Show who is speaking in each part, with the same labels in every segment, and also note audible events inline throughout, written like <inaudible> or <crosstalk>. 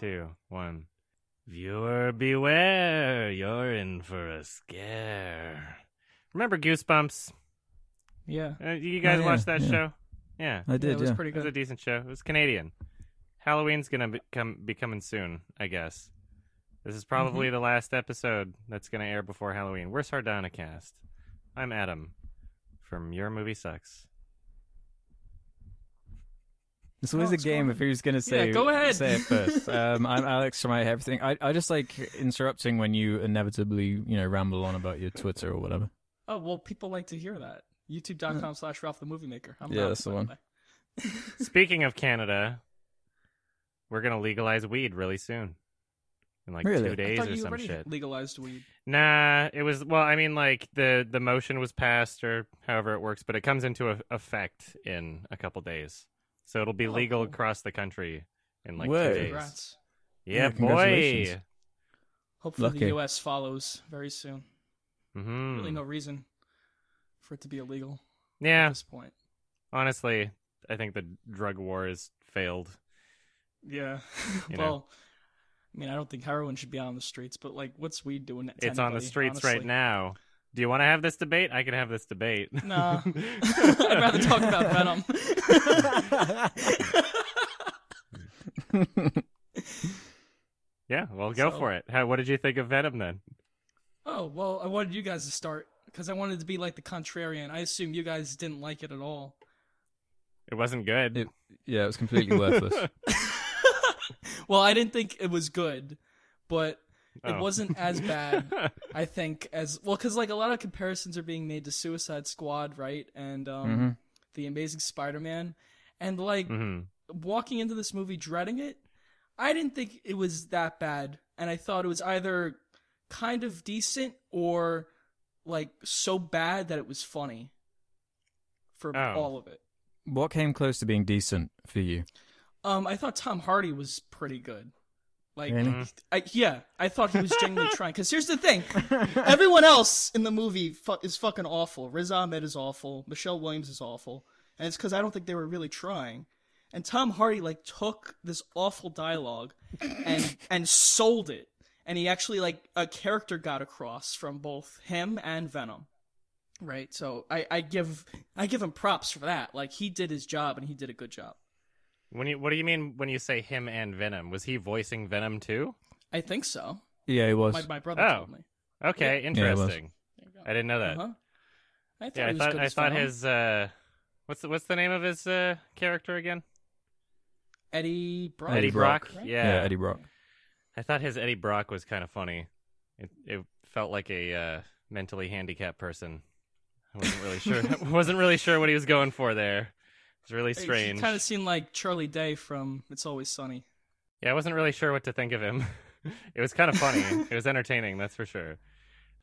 Speaker 1: two, one. Viewer beware, you're in for a scare. Remember Goosebumps?
Speaker 2: Yeah.
Speaker 1: Uh, you guys
Speaker 3: yeah,
Speaker 1: watched that
Speaker 3: yeah.
Speaker 1: show? Yeah.
Speaker 3: I did,
Speaker 2: it was
Speaker 3: yeah.
Speaker 2: pretty
Speaker 1: It was a
Speaker 2: good.
Speaker 1: decent show. It was Canadian. Halloween's gonna be, come, be coming soon, I guess. This
Speaker 3: Mm-hmm.
Speaker 1: is probably the last episode that's gonna air before Halloween. We're Sardonicast. I'm Adam from Your Movie Sucks.
Speaker 3: <laughs> Oh, It's always
Speaker 2: No,
Speaker 3: a
Speaker 2: it's
Speaker 3: game
Speaker 2: fine.
Speaker 3: if who's going to say
Speaker 2: Yeah, go ahead.
Speaker 3: say it <laughs> first. um, I'm Alex from I Hate Everything. I, I just like interrupting when you inevitably you know ramble on about your Twitter or whatever.
Speaker 2: Oh, well, people like to hear that. YouTube.com slash Ralph the Movie Maker. I'm
Speaker 3: Yeah,
Speaker 2: Ralph,
Speaker 3: that's the
Speaker 2: by
Speaker 3: one.
Speaker 2: way.
Speaker 1: Speaking of Canada, we're gonna legalize weed really soon. In like
Speaker 3: Really?
Speaker 1: two
Speaker 3: I
Speaker 2: I
Speaker 1: days
Speaker 2: thought
Speaker 1: or
Speaker 2: you
Speaker 1: some
Speaker 2: already
Speaker 1: shit.
Speaker 2: legalized weed.
Speaker 1: Nah, it was well. I mean, like the the motion was passed or however it works, but it comes into a, effect in a couple days, so it'll be
Speaker 2: Oh,
Speaker 1: legal
Speaker 2: cool.
Speaker 1: across the country in like
Speaker 3: Word.
Speaker 1: two days.
Speaker 2: Congrats.
Speaker 1: Yeah,
Speaker 3: Yeah,
Speaker 1: boy.
Speaker 3: congratulations.
Speaker 2: Hopefully
Speaker 3: Lucky.
Speaker 2: the U.S. follows very soon.
Speaker 1: hmm
Speaker 2: Really no reason for it to be illegal at
Speaker 1: Yeah,
Speaker 2: this point.
Speaker 1: honestly, I think the drug war has failed.
Speaker 2: Yeah. <laughs>
Speaker 1: You know.
Speaker 2: well, I mean, I don't think heroin should be on the streets, but like, what's weed doing? to
Speaker 1: it's on the
Speaker 2: anybody,
Speaker 1: streets right
Speaker 2: honestly?
Speaker 1: now. Do you want to have this debate? I can have this debate. <laughs>
Speaker 2: Nah. <laughs> <laughs> I'd rather talk about
Speaker 3: <laughs>
Speaker 2: Venom. <laughs>
Speaker 1: yeah, well, go
Speaker 2: So-
Speaker 1: for it. How, what did you think of Venom then?
Speaker 2: oh well, I wanted you guys to start because I wanted to be like the contrarian. I assume you guys didn't like it at all.
Speaker 1: It wasn't good. Oh.
Speaker 3: It- yeah, it was completely
Speaker 1: <laughs>
Speaker 3: worthless. <laughs>
Speaker 2: well, I didn't think it was good, but it
Speaker 1: Oh.
Speaker 2: wasn't
Speaker 1: <laughs>
Speaker 2: as bad, I think, as well because like a lot of comparisons are being made to Suicide Squad, right? And um,
Speaker 3: Mhm.
Speaker 2: the Amazing Spider-Man, and like
Speaker 1: hmm
Speaker 2: walking into this movie dreading it, I didn't think it was that bad, and I thought it was either kind of decent or like so bad that it was funny for
Speaker 1: Oh.
Speaker 2: all of it.
Speaker 3: What came close to being decent for <laughs> you?
Speaker 2: Um, I thought Tom Hardy was pretty good. Like,
Speaker 3: Really?
Speaker 2: I, yeah, I thought he was genuinely trying. Because here's the thing: everyone else in the movie fu- is fucking awful. Riz Ahmed is awful. Michelle Williams is awful, and it's because I don't think they were really trying. And Tom Hardy like took this awful dialogue and and sold it, and he actually like a character got across from both him and Venom. Right, so I, I give I give him props for that. Like he did his job and he did a good job.
Speaker 1: When you, what do you mean when you say him and Venom? Was he voicing Venom too?
Speaker 2: I think so.
Speaker 3: Yeah, it was.
Speaker 2: My, my brother
Speaker 1: Oh.
Speaker 2: told me.
Speaker 1: Okay,
Speaker 3: Yeah, it was.
Speaker 1: interesting.
Speaker 2: There you go.
Speaker 1: I didn't know that.
Speaker 2: Uh-huh. I thought
Speaker 1: Yeah,
Speaker 2: he
Speaker 1: I
Speaker 2: was
Speaker 1: thought
Speaker 2: good
Speaker 1: I
Speaker 2: as
Speaker 1: thought
Speaker 2: Venom.
Speaker 1: his uh, what's the, what's the name of his uh, character again?
Speaker 2: Eddie Brock.
Speaker 3: Eddie Brock.
Speaker 2: right?
Speaker 1: Yeah.
Speaker 3: yeah. Eddie Brock.
Speaker 1: I thought his Eddie Brock was kind of funny. It, it felt like a uh, mentally handicapped person. I wasn't really
Speaker 2: <laughs>
Speaker 1: sure. <laughs> wasn't really sure what he was going for there. It's really strange.
Speaker 2: kind of seemed like Charlie Day from It's Always Sunny.
Speaker 1: Yeah, I wasn't really sure what to think of him. <laughs> it was kind of funny.
Speaker 2: <laughs>
Speaker 1: it was entertaining, that's for sure.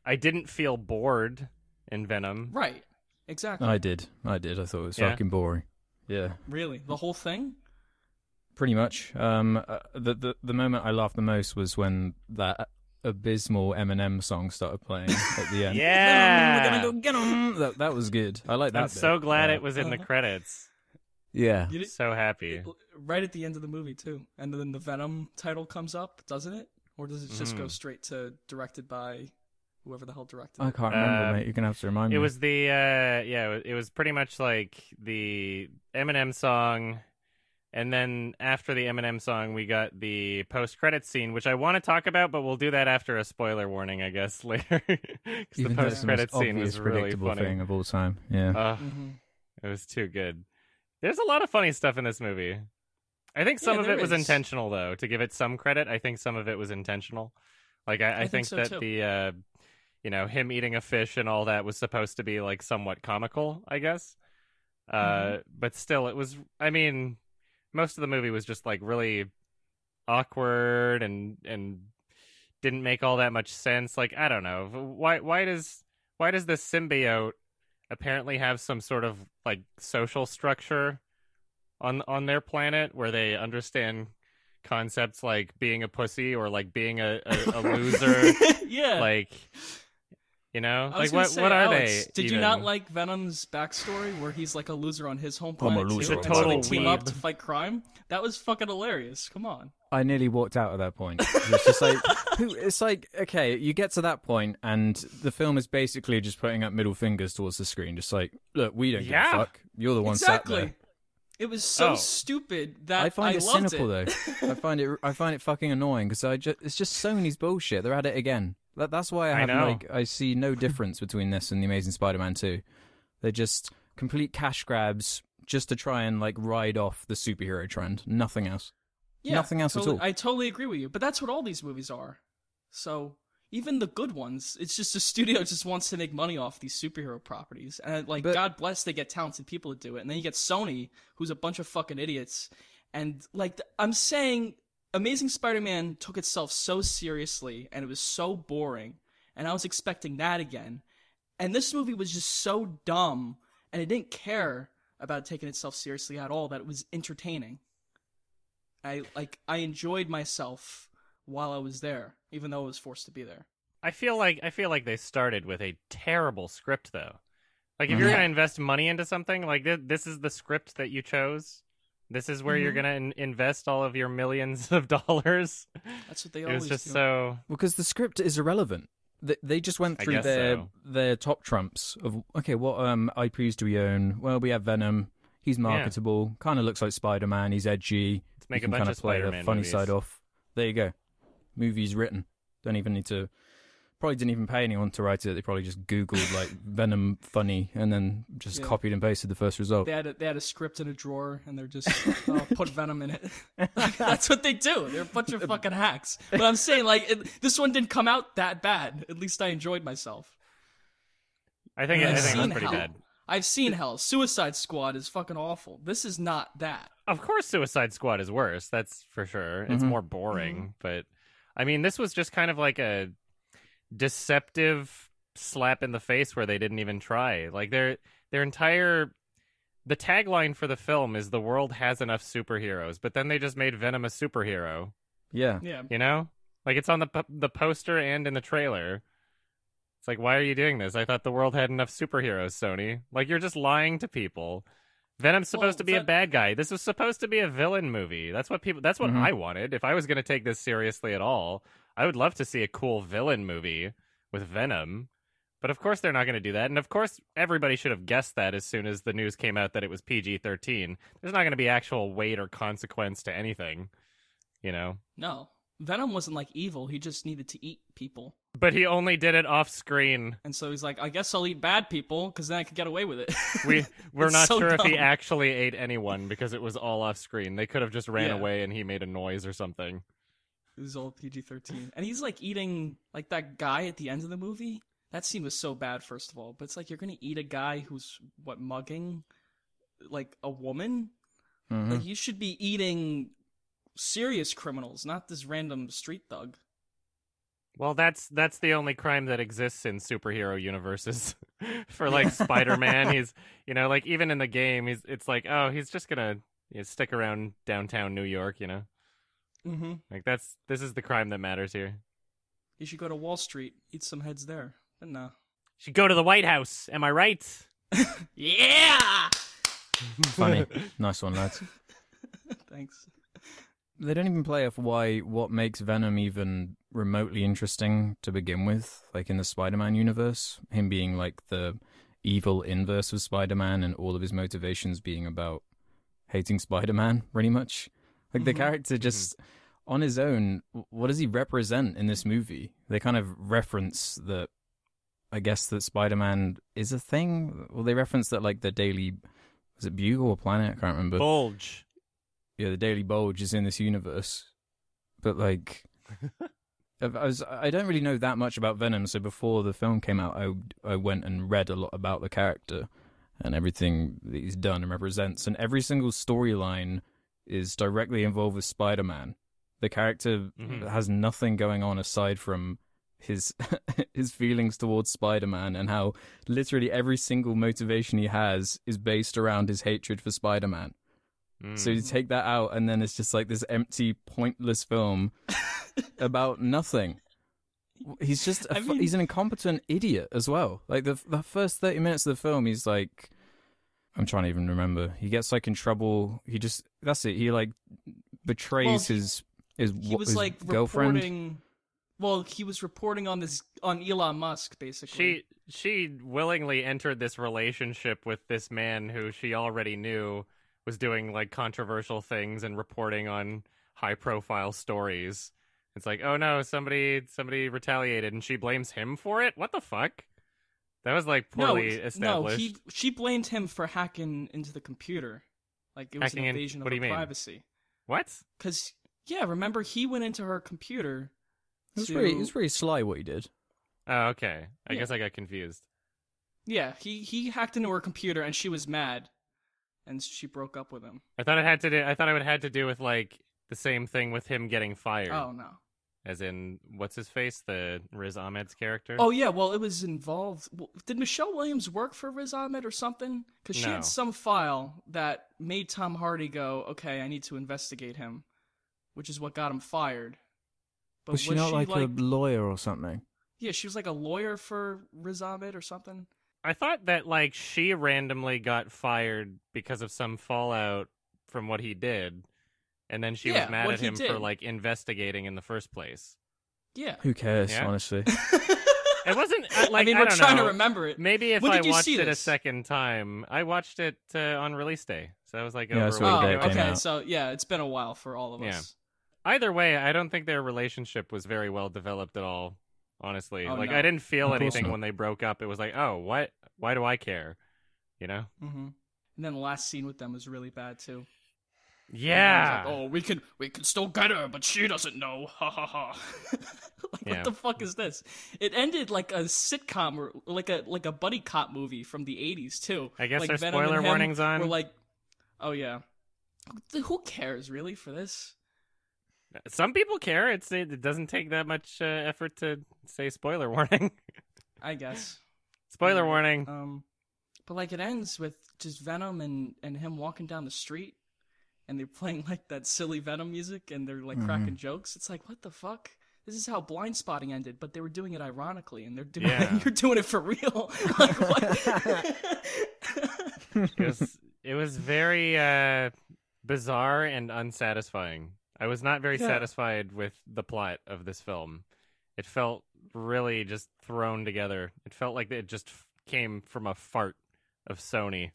Speaker 1: I didn't feel bored in Venom.
Speaker 2: Right. Exactly.
Speaker 3: I did. I did. I thought it was
Speaker 1: Yeah.
Speaker 3: fucking boring. Yeah.
Speaker 2: really, the whole thing.
Speaker 3: Pretty much. Um, uh, the, the the moment I laughed the most was when that abysmal Eminem song started playing at <laughs> the end.
Speaker 1: Yeah.
Speaker 3: Get 'em, we're gonna go get 'em. That, that was good. I like that.
Speaker 1: I'm
Speaker 3: bit.
Speaker 1: so glad
Speaker 3: Uh,
Speaker 1: it was in the credits.
Speaker 3: Yeah.
Speaker 2: You did-
Speaker 1: So happy.
Speaker 2: right at the end of the movie too, and then the Venom title comes up, doesn't it? Or does it just go
Speaker 1: Mhm.
Speaker 2: straight to directed by whoever the hell directed
Speaker 3: I
Speaker 2: it?
Speaker 3: can't remember,
Speaker 1: Uh,
Speaker 3: mate. You're gonna have to remind
Speaker 1: It
Speaker 3: me.
Speaker 1: was the uh yeah, it wa- it was pretty much like the Eminem song and then after the Eminem song we got the post credit scene which I want to talk about but we'll do that after a spoiler warning I guess <laughs> later. 'Cause the
Speaker 3: Even though
Speaker 1: post
Speaker 3: it's the most
Speaker 1: credit scene
Speaker 3: obvious,
Speaker 1: was really
Speaker 3: predictable
Speaker 1: funny. Uh,
Speaker 3: thing of all time. Yeah.
Speaker 1: Ugh.
Speaker 2: Mm-hmm.
Speaker 1: It was too good. There's a lot of funny stuff in this movie. I think some
Speaker 2: Yeah,
Speaker 1: of
Speaker 2: there
Speaker 1: it was
Speaker 2: is.
Speaker 1: intentional, though. To give it some credit, I think some of it was intentional. Like I, I,
Speaker 2: think
Speaker 1: think,
Speaker 2: so,
Speaker 1: that
Speaker 2: too.
Speaker 1: the, uh, you know, him eating a fish and all that was supposed to be like somewhat comical, I guess. Uh,
Speaker 2: Mm-hmm.
Speaker 1: But still, it was. I mean, most of the movie was just like really awkward and and didn't make all that much sense. Like I don't know why why does why does this symbiote apparently have some sort of like social structure on on their planet where they understand concepts
Speaker 2: <laughs>
Speaker 1: like being a pussy or like being a, a, a loser
Speaker 2: yeah.
Speaker 1: like You know,
Speaker 2: I was
Speaker 1: like
Speaker 2: gonna
Speaker 1: what
Speaker 2: say,
Speaker 1: what are
Speaker 2: Alex,
Speaker 1: they?
Speaker 2: Did you not
Speaker 1: even?
Speaker 2: like Venom's backstory where he's like a loser on his home
Speaker 3: I'm a
Speaker 2: planet? too,
Speaker 3: loser
Speaker 2: and
Speaker 1: on my
Speaker 2: so they
Speaker 1: own
Speaker 2: team
Speaker 1: planet.
Speaker 2: up to fight crime. That was fucking hilarious. Come on.
Speaker 3: I nearly walked out at that
Speaker 1: <laughs>
Speaker 3: point. It's just like, who, it's like, okay, you get to that point, and the film is basically just putting up middle fingers towards the screen, just like, look, we don't
Speaker 1: Yeah.
Speaker 3: give a fuck. You're the one sat
Speaker 2: exactly.
Speaker 3: there.
Speaker 2: It was so
Speaker 1: Oh.
Speaker 2: stupid that
Speaker 3: I find it
Speaker 2: loved
Speaker 3: cynical
Speaker 2: it. <laughs>
Speaker 3: though. I find it, I find it fucking annoying because I just, it's just Sony's bullshit. They're at it again. That, that's why I
Speaker 1: I
Speaker 3: have
Speaker 1: know.
Speaker 3: like, I see no difference between this and the Amazing Spider-Man Two. They're just complete cash grabs just to try and like ride off the superhero trend. Nothing else.
Speaker 2: Yeah,
Speaker 3: Nothing else at
Speaker 2: totally-
Speaker 3: all.
Speaker 2: I totally agree with you, but that's what all these movies are. So even the good ones, it's just the <laughs> studio just wants to make money off these superhero properties, and like
Speaker 3: But-
Speaker 2: God bless they get talented people to do it, and then you get Sony, who's a bunch of fucking idiots, and like th- I'm saying, Amazing Spider-Man took itself so seriously, and it was so boring, and I was expecting that again, and this movie was just so dumb, and it didn't care about taking itself seriously at all that it was entertaining. I like I enjoyed myself while I was there, even though I was forced to be there.
Speaker 1: I feel like I feel like they started with a terrible script though. Like if
Speaker 3: Mhm.
Speaker 1: you're
Speaker 2: Yeah.
Speaker 1: going to invest money into something, like th- this is the script that you chose. This is where you're
Speaker 2: Mhm.
Speaker 1: going to in- invest all of your millions of <laughs> dollars.
Speaker 2: That's what they
Speaker 1: It
Speaker 2: always
Speaker 1: was just
Speaker 2: do.
Speaker 1: so
Speaker 3: because the script is irrelevant. They, they just went
Speaker 1: I
Speaker 3: through
Speaker 1: guess
Speaker 3: their
Speaker 1: so.
Speaker 3: their top trumps of okay, what um IPs do we own? Well, we have Venom. He's marketable. Kind of looks like Spider Man. He's edgy.
Speaker 1: let's make a
Speaker 3: you can
Speaker 1: bunch
Speaker 3: kinda
Speaker 1: of
Speaker 3: play the
Speaker 1: Spider-Man
Speaker 3: funny
Speaker 1: movies.
Speaker 3: side off. There you go. Movie's written. Don't even need to. Probably didn't even pay anyone to write it. They probably just Googled
Speaker 1: <laughs>
Speaker 3: like Venom funny and then just
Speaker 2: Yeah.
Speaker 3: copied and pasted the first result.
Speaker 2: they had a, they had a script in a drawer and they're just oh, put venom in it. <laughs> That's what they do. They're a bunch of fucking hacks. But I'm saying like it, this one didn't come out that bad. At least I enjoyed myself.
Speaker 1: I think I
Speaker 2: I've
Speaker 1: think
Speaker 2: seen
Speaker 1: that's pretty
Speaker 2: how-
Speaker 1: bad.
Speaker 2: I've seen hell. Suicide Squad is fucking awful. This is not that.
Speaker 1: Of course Suicide Squad is worse, that's for sure. It's
Speaker 2: Mm-hmm.
Speaker 3: Mhm.
Speaker 1: more boring, but I mean this was just kind of like a deceptive slap in the face where they didn't even try. Like their their entire the tagline for the film is the world has enough superheroes, but then they just made Venom a superhero,
Speaker 3: Yeah.
Speaker 2: Yeah.
Speaker 1: you know? Like it's on the p- the poster and in the trailer. It's like why are you doing this? I thought the world had enough superheroes, Sony. Like you're just lying to people. Venom's
Speaker 2: Well,
Speaker 1: supposed to be a
Speaker 2: that-
Speaker 1: bad guy. This was supposed to be a villain movie. That's what people that's what
Speaker 3: Mhm.
Speaker 1: I wanted. If I was going to take this seriously at all, I would love to see a cool villain movie with Venom. But of course they're not going to do that. And of course everybody should have guessed that as soon as the news came out that it was PG-13. There's not going to be actual weight or consequence to anything, you know.
Speaker 2: No. Venom wasn't like evil. He just needed to eat people.
Speaker 1: But he only did it off screen.
Speaker 2: And so he's like, I guess I'll eat bad people because then I could get away with it. <laughs>
Speaker 1: We we're
Speaker 2: It's
Speaker 1: not
Speaker 2: so
Speaker 1: sure if he
Speaker 2: dumb.
Speaker 1: actually ate anyone because it was all off screen. They could have just ran
Speaker 2: Yeah.
Speaker 1: away and he made a noise or something.
Speaker 2: Who's all PG thirteen, and he's like eating like that guy at the end of the movie. That scene was so bad, first of all. But it's like you're gonna eat a guy who's what mugging, like a woman.
Speaker 3: Mhm.
Speaker 2: Like you should be eating serious criminals, not this random street thug.
Speaker 1: Well, that's that's the only crime that exists in superhero universes. <laughs> For
Speaker 2: <laughs>
Speaker 1: like Spider-Man, he's you know like even in the game, he's it's like oh he's just gonna you know, stick around downtown New York, you know
Speaker 2: Mm-hmm.
Speaker 1: like that's this is the crime that matters here.
Speaker 2: You should go to Wall Street, eat some heads there. But no.
Speaker 1: Should go to the White House. Am I right?
Speaker 2: Yeah.
Speaker 3: Funny.
Speaker 1: <laughs>
Speaker 3: nice one, lads.
Speaker 2: <laughs> Thanks.
Speaker 3: they don't even play off why what makes Venom even remotely interesting to begin with, like in the Spider-Man universe, him being like the evil inverse of Spider-Man and all of his motivations being about hating Spider-Man pretty much. Like the
Speaker 2: Mhm.
Speaker 3: character just on his own, w- what does he represent in this movie? They kind of reference that I guess that Spider-Man is a thing. Well, they reference that like the Daily was it Bugle or Planet? I can't remember
Speaker 1: Bulge.
Speaker 3: yeah, the Daily Bulge is in this universe, but like, I I was I don't really know that much about Venom. So before the film came out, I I went and read a lot about the character and everything that he's done and represents, and every single storyline is directly involved with Spider-Man. The character
Speaker 1: Mhm.
Speaker 3: has nothing going on aside from his <laughs> his feelings towards Spider-Man and how literally every single motivation he has is based around his hatred for Spider-Man.
Speaker 1: Mm.
Speaker 3: So you
Speaker 2: Hmm.
Speaker 3: take that out,
Speaker 2: <laughs>
Speaker 3: and then it's just like this empty, pointless film about nothing. he's just a
Speaker 2: I
Speaker 3: fu-
Speaker 2: mean-
Speaker 3: he's an incompetent idiot as well. Like the the first thirty minutes of the film, he's like, I'm trying to even remember. He gets like in trouble. He just that's it. He like betrays
Speaker 2: Well, he-
Speaker 3: his his,
Speaker 2: He
Speaker 3: wa-
Speaker 2: was
Speaker 3: his
Speaker 2: like
Speaker 3: girlfriend.
Speaker 2: reporting. Well, he was reporting on this on Elon Musk basically.
Speaker 1: She she willingly entered this relationship with this man who she already knew was doing like controversial things and reporting on high profile stories. It's like, oh no, somebody somebody retaliated and she blames him for it? What the fuck? That was like poorly
Speaker 2: no,
Speaker 1: established.
Speaker 2: No, he, she blamed him for hacking into the computer. Like it was
Speaker 1: Hacking
Speaker 2: an
Speaker 1: in-
Speaker 2: invasion
Speaker 1: what
Speaker 2: of
Speaker 1: do
Speaker 2: her
Speaker 1: you mean?
Speaker 2: privacy.
Speaker 1: What?
Speaker 2: Because yeah, remember he went into her computer.
Speaker 3: It was
Speaker 2: to-
Speaker 3: pretty it was pretty sly what he did.
Speaker 1: Oh, okay. I
Speaker 2: Yeah.
Speaker 1: guess I got confused.
Speaker 2: yeah, he he hacked into her computer and she was mad, and she broke up with him.
Speaker 1: I thought it had to do I thought it would had to do with like the same thing with him getting fired.
Speaker 2: Oh no.
Speaker 1: As in what's his face? The Riz Ahmed's character?
Speaker 2: Oh yeah, well it was involved. w- Did Michelle Williams work for Riz Ahmed or something? Because she
Speaker 1: No.
Speaker 2: had some file that made Tom Hardy go, "Okay, I need to investigate him," which is what got him fired. But
Speaker 3: was she not like, a lawyer or something?
Speaker 2: Yeah, she was like a lawyer for Riz Ahmed or something.
Speaker 1: I thought that like she randomly got fired because of some fallout from what he did, and then she
Speaker 2: Yeah,
Speaker 1: was mad
Speaker 2: what
Speaker 1: at
Speaker 2: he
Speaker 1: him for
Speaker 2: did.
Speaker 1: like investigating in the first place. <laughs>
Speaker 2: Yeah.
Speaker 3: Who cares?
Speaker 1: Yeah.
Speaker 2: <laughs>
Speaker 3: Honestly,
Speaker 1: It wasn't uh, like
Speaker 2: I mean, we're
Speaker 1: don't
Speaker 2: trying
Speaker 1: know.
Speaker 2: to remember it.
Speaker 1: Maybe if
Speaker 2: When
Speaker 1: I
Speaker 2: did you
Speaker 1: watched
Speaker 2: see
Speaker 1: it a
Speaker 2: this?
Speaker 1: second time, I watched it uh, on release day, so that was like
Speaker 3: Yeah,
Speaker 1: over.
Speaker 3: that's
Speaker 1: a
Speaker 3: what
Speaker 1: week
Speaker 2: Oh,
Speaker 3: day
Speaker 1: ago, I
Speaker 3: came
Speaker 1: think.
Speaker 2: okay.
Speaker 3: out.
Speaker 2: So yeah, it's been a while for all of
Speaker 1: Yeah.
Speaker 2: us.
Speaker 1: Either way, I don't think their relationship was very well developed at all. Honestly,
Speaker 2: Oh,
Speaker 1: like
Speaker 2: no.
Speaker 1: I didn't feel
Speaker 3: Of course
Speaker 1: anything
Speaker 3: not.
Speaker 1: when they broke up. It was like, oh, what? Why do I care? You know?
Speaker 2: hmm And then the last scene with them was really bad too.
Speaker 1: Yeah.
Speaker 2: Like, oh, we can we can still get her, but she doesn't know. <laughs> Ha ha ha. like
Speaker 1: Yeah.
Speaker 2: what the fuck is this? It ended like a sitcom or like a like a buddy cop movie from the eighties too.
Speaker 1: I guess
Speaker 2: oh, like
Speaker 1: there's
Speaker 2: Venom and
Speaker 1: spoiler
Speaker 2: him
Speaker 1: warnings on.
Speaker 2: Were like, oh yeah. Who cares really for this?
Speaker 1: Some people care. It's it, it doesn't take that much uh, effort to say spoiler warning. <laughs>
Speaker 2: I guess.
Speaker 1: spoiler
Speaker 2: Yeah.
Speaker 1: warning.
Speaker 2: Um, but like it ends with just Venom and and him walking down the street, and they're playing like that silly Venom music, and they're like
Speaker 1: Mm-hmm.
Speaker 2: cracking jokes. It's like what the fuck. This is how blind spotting ended, but they were doing it ironically, and they're doing
Speaker 1: Yeah.
Speaker 2: <laughs> you're doing it for real. <laughs> like what? <laughs>
Speaker 1: It was it was very uh, bizarre and unsatisfying. I was not very
Speaker 2: Yeah.
Speaker 1: satisfied with the plot of this film. It felt really just thrown together. It felt like it just f- came from a fart of
Speaker 2: <laughs>
Speaker 1: Sony.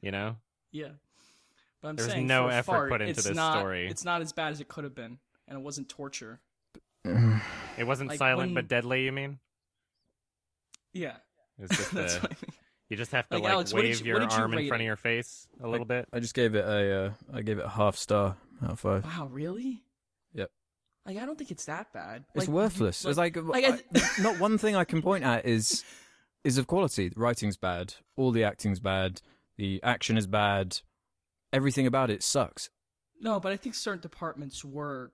Speaker 1: you know?
Speaker 2: yeah, but I'm
Speaker 1: There was
Speaker 2: saying
Speaker 1: no
Speaker 2: for a
Speaker 1: effort
Speaker 2: fart,
Speaker 1: put into
Speaker 2: it's
Speaker 1: this
Speaker 2: not-
Speaker 1: story.
Speaker 2: It's not as bad as it could have been, and it wasn't torture.
Speaker 1: It wasn't
Speaker 2: Like
Speaker 1: silent
Speaker 2: when-
Speaker 1: but deadly, you mean?
Speaker 2: Yeah, <laughs>
Speaker 1: It's just
Speaker 2: that's
Speaker 1: uh,
Speaker 2: what I mean.
Speaker 1: you just have to
Speaker 2: Like,
Speaker 1: like
Speaker 2: Alex, what did
Speaker 1: wave
Speaker 2: you-
Speaker 1: your
Speaker 2: what did you
Speaker 1: arm in
Speaker 2: rate
Speaker 1: front
Speaker 2: it?
Speaker 1: of your face a little bit.
Speaker 3: I just gave it a uh, I gave it a half star out of five.
Speaker 2: Wow, really?
Speaker 3: Yep.
Speaker 2: Like I don't think it's that bad.
Speaker 3: It's
Speaker 2: Like,
Speaker 3: worthless.
Speaker 2: you-
Speaker 3: it's like,
Speaker 2: like
Speaker 3: I- not one thing I can point at is is of quality. The writing's bad. All the acting's bad. The action is bad. Everything about it sucks.
Speaker 2: No, but I think certain departments were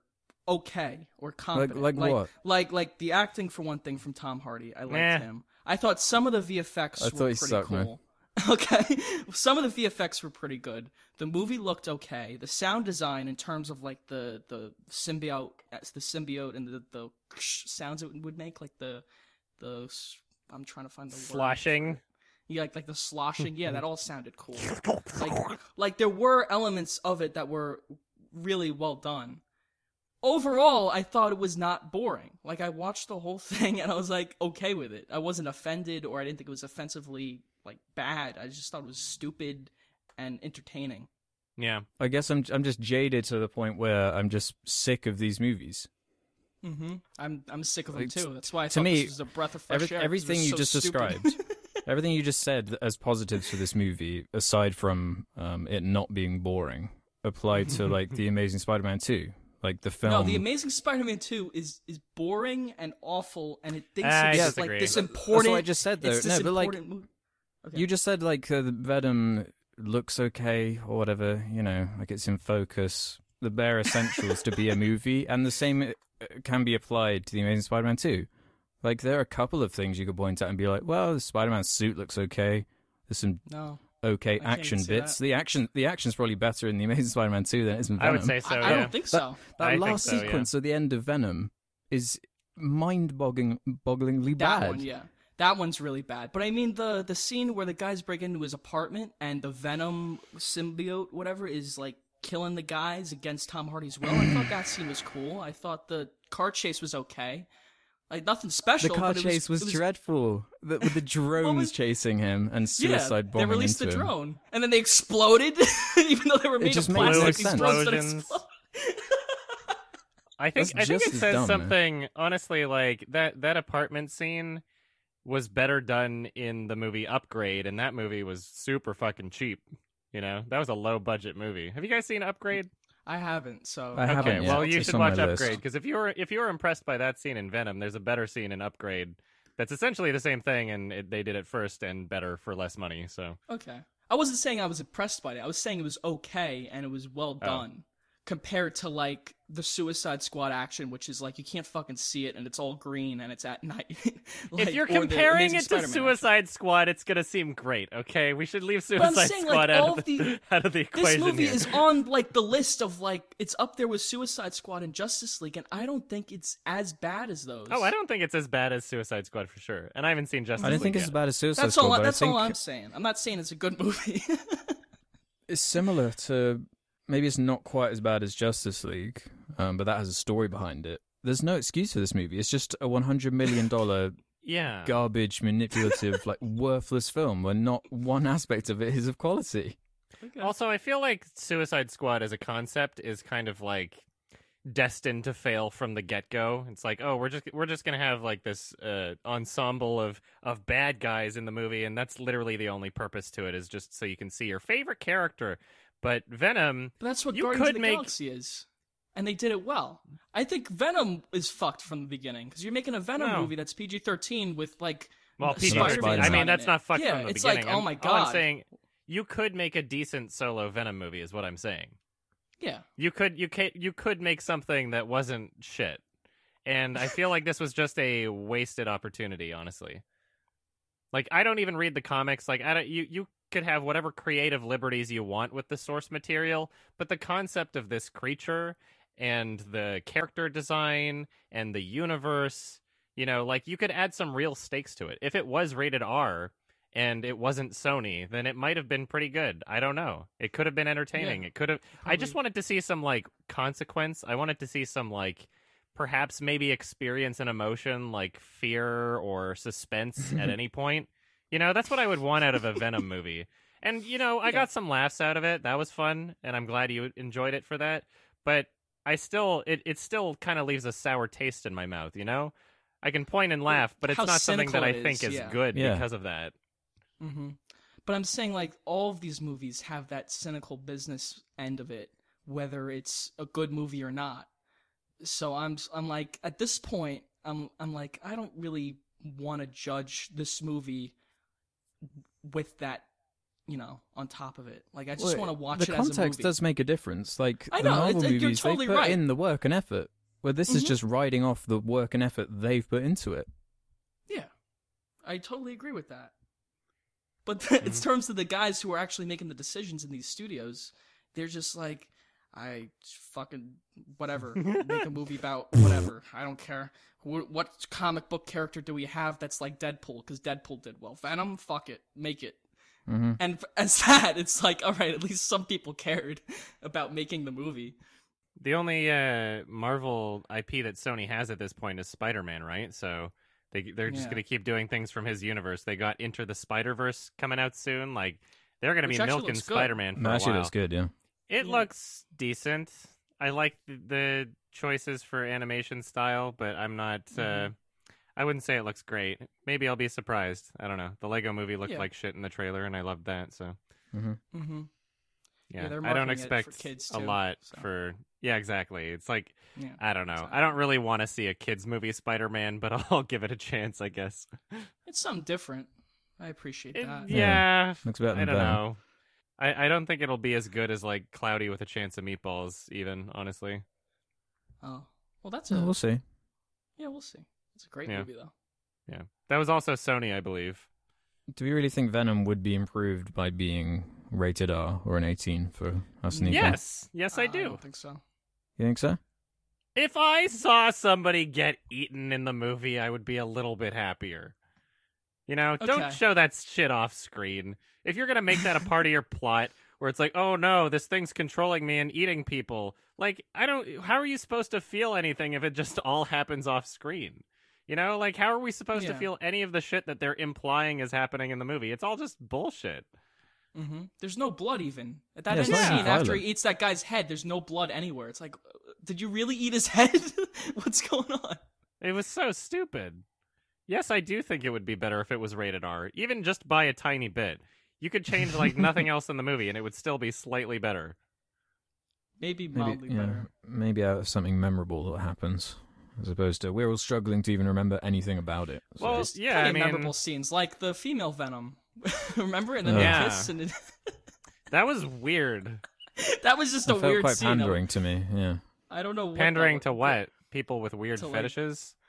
Speaker 2: okay or competent.
Speaker 3: like what?
Speaker 2: Like like the acting for one thing from Tom Hardy. I liked
Speaker 1: Meh.
Speaker 2: him. I thought some of the VFX
Speaker 3: I
Speaker 2: were
Speaker 3: thought he
Speaker 2: pretty
Speaker 3: sucked, man.
Speaker 2: cool. <laughs> Okay, some of the VFX were pretty good. The movie looked okay. The sound design, in terms of like the the symbiote, the symbiote, and the the sounds it would make, like the the s- I'm trying to find the word.
Speaker 1: Sloshing.
Speaker 2: Yeah, like like the sloshing.
Speaker 3: <laughs>
Speaker 2: Yeah, that all sounded cool. Like like there were elements of it that were really well done. Overall, I thought it was not boring. Like I watched the whole <laughs> thing and I was like okay with it. I wasn't offended or I didn't think it was offensively like bad. I just thought it was stupid and entertaining.
Speaker 1: Yeah.
Speaker 3: I guess I'm I'm just jaded to the point where I'm just sick of these movies.
Speaker 2: Mm-hmm. I'm I'm sick of them
Speaker 3: Like,
Speaker 2: too. That's why I
Speaker 3: to
Speaker 2: thought
Speaker 3: me,
Speaker 2: this was a breath of fresh
Speaker 3: Every,
Speaker 2: air. Oh, 'cause it was
Speaker 3: everything you
Speaker 2: so
Speaker 3: just
Speaker 2: stupid.
Speaker 3: described, everything you just said as positives for this movie, aside from um, it not being boring,
Speaker 2: <laughs>
Speaker 3: applied to like the Amazing Spider-Man 2, like the
Speaker 2: <laughs>
Speaker 3: film.
Speaker 2: No, The Amazing Spider-Man 2 is is boring and awful, and it thinks
Speaker 1: I
Speaker 2: it's
Speaker 1: disagree.
Speaker 2: like this
Speaker 1: That's
Speaker 2: important.
Speaker 3: I just said, though.
Speaker 2: It's this
Speaker 3: No, but, like,
Speaker 2: important mo- Okay.
Speaker 3: You just said like uh, the Venom looks okay or whatever, you know, like it's in focus. The bare essentials to be a movie, and the same uh, can be applied to the Amazing Spider-Man 2. Like there are a couple of things you could point at and be like, well, the Spider-Man suit looks okay. There's some
Speaker 2: no.
Speaker 3: okay
Speaker 2: can't
Speaker 3: action
Speaker 2: see that.
Speaker 3: bits. The action, the action's probably better in the Amazing Spider-Man 2 than it is in Venom.
Speaker 1: I would say so,
Speaker 2: I,
Speaker 1: yeah.
Speaker 2: I don't think so.
Speaker 3: That
Speaker 1: I think
Speaker 3: last
Speaker 1: so, yeah.
Speaker 3: sequence at the end of Venom is mind-boggling, bogglingly
Speaker 2: That
Speaker 3: bad.
Speaker 2: one, yeah. That one's really bad. But I mean the the scene where the guys break into his apartment and the Venom symbiote, whatever, is like killing the guys against Tom Hardy's will. I thought that scene was cool. I thought the car chase was okay. Like nothing
Speaker 3: The
Speaker 2: special.
Speaker 3: car
Speaker 2: but it
Speaker 3: chase was,
Speaker 2: it
Speaker 3: dreadful.
Speaker 2: <laughs>
Speaker 3: The, with the drones
Speaker 2: was-
Speaker 3: chasing him and suicide
Speaker 2: yeah,
Speaker 3: bombing
Speaker 2: They released
Speaker 3: into
Speaker 2: the
Speaker 3: him.
Speaker 2: drone, and then they exploded, <laughs> even though they were made
Speaker 3: just
Speaker 2: of
Speaker 3: made no
Speaker 2: plastic.
Speaker 3: sense.
Speaker 2: These drones don't
Speaker 1: Explosions.
Speaker 2: explode.
Speaker 1: I think
Speaker 3: That's
Speaker 1: I think
Speaker 3: just
Speaker 1: it
Speaker 3: as
Speaker 1: says
Speaker 3: dumb, man.
Speaker 1: something honestly like that that apartment scene was better done in the movie Upgrade and that movie was super fucking cheap. You know, that was a low budget movie. Have you guys seen Upgrade?
Speaker 2: I haven't. So
Speaker 3: I haven't
Speaker 1: okay,
Speaker 3: yet.
Speaker 1: well you
Speaker 3: It's
Speaker 1: should
Speaker 3: on my
Speaker 1: watch
Speaker 3: list.
Speaker 1: Upgrade because if you were if you were impressed by that scene in Venom, there's a better scene in Upgrade that's essentially the same thing and it, they did it first and better for less money. So
Speaker 2: Okay. I wasn't saying I was impressed by it. I was saying it was okay and it was well
Speaker 3: Oh.
Speaker 2: done compared to like the Suicide Squad action, which is like you can't fucking see it and it's all green and it's at night. <laughs> Like,
Speaker 1: if you're
Speaker 2: or the
Speaker 1: comparing
Speaker 2: Amazing
Speaker 1: it to
Speaker 2: Spider-Man action.
Speaker 1: Suicide Squad, it's gonna seem great. Okay, we should leave
Speaker 2: I'm
Speaker 1: Suicide
Speaker 2: saying, like,
Speaker 1: Squad
Speaker 2: all
Speaker 1: out,
Speaker 2: of
Speaker 1: of the,
Speaker 2: the-
Speaker 1: <laughs> out of the
Speaker 2: this
Speaker 1: equation.
Speaker 2: movie
Speaker 1: here.
Speaker 2: is on like the list of like it's up there with Suicide Squad and Justice League, and I don't think it's as bad as those.
Speaker 1: Oh, I don't think it's as bad as Suicide Squad for sure. And I haven't seen Justice
Speaker 3: I don't think
Speaker 1: League
Speaker 3: it's as
Speaker 1: yet.
Speaker 3: bad as Suicide
Speaker 2: That's
Speaker 3: Squad,
Speaker 2: all.
Speaker 3: but
Speaker 2: that's
Speaker 3: I think
Speaker 2: all I'm saying. I'm not saying it's a good <laughs> movie.
Speaker 3: it's similar to maybe it's not quite as bad as Justice League, um, but that has a story behind it. There's no excuse for this movie. It's just a 100
Speaker 2: <laughs>
Speaker 3: million dollar
Speaker 1: Yeah.
Speaker 3: garbage, manipulative, like worthless film where not one <laughs> aspect of it is of quality.
Speaker 1: Also, I feel like Suicide Squad as a concept is kind of like destined to fail from the get-go. It's like, "Oh, we're just we're just going to have like this uh, ensemble of of bad guys in the movie and that's literally the only purpose to it is just so you can see your favorite character." But Venom
Speaker 2: But that's what
Speaker 1: You
Speaker 2: Guardians of
Speaker 1: could
Speaker 2: the
Speaker 1: make-
Speaker 2: Galaxy is. And they did it well. I think Venom is fucked from the beginning because you're making a Venom
Speaker 1: No.
Speaker 2: movie that's PG-13 with like
Speaker 1: Well,
Speaker 2: n-
Speaker 1: PG
Speaker 2: Spider-Man.
Speaker 1: I mean,
Speaker 3: Spider-Man.
Speaker 1: that's
Speaker 2: in
Speaker 1: not
Speaker 2: it.
Speaker 1: fucked
Speaker 2: yeah,
Speaker 1: from the
Speaker 2: it's
Speaker 1: beginning.
Speaker 2: like, oh
Speaker 1: I'm-
Speaker 2: my
Speaker 1: All
Speaker 2: god.
Speaker 1: I'm saying you could make a decent solo Venom movie, is what I'm saying.
Speaker 2: yeah.
Speaker 1: You could, you could, you could make something that wasn't shit. And I feel like this was just a wasted opportunity, honestly. Like I don't even read the comics. Like I don't. You you could have whatever creative liberties you want with the source material, but the concept of this creature and the character design and the universe, you know, like you could add some real stakes to it. If it was rated R and it wasn't Sony, then it might have been pretty good. I don't know. It could have been entertaining.
Speaker 2: Yeah,
Speaker 1: it could have. I just
Speaker 2: probably.
Speaker 1: wanted to see some like consequence. I wanted to see some like perhaps maybe experience an emotion like fear or
Speaker 2: <laughs>
Speaker 1: suspense at any point. You know, that's what I would want out of a Venom movie. And you know, I
Speaker 2: Yeah.
Speaker 1: got some laughs out of it. That was fun, and I'm glad you enjoyed it for that. But I still, it it still kind of leaves a sour taste in my mouth. You know, I can point and laugh, but it's
Speaker 2: How
Speaker 1: not something that
Speaker 2: cynical
Speaker 1: I
Speaker 2: it
Speaker 1: think
Speaker 2: is,
Speaker 1: is
Speaker 2: yeah.
Speaker 1: good
Speaker 3: Yeah.
Speaker 1: because of that.
Speaker 2: hmm But I'm saying like all of these movies have that cynical business end of it, whether it's a good movie or not. So I'm I'm like at this point I'm I'm like I don't really want to judge this movie with that, you know, on top of it. Like I just
Speaker 3: Well,
Speaker 2: want to watch
Speaker 3: the
Speaker 2: it as a
Speaker 3: context
Speaker 2: movie.
Speaker 3: does make a difference. Like
Speaker 2: I
Speaker 3: the
Speaker 2: know,
Speaker 3: Marvel
Speaker 2: it's- you're
Speaker 3: movies,
Speaker 2: totally
Speaker 3: they put
Speaker 2: right.
Speaker 3: in the work and effort. Where this is
Speaker 2: Mhm.
Speaker 3: just riding off the work and effort they've put into it.
Speaker 2: Yeah, I totally agree with that. But in terms of the guys who are actually making the decisions in these studios, they're just like, I fucking whatever, make a movie about whatever. I don't care. Wh- What comic book character do we have that's like Deadpool? Because Deadpool did well. Venom, fuck it, make it.
Speaker 3: Mhm.
Speaker 2: And f- as that, it's like, all right, at least some people cared <laughs> about making the movie.
Speaker 1: The only uh, Marvel IP that Sony has at this point is Spider-Man, right? So they they're just
Speaker 2: Yeah.
Speaker 1: going to keep doing things from his universe. They got Enter the Spider-Verse coming out soon. Like they're going to
Speaker 2: Which
Speaker 1: be
Speaker 2: actually
Speaker 1: milking
Speaker 2: looks good.
Speaker 1: Spider-Man for a
Speaker 3: actually,
Speaker 1: while.
Speaker 3: looks good. Yeah.
Speaker 1: It
Speaker 2: Yeah.
Speaker 1: looks decent. I like th- the choices for animation style, but I'm not. Uh,
Speaker 2: Mhm.
Speaker 1: I wouldn't say it looks great. Maybe I'll be surprised. I don't know. The Lego Movie looked
Speaker 2: Yeah.
Speaker 1: like shit in the trailer, and I loved that. So
Speaker 2: Mm-hmm. Yeah,
Speaker 1: yeah,
Speaker 2: they're
Speaker 1: I don't
Speaker 2: marketing it for
Speaker 1: expect
Speaker 2: kids
Speaker 1: a
Speaker 2: too,
Speaker 1: lot
Speaker 2: so.
Speaker 1: for. Yeah, exactly. It's like
Speaker 2: Yeah.
Speaker 1: I don't know. I don't really want to see a kids movie Spider-Man, but <laughs> I'll give it a chance, I guess.
Speaker 2: It's something different. I appreciate
Speaker 1: It-
Speaker 2: that.
Speaker 1: yeah,
Speaker 3: Looks better
Speaker 1: I
Speaker 3: than
Speaker 1: don't
Speaker 3: Venom.
Speaker 1: know. I, I don't think it'll be as good as like Cloudy with a Chance of Meatballs, even honestly.
Speaker 2: Oh, well, that's
Speaker 3: So
Speaker 2: a
Speaker 3: we'll see.
Speaker 2: Yeah, we'll see. It's a great
Speaker 1: Yeah.
Speaker 2: movie though.
Speaker 1: Yeah, that was also Sony, I believe.
Speaker 3: Do we really think Venom would be improved by being rated R or an 18 for us? Nico?
Speaker 1: Yes, yes,
Speaker 2: Uh,
Speaker 1: I
Speaker 2: I
Speaker 1: do.
Speaker 2: don't think so.
Speaker 3: You think so?
Speaker 1: If I saw somebody get eaten in the movie, I would be a little bit happier. You know, don't
Speaker 2: Okay.
Speaker 1: show that shit off screen. If you're going to make that a part of your plot where it's like, "Oh no, this thing's controlling me and eating people." Like, I don't how are you supposed to feel anything if it just all happens off screen? You know, like how are we supposed
Speaker 2: Yeah.
Speaker 1: to feel any of the shit that they're implying is happening in the movie? It's all just bullshit.
Speaker 2: hmm There's no blood even at that
Speaker 3: Yeah,
Speaker 2: end
Speaker 3: it's
Speaker 2: scene.
Speaker 1: not even
Speaker 2: After
Speaker 3: violent.
Speaker 2: he eats that guy's head, there's no blood anywhere. It's like, uh, did you really eat his <laughs> head? What's going on?
Speaker 1: It was so stupid. Yes, I do think it would be better if it was rated R, even just by a tiny bit. You could change like
Speaker 2: <laughs>
Speaker 1: nothing else in the movie and it would still be slightly better.
Speaker 2: Maybe mildly
Speaker 3: Maybe, yeah,
Speaker 2: better.
Speaker 3: maybe out of something memorable that happens, as opposed to we're all struggling to even remember anything about it. So-
Speaker 1: Well,
Speaker 2: There's
Speaker 1: yeah,
Speaker 2: plenty
Speaker 1: I
Speaker 2: of
Speaker 1: mean,
Speaker 2: memorable scenes like the female venom. <laughs> Remember, and then
Speaker 1: Yeah.
Speaker 2: they kiss, and it, <laughs>
Speaker 1: that was weird.
Speaker 2: that was just a
Speaker 3: it felt
Speaker 2: weird
Speaker 3: quite
Speaker 2: scene.
Speaker 3: pandering to me. Yeah,
Speaker 2: I don't know. <laughs> What that
Speaker 1: Pandering
Speaker 2: was-
Speaker 1: to what? People with weird
Speaker 2: To, like-
Speaker 1: fetishes?
Speaker 2: <laughs>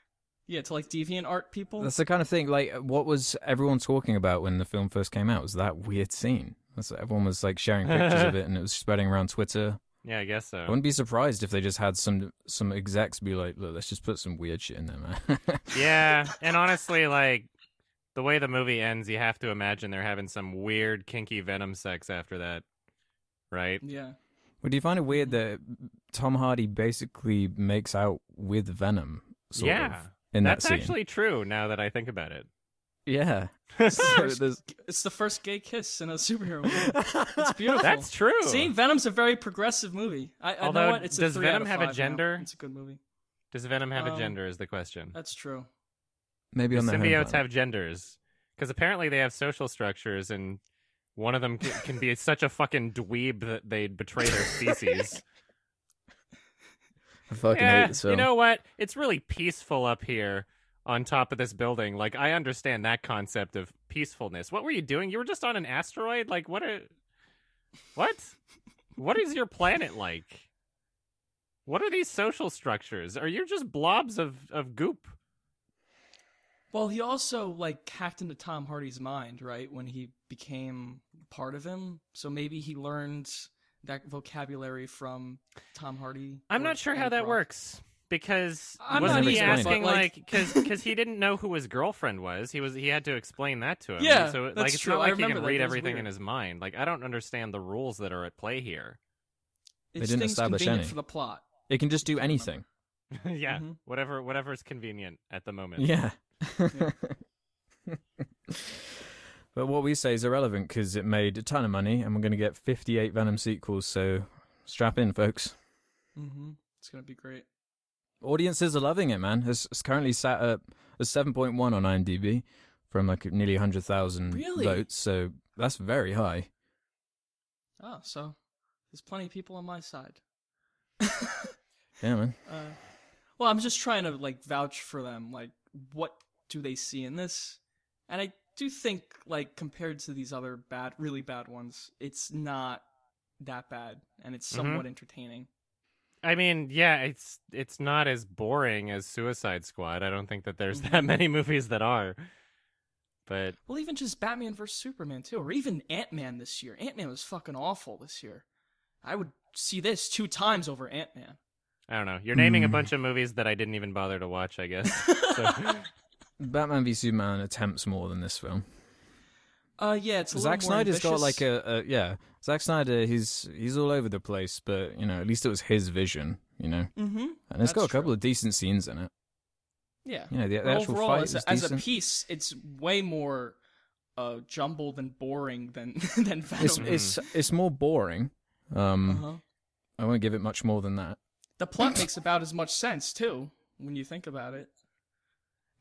Speaker 2: Yeah, to like deviant art people.
Speaker 3: that's the kind of thing. Like, what was everyone talking about when the film first came out? Was that weird scene? That's everyone was like sharing pictures
Speaker 1: <laughs>
Speaker 3: of it, and it was spreading around Twitter.
Speaker 1: Yeah, I guess so.
Speaker 3: I wouldn't be surprised if they just had some some execs be like, "Look, let's just put some weird shit in there, man." <laughs>
Speaker 1: yeah, and honestly, like the way the movie ends, you have to imagine they're having some weird kinky venom sex after that, right?
Speaker 2: Yeah.
Speaker 3: Would you find it weird that Tom Hardy basically makes out with Venom? Sort
Speaker 1: yeah,
Speaker 3: of, in
Speaker 1: that's
Speaker 3: that scene.
Speaker 1: actually true. Now that I think about it,
Speaker 3: <laughs>
Speaker 1: <laughs>
Speaker 3: yeah. So
Speaker 2: It's the,
Speaker 3: there's- <laughs>
Speaker 2: first, it's the first gay kiss in a <laughs> superhero movie. It's beautiful.
Speaker 1: that's true.
Speaker 2: See, Venom's a very progressive movie. I, I
Speaker 1: Although,
Speaker 2: know what it's
Speaker 1: does
Speaker 2: a three out
Speaker 1: Venom
Speaker 2: of
Speaker 1: have a
Speaker 2: five now.
Speaker 1: gender?
Speaker 2: It's a good movie.
Speaker 1: Does venom have a
Speaker 2: Um,
Speaker 1: gender? Is the question.
Speaker 2: That's true.
Speaker 3: maybe
Speaker 1: Do
Speaker 3: on the
Speaker 1: symbiotes have genders because apparently they have social structures and one of them can, can be such a fucking dweeb that they betray
Speaker 3: <laughs>
Speaker 1: their species
Speaker 3: I fucking
Speaker 1: Eh,
Speaker 3: hate this film.
Speaker 1: you know what it's really peaceful up here on top of this building like i understand that concept of peacefulness what were you doing you were just on an asteroid like what are what what is your planet like what are these social structures are you just blobs of of goop
Speaker 2: Well, he also like hacked into Tom Hardy's mind, right? When he became part of him, so maybe he learned that vocabulary from Tom Hardy.
Speaker 1: I'm
Speaker 2: or
Speaker 1: not sure how that
Speaker 2: improv.
Speaker 1: works because
Speaker 2: I'm
Speaker 1: wasn't
Speaker 3: not
Speaker 1: he
Speaker 3: either,
Speaker 1: asking
Speaker 2: but,
Speaker 1: like
Speaker 2: like-
Speaker 1: because because
Speaker 2: <laughs>
Speaker 1: he didn't know who his girlfriend was. He was he had to explain that to him.
Speaker 2: Yeah,
Speaker 1: so like
Speaker 2: that's
Speaker 1: it's
Speaker 2: true.
Speaker 1: not
Speaker 2: I
Speaker 1: like he
Speaker 2: remember
Speaker 1: can
Speaker 2: that.
Speaker 1: read
Speaker 2: That was
Speaker 1: everything in
Speaker 2: weird.
Speaker 1: his mind. Like I don't understand the rules that are at play
Speaker 2: <laughs>
Speaker 1: here.
Speaker 2: It's
Speaker 3: didn't
Speaker 2: things
Speaker 3: establish
Speaker 2: convenient
Speaker 3: any.
Speaker 2: for the plot.
Speaker 3: it can just do anything.
Speaker 1: yeah,
Speaker 2: Mhm.
Speaker 1: Mm-hmm. whatever whatever's convenient at the moment.
Speaker 3: Yeah. <laughs> but what we say is irrelevant because it made a ton of money, and we're going to get 58 Venom sequels. So strap in, folks.
Speaker 2: hmm It's gonna be great.
Speaker 3: Audiences are loving it, man. It's, it's currently sat at a 7.1 on IMDb from like nearly 100,000
Speaker 2: Really?
Speaker 3: votes. So that's very high.
Speaker 2: Oh, so there's plenty of people on my side. <laughs>
Speaker 3: Yeah, man.
Speaker 2: Uh, well, I'm just trying to like vouch for them. Like, what do they see in this? And I do think, like, compared to these other bad, really bad ones, it's not that bad, and it's
Speaker 3: Mm-hmm.
Speaker 2: somewhat entertaining.
Speaker 1: I mean, yeah, it's it's not as boring as Suicide Squad. I don't think that there's
Speaker 2: Mm-hmm.
Speaker 1: that many <laughs> movies that are. But
Speaker 2: Well, even just Batman vs Superman too, or even Ant Man this year. Ant Man was fucking awful this year. I would see this two times over Ant Man.
Speaker 1: I don't know. You're naming a
Speaker 3: Mm.
Speaker 1: bunch of movies that I didn't even bother to watch, I
Speaker 2: <laughs>
Speaker 1: guess. So, mm-hmm.
Speaker 3: Batman v Superman attempts more than this film.
Speaker 2: Uh, yeah, it's a
Speaker 3: Zack
Speaker 2: little more
Speaker 3: Snyder's got
Speaker 2: ambitious.
Speaker 3: like a, a yeah. Zack Snyder, he's he's all over the place, but you know, at least it was his vision, you know.
Speaker 2: Mm-hmm.
Speaker 3: And it's got a
Speaker 2: That's
Speaker 3: couple
Speaker 2: true.
Speaker 3: of decent scenes in it.
Speaker 2: Yeah.
Speaker 3: You know, the, the
Speaker 2: But
Speaker 3: actual
Speaker 2: overall,
Speaker 3: fight
Speaker 2: as
Speaker 3: is
Speaker 2: a, as a
Speaker 3: decent.
Speaker 2: piece, it's way more uh, jumbled and boring than <laughs> than Venom.
Speaker 3: it's it's it's more boring. Um,
Speaker 2: Uh-huh.
Speaker 3: I won't give it much more than that.
Speaker 2: The plot makes about as much sense too when you think about it.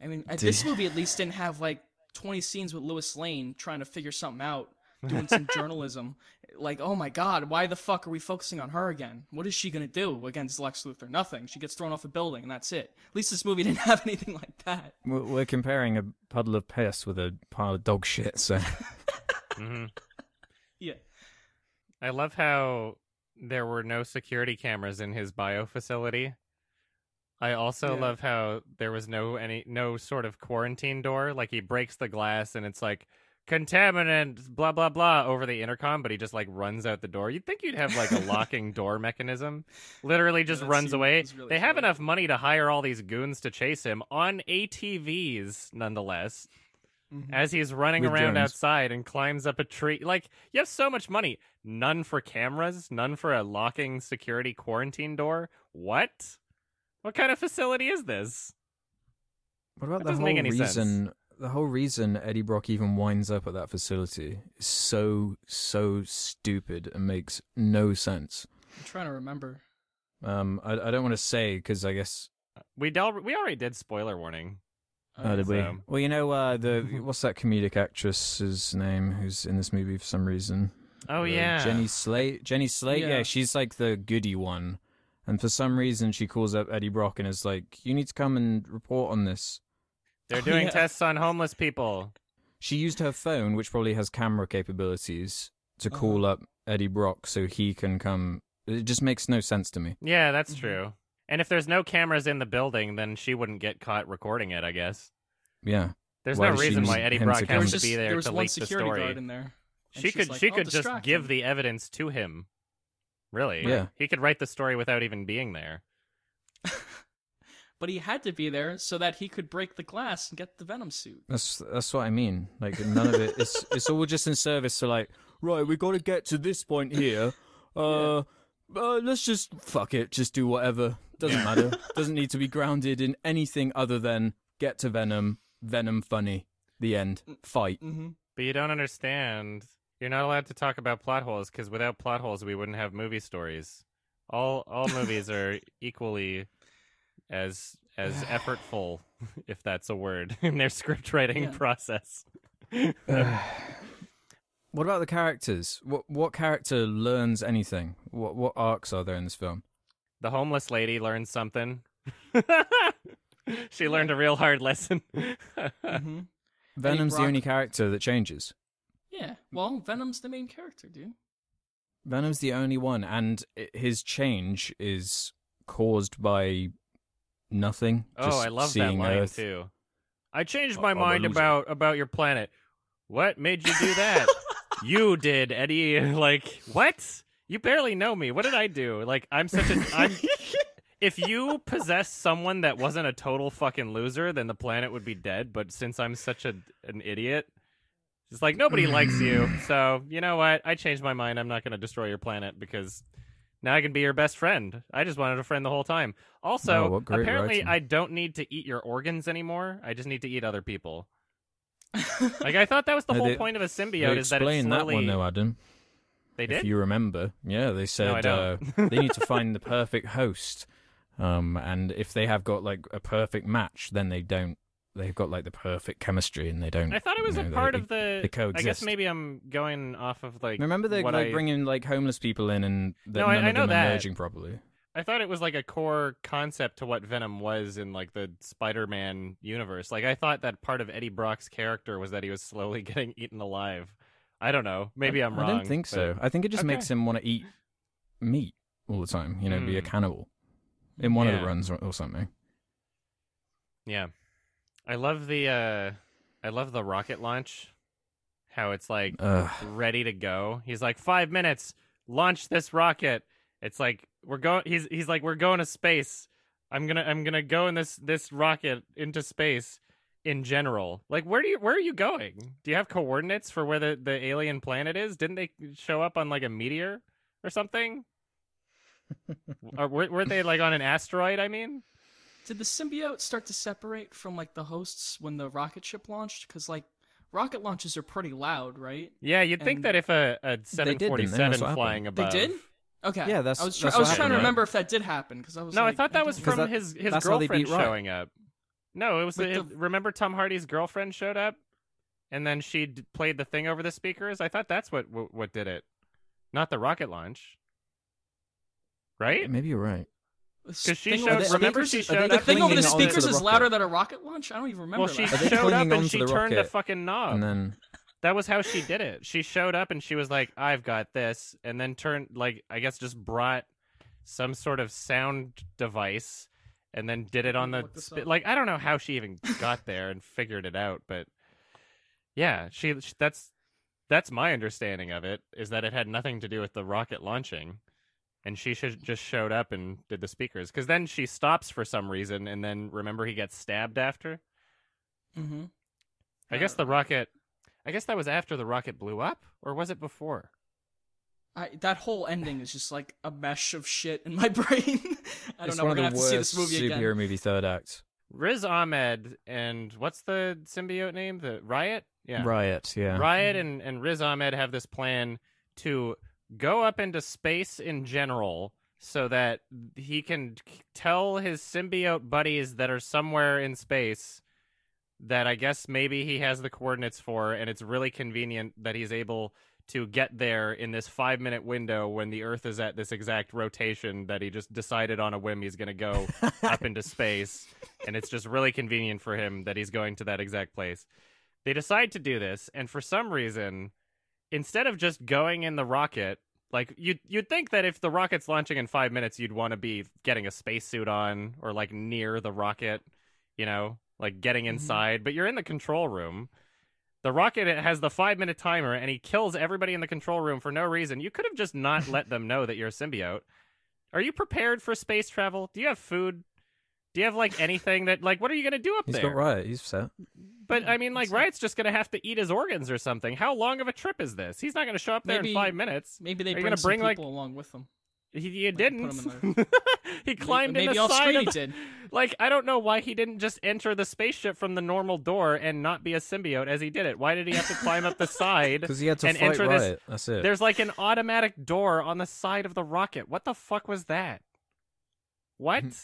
Speaker 2: I mean, uh,
Speaker 3: Did-
Speaker 2: this movie at least didn't have like twenty scenes with Lewis Lane trying to figure something
Speaker 3: <laughs>
Speaker 2: out, doing some journalism. Like, oh my god, why the fuck are we focusing on her again? What is she gonna do against Lex Luthor? Nothing. She gets thrown off a building, and that's it. At least this movie <laughs> didn't have anything like that.
Speaker 3: We're, we're comparing a puddle of piss with a pile of dog shit. So
Speaker 1: mhm.
Speaker 2: Yeah.
Speaker 1: I love how there were no security cameras in his bio facility. I also
Speaker 2: Yeah.
Speaker 1: love how there was no any no sort of quarantine door. Like he breaks the glass and it's like contaminant, blah blah blah, over the intercom, but he just like runs out the door. You'd think you'd have like a
Speaker 2: <laughs>
Speaker 1: locking door mechanism. Literally just
Speaker 2: that
Speaker 1: runs
Speaker 2: scene
Speaker 1: away.
Speaker 2: was really
Speaker 1: they have
Speaker 2: funny.
Speaker 1: enough money to hire all these goons to chase him on ATVs, nonetheless.
Speaker 3: Mm-hmm.
Speaker 2: Mhm.
Speaker 1: As he's running
Speaker 3: With
Speaker 1: around
Speaker 3: drones.
Speaker 1: outside and climbs up a tree, like you have so much money, none for cameras, none for a locking security quarantine door. What? What kind of facility is this?
Speaker 3: <laughs> What about
Speaker 1: That
Speaker 3: the
Speaker 1: doesn't
Speaker 3: whole
Speaker 1: make any
Speaker 3: reason?
Speaker 1: sense.
Speaker 3: The whole reason Eddie Brock even winds up at that facility is so so stupid and makes no sense.
Speaker 2: I'm trying to remember.
Speaker 3: Um, I, I don't want to say because I guess
Speaker 1: We del- we already did spoiler warning.
Speaker 3: Oh, did we?
Speaker 1: so-
Speaker 3: Well, you know uh, <laughs> the what's that comedic actress's name who's in this movie for some reason?
Speaker 1: Oh
Speaker 3: Uh,
Speaker 1: yeah,
Speaker 3: Jenny Slate. Jenny Slate. Yeah.
Speaker 2: Yeah.
Speaker 3: she's like the goody one, and for some reason she calls up Eddie Brock and is like, "You need to come and report on this."
Speaker 1: They're
Speaker 3: <laughs>
Speaker 2: Oh,
Speaker 1: doing
Speaker 2: yeah.
Speaker 1: tests on homeless people.
Speaker 3: She used her phone, which probably has camera capabilities, to
Speaker 2: Uh-huh.
Speaker 3: call up Eddie Brock so he can come. It just makes no sense to me.
Speaker 1: Yeah, that's
Speaker 2: Mhm.
Speaker 1: true. And if there's no cameras in the building, then she wouldn't get caught recording it, I guess.
Speaker 3: Yeah,
Speaker 1: There's
Speaker 3: Why
Speaker 1: no
Speaker 3: does she
Speaker 1: reason
Speaker 3: need
Speaker 1: why Eddie
Speaker 3: him
Speaker 1: Brock
Speaker 3: to
Speaker 2: There
Speaker 3: come?
Speaker 1: has
Speaker 2: was
Speaker 1: to
Speaker 2: just
Speaker 1: be there,
Speaker 2: there was
Speaker 1: to
Speaker 2: one
Speaker 1: leak the
Speaker 2: security guard
Speaker 1: story.
Speaker 2: in there. and
Speaker 1: She
Speaker 2: she's
Speaker 1: could
Speaker 2: like,
Speaker 1: she
Speaker 2: "I'll
Speaker 1: could just
Speaker 2: distract
Speaker 1: give
Speaker 2: him."
Speaker 1: the evidence to him. Really?
Speaker 3: Yeah.
Speaker 1: He could write the story without even being there.
Speaker 2: But he had to be there so that he could break the glass and get the venom suit.
Speaker 3: that's that's what I mean. Like none of it. It's it's all just in service to like, right? We got to get to this point here. Uh, uh, let's just fuck it. Just do whatever. Doesn't matter. Doesn't need to be grounded in anything other than get to Venom. Venom funny. The end. Fight.
Speaker 1: <laughs>
Speaker 2: Mm-hmm.
Speaker 1: But you don't understand. You're not allowed to talk about plot holes because without plot holes, we wouldn't have movie stories. All all movies are equally as as effortful, <laughs> if that's a word, <laughs> in their script writing
Speaker 2: Yeah.
Speaker 1: process.
Speaker 3: What about the characters? What what character learns anything? What what arcs are there in this film?
Speaker 1: The homeless lady learned something. <laughs> she learned a real hard lesson. <laughs>
Speaker 2: Mm-hmm.
Speaker 3: Venom's the
Speaker 2: Brock-
Speaker 3: only character that changes.
Speaker 2: Yeah. Well, Venom's the main character, dude.
Speaker 3: Venom's the only one, and i- his change is caused by nothing.
Speaker 1: Oh,
Speaker 3: just
Speaker 1: I love that
Speaker 3: seeing
Speaker 1: line
Speaker 3: Earth.
Speaker 1: too. I changed
Speaker 3: I-
Speaker 1: my
Speaker 3: I'm a
Speaker 1: mind
Speaker 3: loser.
Speaker 1: about about your planet. What made you do
Speaker 3: <laughs>
Speaker 1: that? you did, Eddie. <laughs> Like what? You barely know me. What did I do? Like I'm such a. I'm, if you possess someone that wasn't a total fucking loser, then the planet would be dead. But since I'm such a an idiot, it's like nobody likes you. So you know what? I changed my mind. I'm not going to destroy your planet because now I can be your best friend. I just wanted a friend the whole time.
Speaker 3: Oh,
Speaker 1: Also,
Speaker 3: what great
Speaker 1: apparently,
Speaker 3: writing.
Speaker 1: I don't need to eat your organs anymore. I just need to eat other people. Like I thought that
Speaker 3: <laughs>
Speaker 1: was the
Speaker 3: No,
Speaker 1: whole
Speaker 3: they-
Speaker 1: point of a
Speaker 3: They
Speaker 1: symbiote is that it's
Speaker 3: explain
Speaker 1: slowly.
Speaker 3: that one though, Adam.
Speaker 1: they
Speaker 3: If
Speaker 1: did.
Speaker 3: you remember, yeah, they said
Speaker 1: don't. <laughs>
Speaker 3: uh, they need to find the perfect host, um, and if they have got like a perfect match, then they don't. They've got like the perfect chemistry, and they don't.
Speaker 1: I thought it was
Speaker 3: you
Speaker 1: a
Speaker 3: know,
Speaker 1: part
Speaker 3: they,
Speaker 1: of the.
Speaker 3: they
Speaker 1: I guess
Speaker 3: coexist.
Speaker 1: maybe I'm going off of like.
Speaker 3: Remember they
Speaker 1: what
Speaker 3: like
Speaker 1: I-
Speaker 3: bringing like homeless people in, and that
Speaker 1: No, I-
Speaker 3: none
Speaker 1: I
Speaker 3: of
Speaker 1: know
Speaker 3: them
Speaker 1: that.
Speaker 3: are merging properly.
Speaker 1: I thought it was like a core concept to what Venom was in like the Spider-Man universe. Like I thought that part of Eddie Brock's character was that he was slowly <laughs> getting eaten alive. I don't know. Maybe
Speaker 3: I,
Speaker 1: am wrong.
Speaker 3: I don't think
Speaker 1: but-
Speaker 3: so. I think it just
Speaker 1: Okay.
Speaker 3: makes him want to eat meat all the time. You know, be a
Speaker 1: Hmm.
Speaker 3: cannibal in one of
Speaker 1: Yeah.
Speaker 3: the runs or, or something.
Speaker 1: Yeah. I love the uh I love the rocket launch. How it's like
Speaker 3: Ugh.
Speaker 1: ready to go. He's like, five minutes, launch this rocket. It's like we're going he's he's like, We're going to space. I'm gonna I'm gonna go in this this rocket into space in general. Like where do you where are you going? Do you have coordinates for where the, the alien planet is? Didn't they show up on like a meteor or
Speaker 3: <laughs>
Speaker 1: something? or were weren't they like on an asteroid, I mean?
Speaker 2: Did the symbiote start to separate from like the hosts when the rocket ship launched? Because like rocket launches are pretty loud, right?
Speaker 1: Yeah, you'd think
Speaker 2: And-
Speaker 1: that if a, a
Speaker 3: didn't they? That's
Speaker 1: 747
Speaker 3: what
Speaker 1: flying above.
Speaker 2: They did. Okay.
Speaker 3: Yeah, that's-
Speaker 2: I was, tr-
Speaker 3: that's
Speaker 2: I was
Speaker 1: what happened,
Speaker 2: trying to
Speaker 1: right?
Speaker 2: remember if that did happen because I was.
Speaker 1: No,
Speaker 2: like,
Speaker 1: I thought that was
Speaker 2: don't
Speaker 1: from
Speaker 3: that-
Speaker 1: his, his
Speaker 3: that's how they
Speaker 1: girlfriend
Speaker 3: beat Riot.
Speaker 1: showing up. No, it was
Speaker 2: With
Speaker 1: the,
Speaker 2: the-
Speaker 1: remember Tom Hardy's girlfriend showed up, and then she d- played the thing over the speakers. I thought that's what what, what did it, not the rocket launch. Right?
Speaker 3: Maybe you're right.
Speaker 2: know.
Speaker 1: 'Cause she
Speaker 2: Thing
Speaker 1: showed-
Speaker 2: over the
Speaker 1: remember
Speaker 2: speakers-
Speaker 1: she showed
Speaker 2: the
Speaker 1: up
Speaker 2: thing over the
Speaker 1: clinging onto the
Speaker 2: speakers is
Speaker 3: rocket?
Speaker 2: louder than a rocket launch. I don't even remember.
Speaker 1: Well, she
Speaker 3: Are
Speaker 2: that.
Speaker 3: they
Speaker 1: showed up
Speaker 3: clinging
Speaker 1: and
Speaker 3: onto
Speaker 1: she
Speaker 3: the
Speaker 1: turned the
Speaker 3: rocket?
Speaker 1: fucking
Speaker 2: Oh,
Speaker 1: knob.
Speaker 3: And then
Speaker 1: That was how she did it. She showed up and she was like, "I've got this," and then turned like I guess just brought some sort of sound device and then did it on
Speaker 2: Let me
Speaker 1: the
Speaker 2: look this
Speaker 1: sp-
Speaker 2: up.
Speaker 1: like I don't know how she even got there and figured it out, but Yeah, she, she that's that's my understanding of it is that it had nothing to do with the rocket launching and she should just showed up and did the speakers cuz then she stops for some reason and then remember he gets stabbed after?
Speaker 2: Mm-hmm.
Speaker 1: I guess the rocket I guess that was after the rocket blew up or was it before?
Speaker 2: I, that whole ending is just like a mesh of shit in my <laughs> brain. I don't
Speaker 3: it's
Speaker 2: know. We're
Speaker 3: one
Speaker 2: gonna have
Speaker 3: of the
Speaker 2: to see
Speaker 3: worst
Speaker 2: this movie
Speaker 3: superhero
Speaker 2: again.
Speaker 3: movie third act.
Speaker 1: Riz Ahmed and what's the symbiote name? The Riot? Yeah.
Speaker 3: Riot, yeah.
Speaker 1: Riot and, and Riz Ahmed have this plan to go up into space in general so that he can k- tell his symbiote buddies that are somewhere in space that I guess maybe he has the coordinates for, and it's really convenient that he's able to get there in this five minute window when the Earth is at this exact rotation that he just decided on a whim he's going to go <laughs> up into space. And it's just really convenient for him that he's going to that exact place. They decide to do this, and for some reason, instead of just going in the rocket, like you'd you'd think that if the rocket's launching in five minutes, you'd want to be getting a spacesuit on or like near the rocket, you know, like getting inside. But you're in the control room. The rocket has the five minute timer, and he kills everybody in the control room for no reason. You could have just not let them know that you're a symbiote. Are you prepared for space travel? Do you have food? Do you have like anything that like what are you gonna do up
Speaker 3: He's
Speaker 1: there?
Speaker 3: got Riot, he's set.
Speaker 1: But I mean, like, Riot's just gonna have to eat his organs or something. How long of a trip is this? He's not gonna show up there
Speaker 2: Maybe-
Speaker 1: in five minutes.
Speaker 2: Maybe they
Speaker 1: Are you
Speaker 2: bring,
Speaker 1: gonna
Speaker 2: some
Speaker 1: bring,
Speaker 2: people
Speaker 1: like-
Speaker 2: along with them.
Speaker 1: He, he
Speaker 2: put
Speaker 1: didn't.
Speaker 2: him
Speaker 1: <laughs> he climbed
Speaker 2: maybe
Speaker 1: in the
Speaker 2: all
Speaker 1: side
Speaker 2: Screedy
Speaker 1: of the-
Speaker 2: did.
Speaker 1: Like, I don't know why he didn't just enter the spaceship from the normal door and not be a symbiote as he did it. Why did he have to climb up
Speaker 2: <laughs>
Speaker 1: the side?
Speaker 3: Because he had to
Speaker 1: and
Speaker 3: fight
Speaker 1: enter
Speaker 3: Riot.
Speaker 1: this-
Speaker 3: That's it.
Speaker 1: There's like an automatic door on the side of the rocket. What the fuck was that? What?
Speaker 2: <laughs>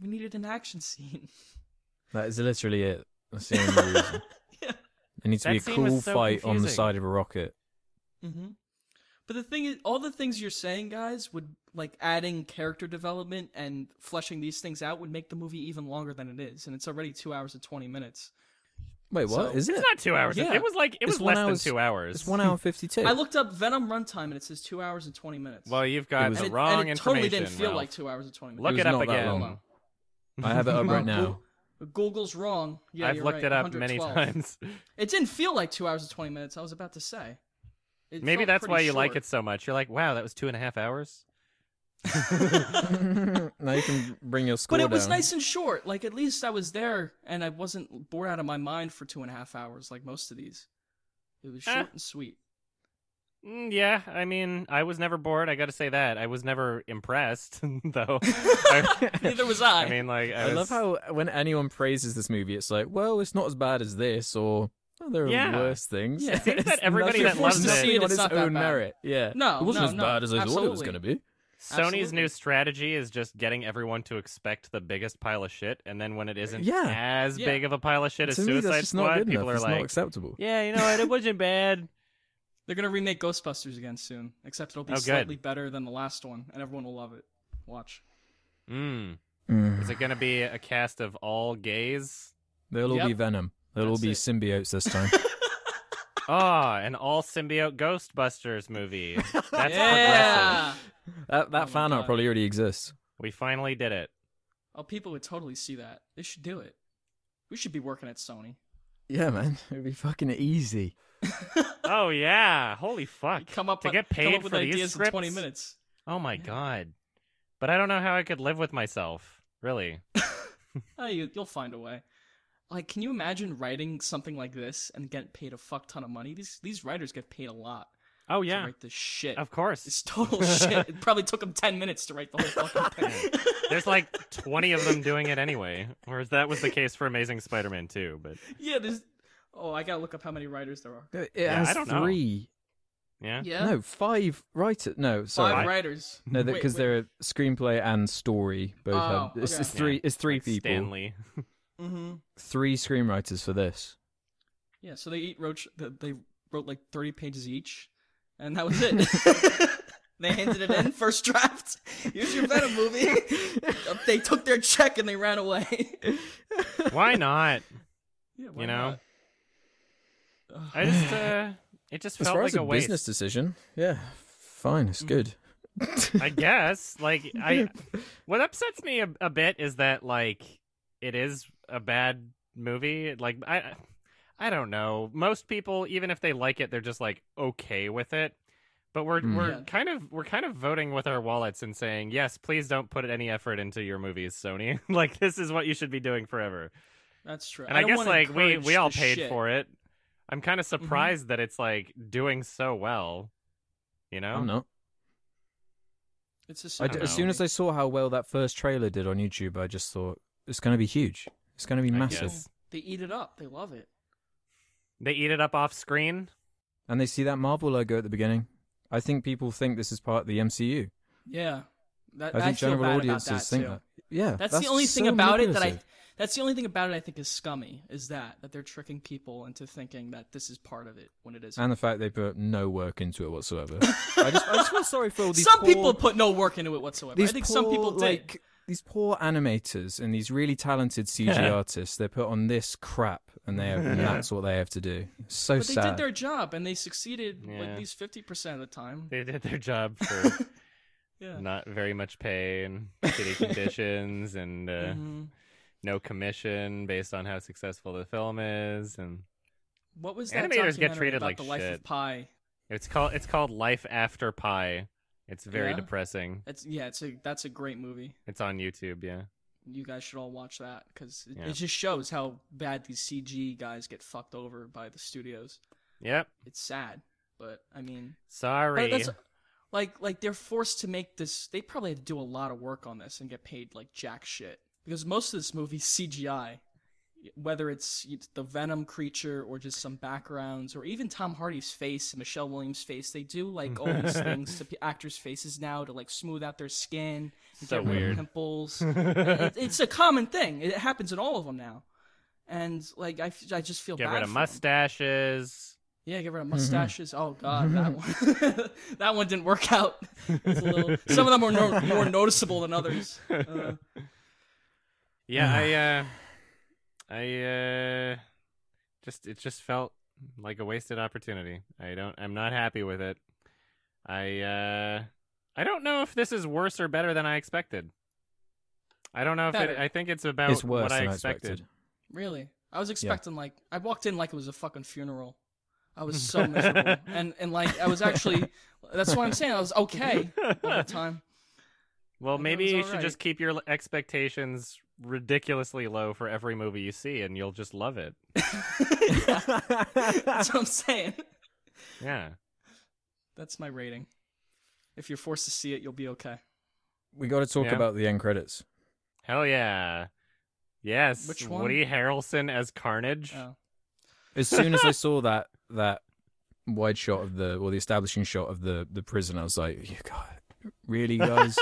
Speaker 2: We needed an action scene. <laughs>
Speaker 3: That is literally it. That's the only reason.
Speaker 2: Yeah.
Speaker 3: There needs to be a
Speaker 1: That scene was
Speaker 3: cool
Speaker 1: so
Speaker 3: fight on the
Speaker 1: confusing.
Speaker 3: side of a rocket.
Speaker 2: Mm-hmm. But the thing is, all the things you're saying, guys, would like adding character development and fleshing these things out would make the movie even longer than it is, and it's already two hours and twenty minutes.
Speaker 3: Wait, what?
Speaker 2: So-
Speaker 3: Is it?
Speaker 1: It's not two hours.
Speaker 2: Yeah.
Speaker 1: It was like it
Speaker 3: It's
Speaker 1: was
Speaker 3: one
Speaker 1: less than
Speaker 3: hours-
Speaker 1: two hours.
Speaker 3: It's one hour fifty-two.
Speaker 2: <laughs> I looked up Venom runtime, and it says two hours and twenty minutes.
Speaker 1: Well, you've got
Speaker 3: was-
Speaker 1: the
Speaker 2: and it,
Speaker 1: wrong
Speaker 2: and it
Speaker 1: information.
Speaker 2: totally didn't feel
Speaker 1: Ralph.
Speaker 2: like two hours and twenty minutes.
Speaker 1: Look
Speaker 3: was
Speaker 1: it up
Speaker 3: not that
Speaker 1: again.
Speaker 3: long. I have it up
Speaker 2: Well, <laughs>
Speaker 3: right now.
Speaker 2: Goo- Google's wrong. Yeah,
Speaker 1: I've
Speaker 2: you're
Speaker 1: looked
Speaker 2: right,
Speaker 1: it up many
Speaker 2: 112.
Speaker 1: times.
Speaker 2: <laughs>
Speaker 1: <laughs>
Speaker 2: It didn't feel like two hours and twenty minutes. I was about to say. It
Speaker 1: Maybe
Speaker 2: felt
Speaker 1: that's
Speaker 2: pretty
Speaker 1: why you like
Speaker 2: short.
Speaker 1: it so much. You're like, wow, that was two and a half hours.
Speaker 3: <laughs> now you can bring your score
Speaker 2: But it was
Speaker 3: down.
Speaker 2: nice and short. Like at least I was there and I wasn't bored out of my mind for two and a half hours like most of these. It was
Speaker 1: Eh.
Speaker 2: short and sweet.
Speaker 1: Mm, yeah, I mean, I was never bored. I got to say that. I was never impressed, <laughs>
Speaker 3: <laughs>
Speaker 1: though. I, <laughs>
Speaker 2: Neither was I.
Speaker 1: I mean, like, I,
Speaker 3: I
Speaker 1: was-
Speaker 3: love how when anyone praises this movie, it's like, well, it's not as bad as this, or oh, there are
Speaker 1: Yeah.
Speaker 3: worse things. <laughs>
Speaker 2: Yeah. It seems
Speaker 3: It's
Speaker 1: that everybody
Speaker 3: nothing-
Speaker 1: that loves
Speaker 3: it's nothing
Speaker 2: it-
Speaker 3: on
Speaker 2: It's
Speaker 3: its
Speaker 2: not that
Speaker 3: own
Speaker 2: bad.
Speaker 3: merit. Yeah,
Speaker 2: No,
Speaker 3: it wasn't
Speaker 2: no,
Speaker 3: as
Speaker 2: no,
Speaker 3: bad as I thought it was
Speaker 2: absolutely.
Speaker 3: going to be.
Speaker 1: Sony's
Speaker 2: Absolutely.
Speaker 1: new strategy is just getting everyone to expect the biggest pile of shit, and then when it isn't
Speaker 3: Yeah.
Speaker 1: as
Speaker 2: Yeah.
Speaker 1: big of a pile of shit as
Speaker 3: to me, that's
Speaker 1: Suicide
Speaker 3: just not
Speaker 1: Squad,
Speaker 3: good
Speaker 1: people
Speaker 3: enough.
Speaker 1: are
Speaker 3: It's not
Speaker 1: like,
Speaker 3: acceptable.
Speaker 1: yeah, you know what? It wasn't bad.
Speaker 2: They're gonna remake Ghostbusters again soon, except it'll be
Speaker 1: Oh, good.
Speaker 2: slightly better than the last one, and everyone will love it. Watch.
Speaker 1: Mm.
Speaker 3: Mm.
Speaker 1: Is it going to be a cast of all gays?
Speaker 3: They'll all be
Speaker 2: Yep.
Speaker 3: Venom. They'll all
Speaker 2: That's
Speaker 3: be
Speaker 2: it.
Speaker 3: symbiotes
Speaker 1: <laughs>
Speaker 3: this time.
Speaker 1: Ah, an all symbiote Ghostbusters
Speaker 2: <laughs>
Speaker 1: movie. That's progressive.
Speaker 2: yeah.
Speaker 3: that
Speaker 2: Oh my
Speaker 3: that fan
Speaker 2: God.
Speaker 3: art probably already exists.
Speaker 1: We finally did it.
Speaker 2: Oh, people would totally see that. They should do it. We should be working at Sony. <laughs>
Speaker 3: Yeah, man, it'd be fucking easy.
Speaker 1: Oh yeah! Holy fuck!
Speaker 2: <laughs> Come up
Speaker 1: to
Speaker 2: with-
Speaker 1: get paid
Speaker 2: come up with
Speaker 1: for
Speaker 2: ideas
Speaker 1: these scripts.
Speaker 2: in twenty minutes.
Speaker 1: Oh my god! But I don't know how I could live with myself. Really?
Speaker 2: Oh, you, you'll find a way. Like, can you imagine writing something like this and getting paid a fuck ton of money? These these writers get paid a lot
Speaker 1: Oh
Speaker 2: to write this shit.
Speaker 1: Of course.
Speaker 2: It's <laughs> total shit. It probably took them ten minutes to write the whole fucking thing.
Speaker 1: <laughs> There's like 20 of them doing it anyway. Whereas that was the case for Amazing Spider-Man 2. But
Speaker 2: <laughs> yeah, there's. Oh, I gotta look up how many writers there are.
Speaker 3: It
Speaker 1: Yeah,
Speaker 3: has
Speaker 1: I don't know.
Speaker 3: three,
Speaker 1: yeah,
Speaker 2: Yeah,
Speaker 3: no, five writers. No, sorry,
Speaker 2: five
Speaker 1: Why?
Speaker 2: writers.
Speaker 3: No,
Speaker 2: Wait,
Speaker 3: because
Speaker 2: wait.
Speaker 3: they're screenplay and story both.
Speaker 2: Oh,
Speaker 3: have, it's,
Speaker 2: okay.
Speaker 3: it's three.
Speaker 1: Yeah,
Speaker 3: It's three
Speaker 1: like
Speaker 3: people.
Speaker 1: Stanley.
Speaker 2: Mm-hmm.
Speaker 3: Three screenwriters
Speaker 1: <laughs>
Speaker 3: for this.
Speaker 2: Yeah, so they eat roach. th- They wrote like thirty pages each, and that was
Speaker 1: <laughs>
Speaker 2: it. <laughs> they handed it in first draft. <laughs> Here's your Venom movie.
Speaker 1: <laughs>
Speaker 2: they took their check and they ran away. <laughs>
Speaker 1: Why not?
Speaker 2: Yeah, why
Speaker 1: You know.
Speaker 2: not? Ugh.
Speaker 1: I just uh, it just
Speaker 3: As
Speaker 1: felt
Speaker 3: far
Speaker 1: like
Speaker 3: as a,
Speaker 1: a waste. Mm,
Speaker 3: business decision, yeah, fine, it's good.
Speaker 1: I guess.
Speaker 3: <laughs>
Speaker 1: Like I, what upsets me a, a bit is that like it is a bad movie. Like I, I don't know. Most people, even if they like it, they're just like okay with it. But we're
Speaker 3: Mm.
Speaker 1: we're
Speaker 2: Yeah.
Speaker 1: kind of we're kind of voting with our wallets and saying yes, please don't put any effort into your movies, Sony. <laughs> like this is what you should be doing forever.
Speaker 2: That's true.
Speaker 1: And I,
Speaker 2: don't
Speaker 1: guess
Speaker 2: wanna
Speaker 1: like we
Speaker 2: encourage
Speaker 1: we all
Speaker 2: the
Speaker 1: paid
Speaker 2: shit. Mm-hmm.
Speaker 1: for it. I'm kind of surprised that it's like doing so well. You know,
Speaker 3: I'm not.
Speaker 2: It's a
Speaker 3: I
Speaker 1: don't
Speaker 3: d-
Speaker 1: know.
Speaker 3: as soon as I saw how well that first trailer did on YouTube, I just thought it's going to be huge. It's going to be
Speaker 1: I
Speaker 3: massive.
Speaker 1: guess.
Speaker 2: they eat it up, they love it.
Speaker 1: they eat it up off screen.
Speaker 3: And they see that Marvel logo at the beginning. I think people think this is part of the MCU.
Speaker 2: Yeah, that,
Speaker 3: I think
Speaker 2: feel
Speaker 3: general
Speaker 2: bad about
Speaker 3: audiences
Speaker 2: that,
Speaker 3: think
Speaker 2: too.
Speaker 3: that. Yeah,
Speaker 2: That's, the only thing
Speaker 3: so
Speaker 2: about it that I. <laughs>
Speaker 3: manipulative.
Speaker 2: That's the only thing about it I think is scummy is that that they're tricking people into thinking that this is part of it when it isn't.
Speaker 3: And the fact they put no work into
Speaker 2: <laughs>
Speaker 3: it whatsoever. I just, I just feel sorry for all these
Speaker 2: some
Speaker 3: poor,
Speaker 2: people put no work into it whatsoever. I
Speaker 3: these
Speaker 2: think some
Speaker 3: poor,
Speaker 2: people did.
Speaker 3: like these poor animators and these really talented CG
Speaker 1: Yeah.
Speaker 3: artists. They're put on this crap, and they have, and
Speaker 1: Yeah.
Speaker 3: that's what they have to do. It's so
Speaker 2: but they
Speaker 3: sad.
Speaker 2: did their job and they succeeded like
Speaker 1: Yeah.
Speaker 2: at least fifty percent of the time.
Speaker 1: They did their <laughs> job for
Speaker 2: Yeah.
Speaker 1: not very much pay and <laughs> shitty conditions and uh,
Speaker 2: Mhm.
Speaker 1: no commission based on how successful the film is and
Speaker 2: What was that
Speaker 1: Animators get
Speaker 2: documentary
Speaker 1: treated
Speaker 2: about
Speaker 1: like
Speaker 2: the life of
Speaker 1: shit.
Speaker 2: Pi?
Speaker 1: it's called it's called life after pie it's very
Speaker 2: Yeah?
Speaker 1: depressing
Speaker 2: That's yeah, it's a that's a great movie.
Speaker 1: it's on youtube yeah
Speaker 2: You guys should all watch that because it,
Speaker 1: Yeah.
Speaker 2: it just shows how bad these CG guys get fucked over by the studios.
Speaker 1: yep
Speaker 2: It's sad, but I mean, but
Speaker 1: sorry
Speaker 2: that's like like they're forced to make this. They probably had to do a lot of work on this and get paid like jack shit because most of this movie's CGI. Whether it's the Venom creature or just some backgrounds or even Tom Hardy's face and Michelle Williams' face, they do like all these things to p- actors' faces now to like smooth out their skin, and
Speaker 1: So
Speaker 2: get rid
Speaker 1: <laughs>
Speaker 2: of
Speaker 1: weird.
Speaker 2: pimples. it, it's a common thing. It happens in all of them now. And like I, f- I just feel
Speaker 1: get
Speaker 2: bad
Speaker 1: rid of
Speaker 2: for 'em.
Speaker 1: mustaches
Speaker 2: Yeah, get rid of mustaches. Oh god, that one <laughs> that one didn't work out. It was a
Speaker 1: <laughs>
Speaker 2: little- some of them were no, more noticeable than others. Uh,
Speaker 1: yeah
Speaker 3: <sighs>
Speaker 1: i uh i uh just it just felt like a wasted opportunity i don't i'm not happy with it i uh i don't know if this is worse or better than i expected i don't know if it,
Speaker 2: Better.
Speaker 1: i think it's about
Speaker 3: it's worse
Speaker 1: what i
Speaker 3: than
Speaker 1: expected
Speaker 2: really, I was expecting like I walked in like it was a fucking funeral. I was so miserable, and and like I was actually that's what I'm saying. I was okay
Speaker 1: <laughs>
Speaker 2: all the time. <laughs>
Speaker 1: well
Speaker 2: thought it
Speaker 1: maybe
Speaker 2: was
Speaker 1: you should
Speaker 2: alright.
Speaker 1: just keep your l- expectations ridiculously low for every movie you see and you'll just love it
Speaker 3: expected. <laughs>
Speaker 2: That's what I'm saying.
Speaker 1: yeah
Speaker 2: That's my rating. If you're forced to see it, you'll be okay.
Speaker 3: we got to talk
Speaker 1: Yeah.
Speaker 3: about the end credits.
Speaker 1: hell yeah yes
Speaker 2: Which one?
Speaker 1: woody harrelson as carnage
Speaker 2: Oh.
Speaker 3: As soon
Speaker 1: <laughs>
Speaker 3: as I saw that that wide shot of the or the establishing shot of the the prison, I was like, "You God,
Speaker 1: <laughs>
Speaker 3: really, guys?"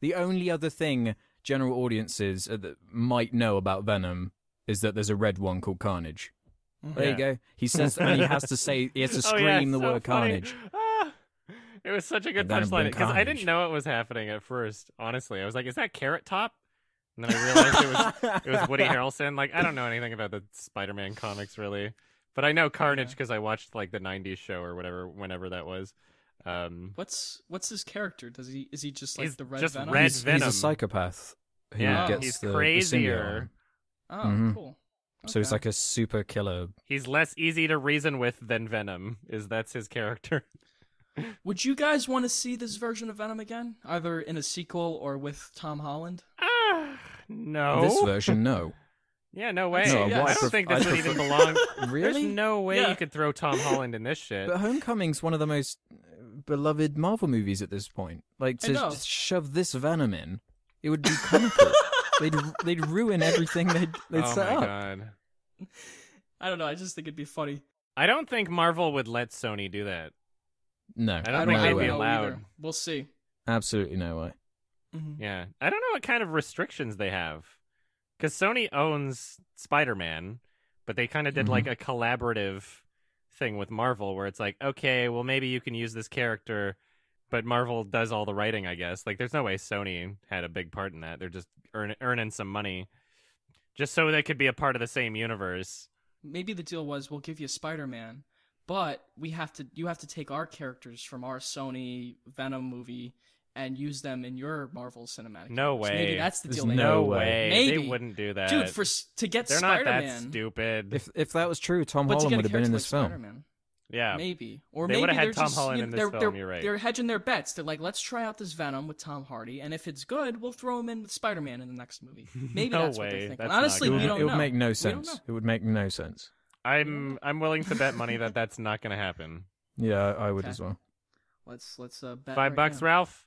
Speaker 3: the only other thing general audiences uh, that might know about Venom is that there's a red one called Carnage. There you
Speaker 1: Yeah.
Speaker 3: go. He says, and he has to say, he has to
Speaker 1: Mm-hmm. <laughs> Oh,
Speaker 3: scream
Speaker 1: yeah,
Speaker 3: the
Speaker 1: so
Speaker 3: word
Speaker 1: funny.
Speaker 3: Carnage.
Speaker 1: Ah, it was such a good
Speaker 3: And then
Speaker 1: punchline
Speaker 3: bring
Speaker 1: because I didn't
Speaker 3: Carnage.
Speaker 1: know it was happening at first. Honestly, I was like, "Is that Carrot Top?" And then I realized it was it was
Speaker 3: <laughs>
Speaker 1: Woody Harrelson. Like, I don't know anything about the Spider-Man comics really, but I know Carnage because I watched like the '90s show or whatever, whenever that was. Um,
Speaker 2: What's what's his character? Does he is he just like
Speaker 1: He's
Speaker 2: the red
Speaker 1: just
Speaker 2: venom?
Speaker 1: red.
Speaker 3: he's, he's
Speaker 1: Venom.
Speaker 3: a psychopath. Who
Speaker 1: yeah,
Speaker 3: gets
Speaker 1: he's
Speaker 3: the, the symbiote
Speaker 1: crazier.
Speaker 3: on.
Speaker 2: Oh,
Speaker 3: Mhm.
Speaker 2: cool.
Speaker 3: So he's
Speaker 2: Okay.
Speaker 3: like a super killer.
Speaker 1: he's less easy to reason with than Venom. Is that's his character? <laughs>
Speaker 2: Would you guys want to see this version of Venom again, either in a sequel or with Tom Holland?
Speaker 1: ah, no.
Speaker 3: This version, no.
Speaker 1: yeah, no way.
Speaker 2: No, I
Speaker 1: I don't
Speaker 3: pref-
Speaker 1: think
Speaker 3: I
Speaker 1: this would even
Speaker 3: prefer-
Speaker 1: belong.
Speaker 3: <laughs> Really?
Speaker 1: There's no way
Speaker 2: Yeah.
Speaker 1: you could throw Tom Holland in this
Speaker 3: <laughs>
Speaker 1: shit.
Speaker 3: But Homecoming's one of the most uh, beloved Marvel movies at this point. Like
Speaker 2: I
Speaker 3: to
Speaker 2: know.
Speaker 3: just shove this Venom in, it would be
Speaker 2: <laughs>
Speaker 3: comical. they'd they'd ruin everything they'd they'd
Speaker 1: oh
Speaker 3: set
Speaker 1: my
Speaker 3: up.
Speaker 1: god.
Speaker 2: I don't know. I just think it'd be funny.
Speaker 1: I don't think Marvel would let Sony do that.
Speaker 3: No,
Speaker 1: I don't
Speaker 2: I
Speaker 1: think
Speaker 3: no
Speaker 2: I
Speaker 1: they'd be
Speaker 2: don't
Speaker 3: way.
Speaker 2: know
Speaker 1: allowed.
Speaker 2: either. We'll see.
Speaker 3: Absolutely no way.
Speaker 2: Mhm.
Speaker 1: Yeah. I don't know what kind of restrictions they have. Cuz Sony owns Spider-Man, but they kind of did
Speaker 3: Mhm.
Speaker 1: like a collaborative thing with Marvel where it's like, "Okay, well maybe you can use this character, but Marvel does all the writing, I guess." Like there's no way Sony had a big part in that. They're just earn- earning some money just so they could be a part of the same universe.
Speaker 2: Maybe the deal was we'll give you Spider-Man, but we have to you have to take our characters from our Sony Venom movie and use them in your Marvel Cinematic.
Speaker 1: No
Speaker 2: Universe.
Speaker 1: way.
Speaker 2: Maybe that's the
Speaker 3: There's
Speaker 2: deal. they
Speaker 1: No
Speaker 3: No way.
Speaker 1: way. They
Speaker 2: Maybe.
Speaker 1: wouldn't do that.
Speaker 2: dude. For s- to get
Speaker 1: They're
Speaker 2: Spider-Man,
Speaker 1: not that stupid.
Speaker 3: If if that was true, Tom
Speaker 2: but to
Speaker 3: Holland
Speaker 2: get
Speaker 3: would
Speaker 2: a
Speaker 3: have been in
Speaker 2: character
Speaker 3: this
Speaker 2: like
Speaker 3: film.
Speaker 2: Spider-Man,
Speaker 1: yeah. <laughs>
Speaker 2: maybe, or
Speaker 1: They
Speaker 2: maybe
Speaker 1: would've had
Speaker 2: they're
Speaker 1: Tom
Speaker 2: just,
Speaker 1: Holland
Speaker 2: you know,
Speaker 1: in this
Speaker 2: they're,
Speaker 1: film,
Speaker 2: They're,
Speaker 1: you're right.
Speaker 2: They're hedging their bets. They're like, let's try out this Venom with Tom Hardy, and if it's good, we'll throw him in with Spider-Man in the next
Speaker 1: <laughs>
Speaker 2: movie. Maybe
Speaker 1: No
Speaker 2: that's what
Speaker 1: way.
Speaker 2: they're thinking.
Speaker 1: That's not
Speaker 2: Honestly,
Speaker 1: gonna
Speaker 2: we
Speaker 1: happen.
Speaker 2: don't
Speaker 3: it would
Speaker 2: know.
Speaker 3: make
Speaker 2: We
Speaker 3: no
Speaker 2: don't know.
Speaker 3: sense. It would make no sense.
Speaker 1: I'm I'm willing to bet money that that's not going to
Speaker 2: <laughs>
Speaker 1: happen.
Speaker 3: Yeah, I, I would
Speaker 2: Okay.
Speaker 3: as well.
Speaker 2: Let's let's uh, bet
Speaker 1: Five
Speaker 2: right
Speaker 1: bucks,
Speaker 2: now.
Speaker 1: Ralph.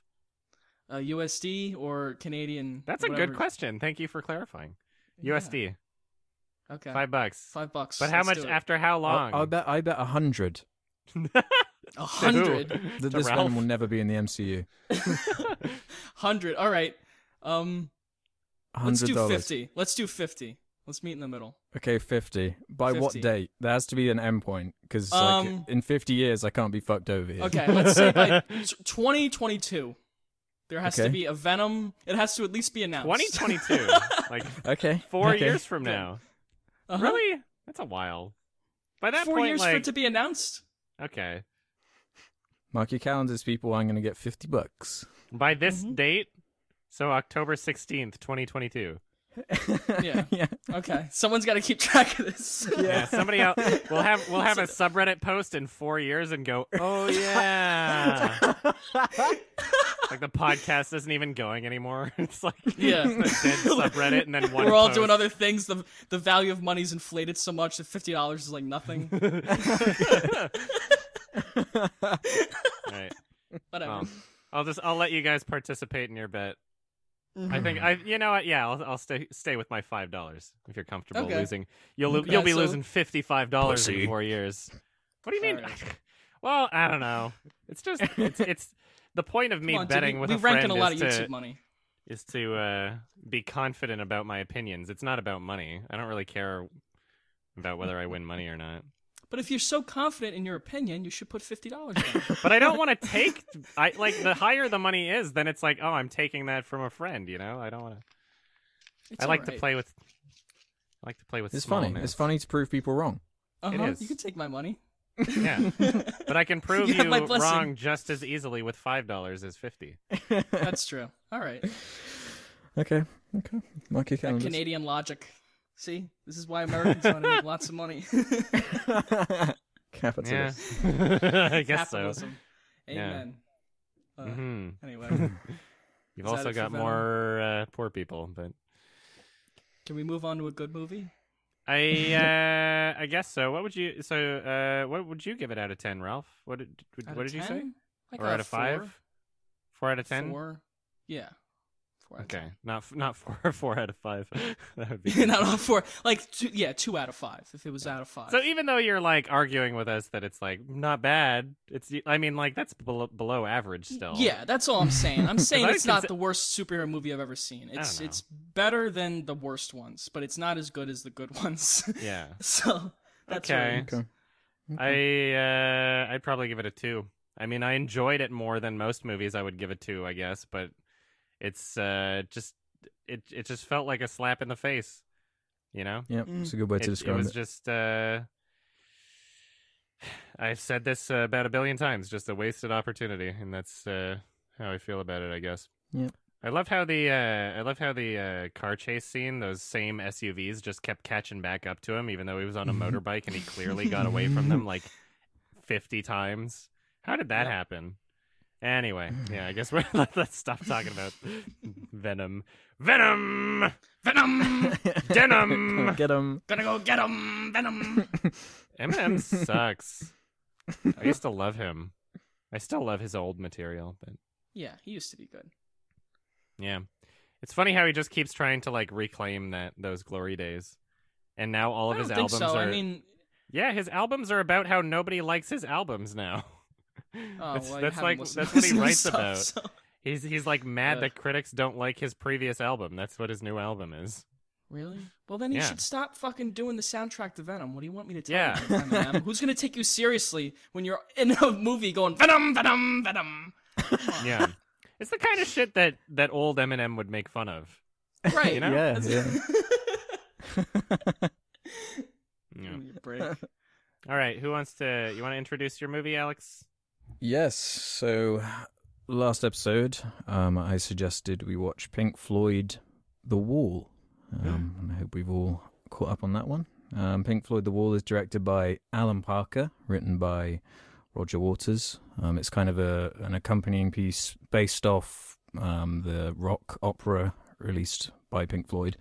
Speaker 2: uh, USD or Canadian.
Speaker 1: That's a
Speaker 2: whatever.
Speaker 1: good question. Thank you for clarifying.
Speaker 2: Yeah.
Speaker 1: USD,
Speaker 2: Okay.
Speaker 1: five bucks.
Speaker 2: Five bucks.
Speaker 1: But how
Speaker 2: Let's
Speaker 1: much?
Speaker 2: do it.
Speaker 1: After how long?
Speaker 3: I, I bet I bet a hundred
Speaker 2: A
Speaker 1: To who? <laughs>
Speaker 2: hundred. <laughs>
Speaker 1: To
Speaker 3: that this
Speaker 1: Ralph?
Speaker 3: one will never be in the MCU.
Speaker 2: Hundred. All right. Um. Let's
Speaker 3: Hundred
Speaker 2: do
Speaker 3: dollars.
Speaker 2: fifty. Let's do fifty. Let's meet in the middle.
Speaker 3: Okay, fifty. By what
Speaker 2: 50.
Speaker 3: date? There has to be an endpoint because
Speaker 2: Um,
Speaker 3: like in fifty years I can't be fucked over here.
Speaker 2: Okay. Let's say by
Speaker 1: <laughs>
Speaker 2: twenty twenty two. There has to
Speaker 3: Okay.
Speaker 2: be a Venom. It has to at least be announced.
Speaker 3: <laughs>
Speaker 1: 2022, like
Speaker 3: Okay.
Speaker 1: four
Speaker 3: okay.
Speaker 1: years from now.
Speaker 2: Uh-huh.
Speaker 1: Really? That's a while. By that
Speaker 2: Four
Speaker 1: point,
Speaker 2: years for
Speaker 1: like,
Speaker 2: it to be announced.
Speaker 1: okay,
Speaker 3: Mark your calendars, people. I'm gonna get
Speaker 1: <laughs>
Speaker 3: fifty bucks.
Speaker 1: by this
Speaker 2: Mhm.
Speaker 1: date, so October 16th, 2022.
Speaker 2: Yeah.
Speaker 3: <laughs> yeah.
Speaker 2: Okay. <laughs> Someone's got to keep track
Speaker 1: <laughs>
Speaker 2: of this. <laughs>
Speaker 1: Yeah, somebody else. We'll have we'll have a subreddit post in four years and go, oh yeah. like the podcast isn't even going anymore. <laughs> It's like
Speaker 2: Yeah.
Speaker 1: just a dead subreddit and then one.
Speaker 2: We're all
Speaker 1: post.
Speaker 2: doing other things. The the value of money's inflated so much that fifty dollars is like nothing.
Speaker 1: <laughs> Right.
Speaker 2: Whatever.
Speaker 1: Well, I'll just I'll let you guys participate in your bet. I think
Speaker 2: Mm-hmm.
Speaker 1: I you know what yeah I'll I'll stay stay with my five dollars if you're comfortable
Speaker 2: Okay.
Speaker 1: losing you'll lo- you'll
Speaker 2: Okay,
Speaker 1: be
Speaker 2: so-
Speaker 1: losing fifty five dollars in
Speaker 3: Pussy.
Speaker 1: four years. What do you mean?
Speaker 2: Alright.
Speaker 1: <laughs> well, I don't know. It's just
Speaker 2: <laughs>
Speaker 1: it's it's the point of me
Speaker 2: Come on, dude,
Speaker 1: betting
Speaker 2: we,
Speaker 1: with
Speaker 2: we
Speaker 1: a
Speaker 2: rank
Speaker 1: friend
Speaker 2: in a lot
Speaker 1: is
Speaker 2: of
Speaker 1: to
Speaker 2: YouTube money.
Speaker 1: is to uh, be confident about my opinions. It's not about money. I don't really care about whether I win money or not.
Speaker 2: But if you're so confident in your opinion, you should put fifty dollars.
Speaker 1: <laughs> But I
Speaker 2: <laughs>
Speaker 1: don't want to take. I like the higher the money is, then it's like, oh, I'm taking that from a friend. You know, I don't want to. I like to play with. I like to play with.
Speaker 3: It's
Speaker 1: small
Speaker 3: funny.
Speaker 1: amounts.
Speaker 3: It's funny to prove people wrong.
Speaker 2: Uh-huh.
Speaker 1: is.
Speaker 2: You can take my
Speaker 1: <laughs>
Speaker 2: money.
Speaker 3: <laughs>
Speaker 1: Yeah, but I can prove you,
Speaker 2: You have my blessing.
Speaker 1: wrong just as easily with five dollars as fifty.
Speaker 2: That's true. All right.
Speaker 3: Okay. Okay. Mark your
Speaker 2: That
Speaker 3: calendars.
Speaker 2: Canadian logic. See, this is why
Speaker 1: <laughs>
Speaker 2: Americans want to make lots of money. <laughs>
Speaker 3: <laughs>
Speaker 1: Yeah, <laughs>
Speaker 3: Capitalist.
Speaker 1: I guess so.
Speaker 2: Capitalism. Amen. Uh,
Speaker 1: hmm <laughs>
Speaker 2: Anyway,
Speaker 1: You've
Speaker 2: Is that
Speaker 1: also
Speaker 2: it for
Speaker 1: got
Speaker 2: Venom?
Speaker 1: more uh, poor people,
Speaker 2: <laughs>
Speaker 1: but
Speaker 2: can we move on to a good movie?
Speaker 1: I uh, I guess so. What would you so uh, what would you give it out of ten, Ralph? What did
Speaker 2: Out of
Speaker 1: what did you say?
Speaker 2: 10? Like
Speaker 1: or
Speaker 2: a
Speaker 1: out of five?
Speaker 2: four?
Speaker 1: Four out of ten.
Speaker 2: Four. Yeah. Four out of
Speaker 1: Okay, not f- not four <laughs> four out of five. that would be
Speaker 2: 10. <laughs> Not all four. Like two, yeah, two out of five. If it was out of five.
Speaker 1: So even though you're like arguing with us that it's like not bad, it's I mean like that's below, below average still.
Speaker 2: Yeah, that's all I'm saying.
Speaker 1: <laughs>
Speaker 2: I'm saying
Speaker 1: I
Speaker 2: it's not
Speaker 1: consi-
Speaker 2: the worst superhero movie I've ever seen. It's
Speaker 1: know.
Speaker 2: it's better than the worst ones, but it's not as good as the good <laughs> ones.
Speaker 1: Yeah.
Speaker 2: so that's
Speaker 1: Okay.
Speaker 2: where it is.
Speaker 3: Okay.
Speaker 1: I uh, I'd probably give it a two. I mean, I enjoyed it more than most movies. I would give a two, I guess, but it's uh, just it it just felt like a slap in the face, you know.
Speaker 3: Yep. It's a good way
Speaker 1: It,
Speaker 3: to
Speaker 1: it
Speaker 3: describe
Speaker 1: was
Speaker 3: it.
Speaker 1: just uh, <sighs> I've said this uh, about a billion times, just a wasted opportunity, and that's uh, how I feel about it. I guess.
Speaker 3: Yep.
Speaker 1: I love how the uh, I love how the uh, car chase scene. Those same SUVs just kept catching back up to him, even though he was on a motorbike and he clearly got away from them like fifty times. How did that happen? Anyway, yeah, I guess we're <laughs> let's stop talking about Venom. Venom,
Speaker 3: <laughs>
Speaker 1: Venom, Denim.
Speaker 3: Get 'em.
Speaker 2: Gonna go get him, Venom.
Speaker 1: Eminem sucks. I used to love him. I still love his old material, but
Speaker 2: yeah, he used to be good.
Speaker 1: yeah, it's funny how he just keeps trying to like reclaim that those glory days, and now all of
Speaker 2: I don't
Speaker 1: his
Speaker 2: think
Speaker 1: albums
Speaker 2: so.
Speaker 1: are.
Speaker 2: I mean,
Speaker 1: yeah, his albums are about how nobody likes his albums now. <laughs>
Speaker 2: oh,
Speaker 1: that's
Speaker 2: well, I
Speaker 1: that's
Speaker 2: haven't
Speaker 1: like
Speaker 2: listened
Speaker 1: that's
Speaker 2: to
Speaker 1: what he
Speaker 2: his
Speaker 1: writes
Speaker 2: stuff,
Speaker 1: about.
Speaker 2: so-
Speaker 1: He's he's like mad
Speaker 2: Ugh.
Speaker 1: that critics don't like his previous album. That's what his new album
Speaker 2: <laughs>
Speaker 1: is.
Speaker 2: Really? Well, then you
Speaker 1: Yeah.
Speaker 2: should stop fucking doing the soundtrack to Venom. What do you want me to tell
Speaker 1: Yeah.
Speaker 2: you,
Speaker 1: <laughs>
Speaker 2: Eminem? Who's gonna take you seriously when you're in a movie going Venom, Venom, Venom?
Speaker 1: <laughs> Yeah, it's the kind of shit that that old Eminem would make fun of.
Speaker 2: Right.
Speaker 1: You know?
Speaker 3: Yeah. yeah.
Speaker 2: <laughs>
Speaker 1: Yeah.
Speaker 2: Give me a break.
Speaker 1: All right, who wants to? You want to introduce your movie, Alex?
Speaker 3: yes. So last episode, um, I suggested we watch Pink Floyd The Wall. Um, and I hope we've all caught up on that one. Um, Pink Floyd The Wall is directed by Alan Parker, written by Roger Waters. Um, it's kind of a an accompanying piece based off um, the rock opera released by Pink Floyd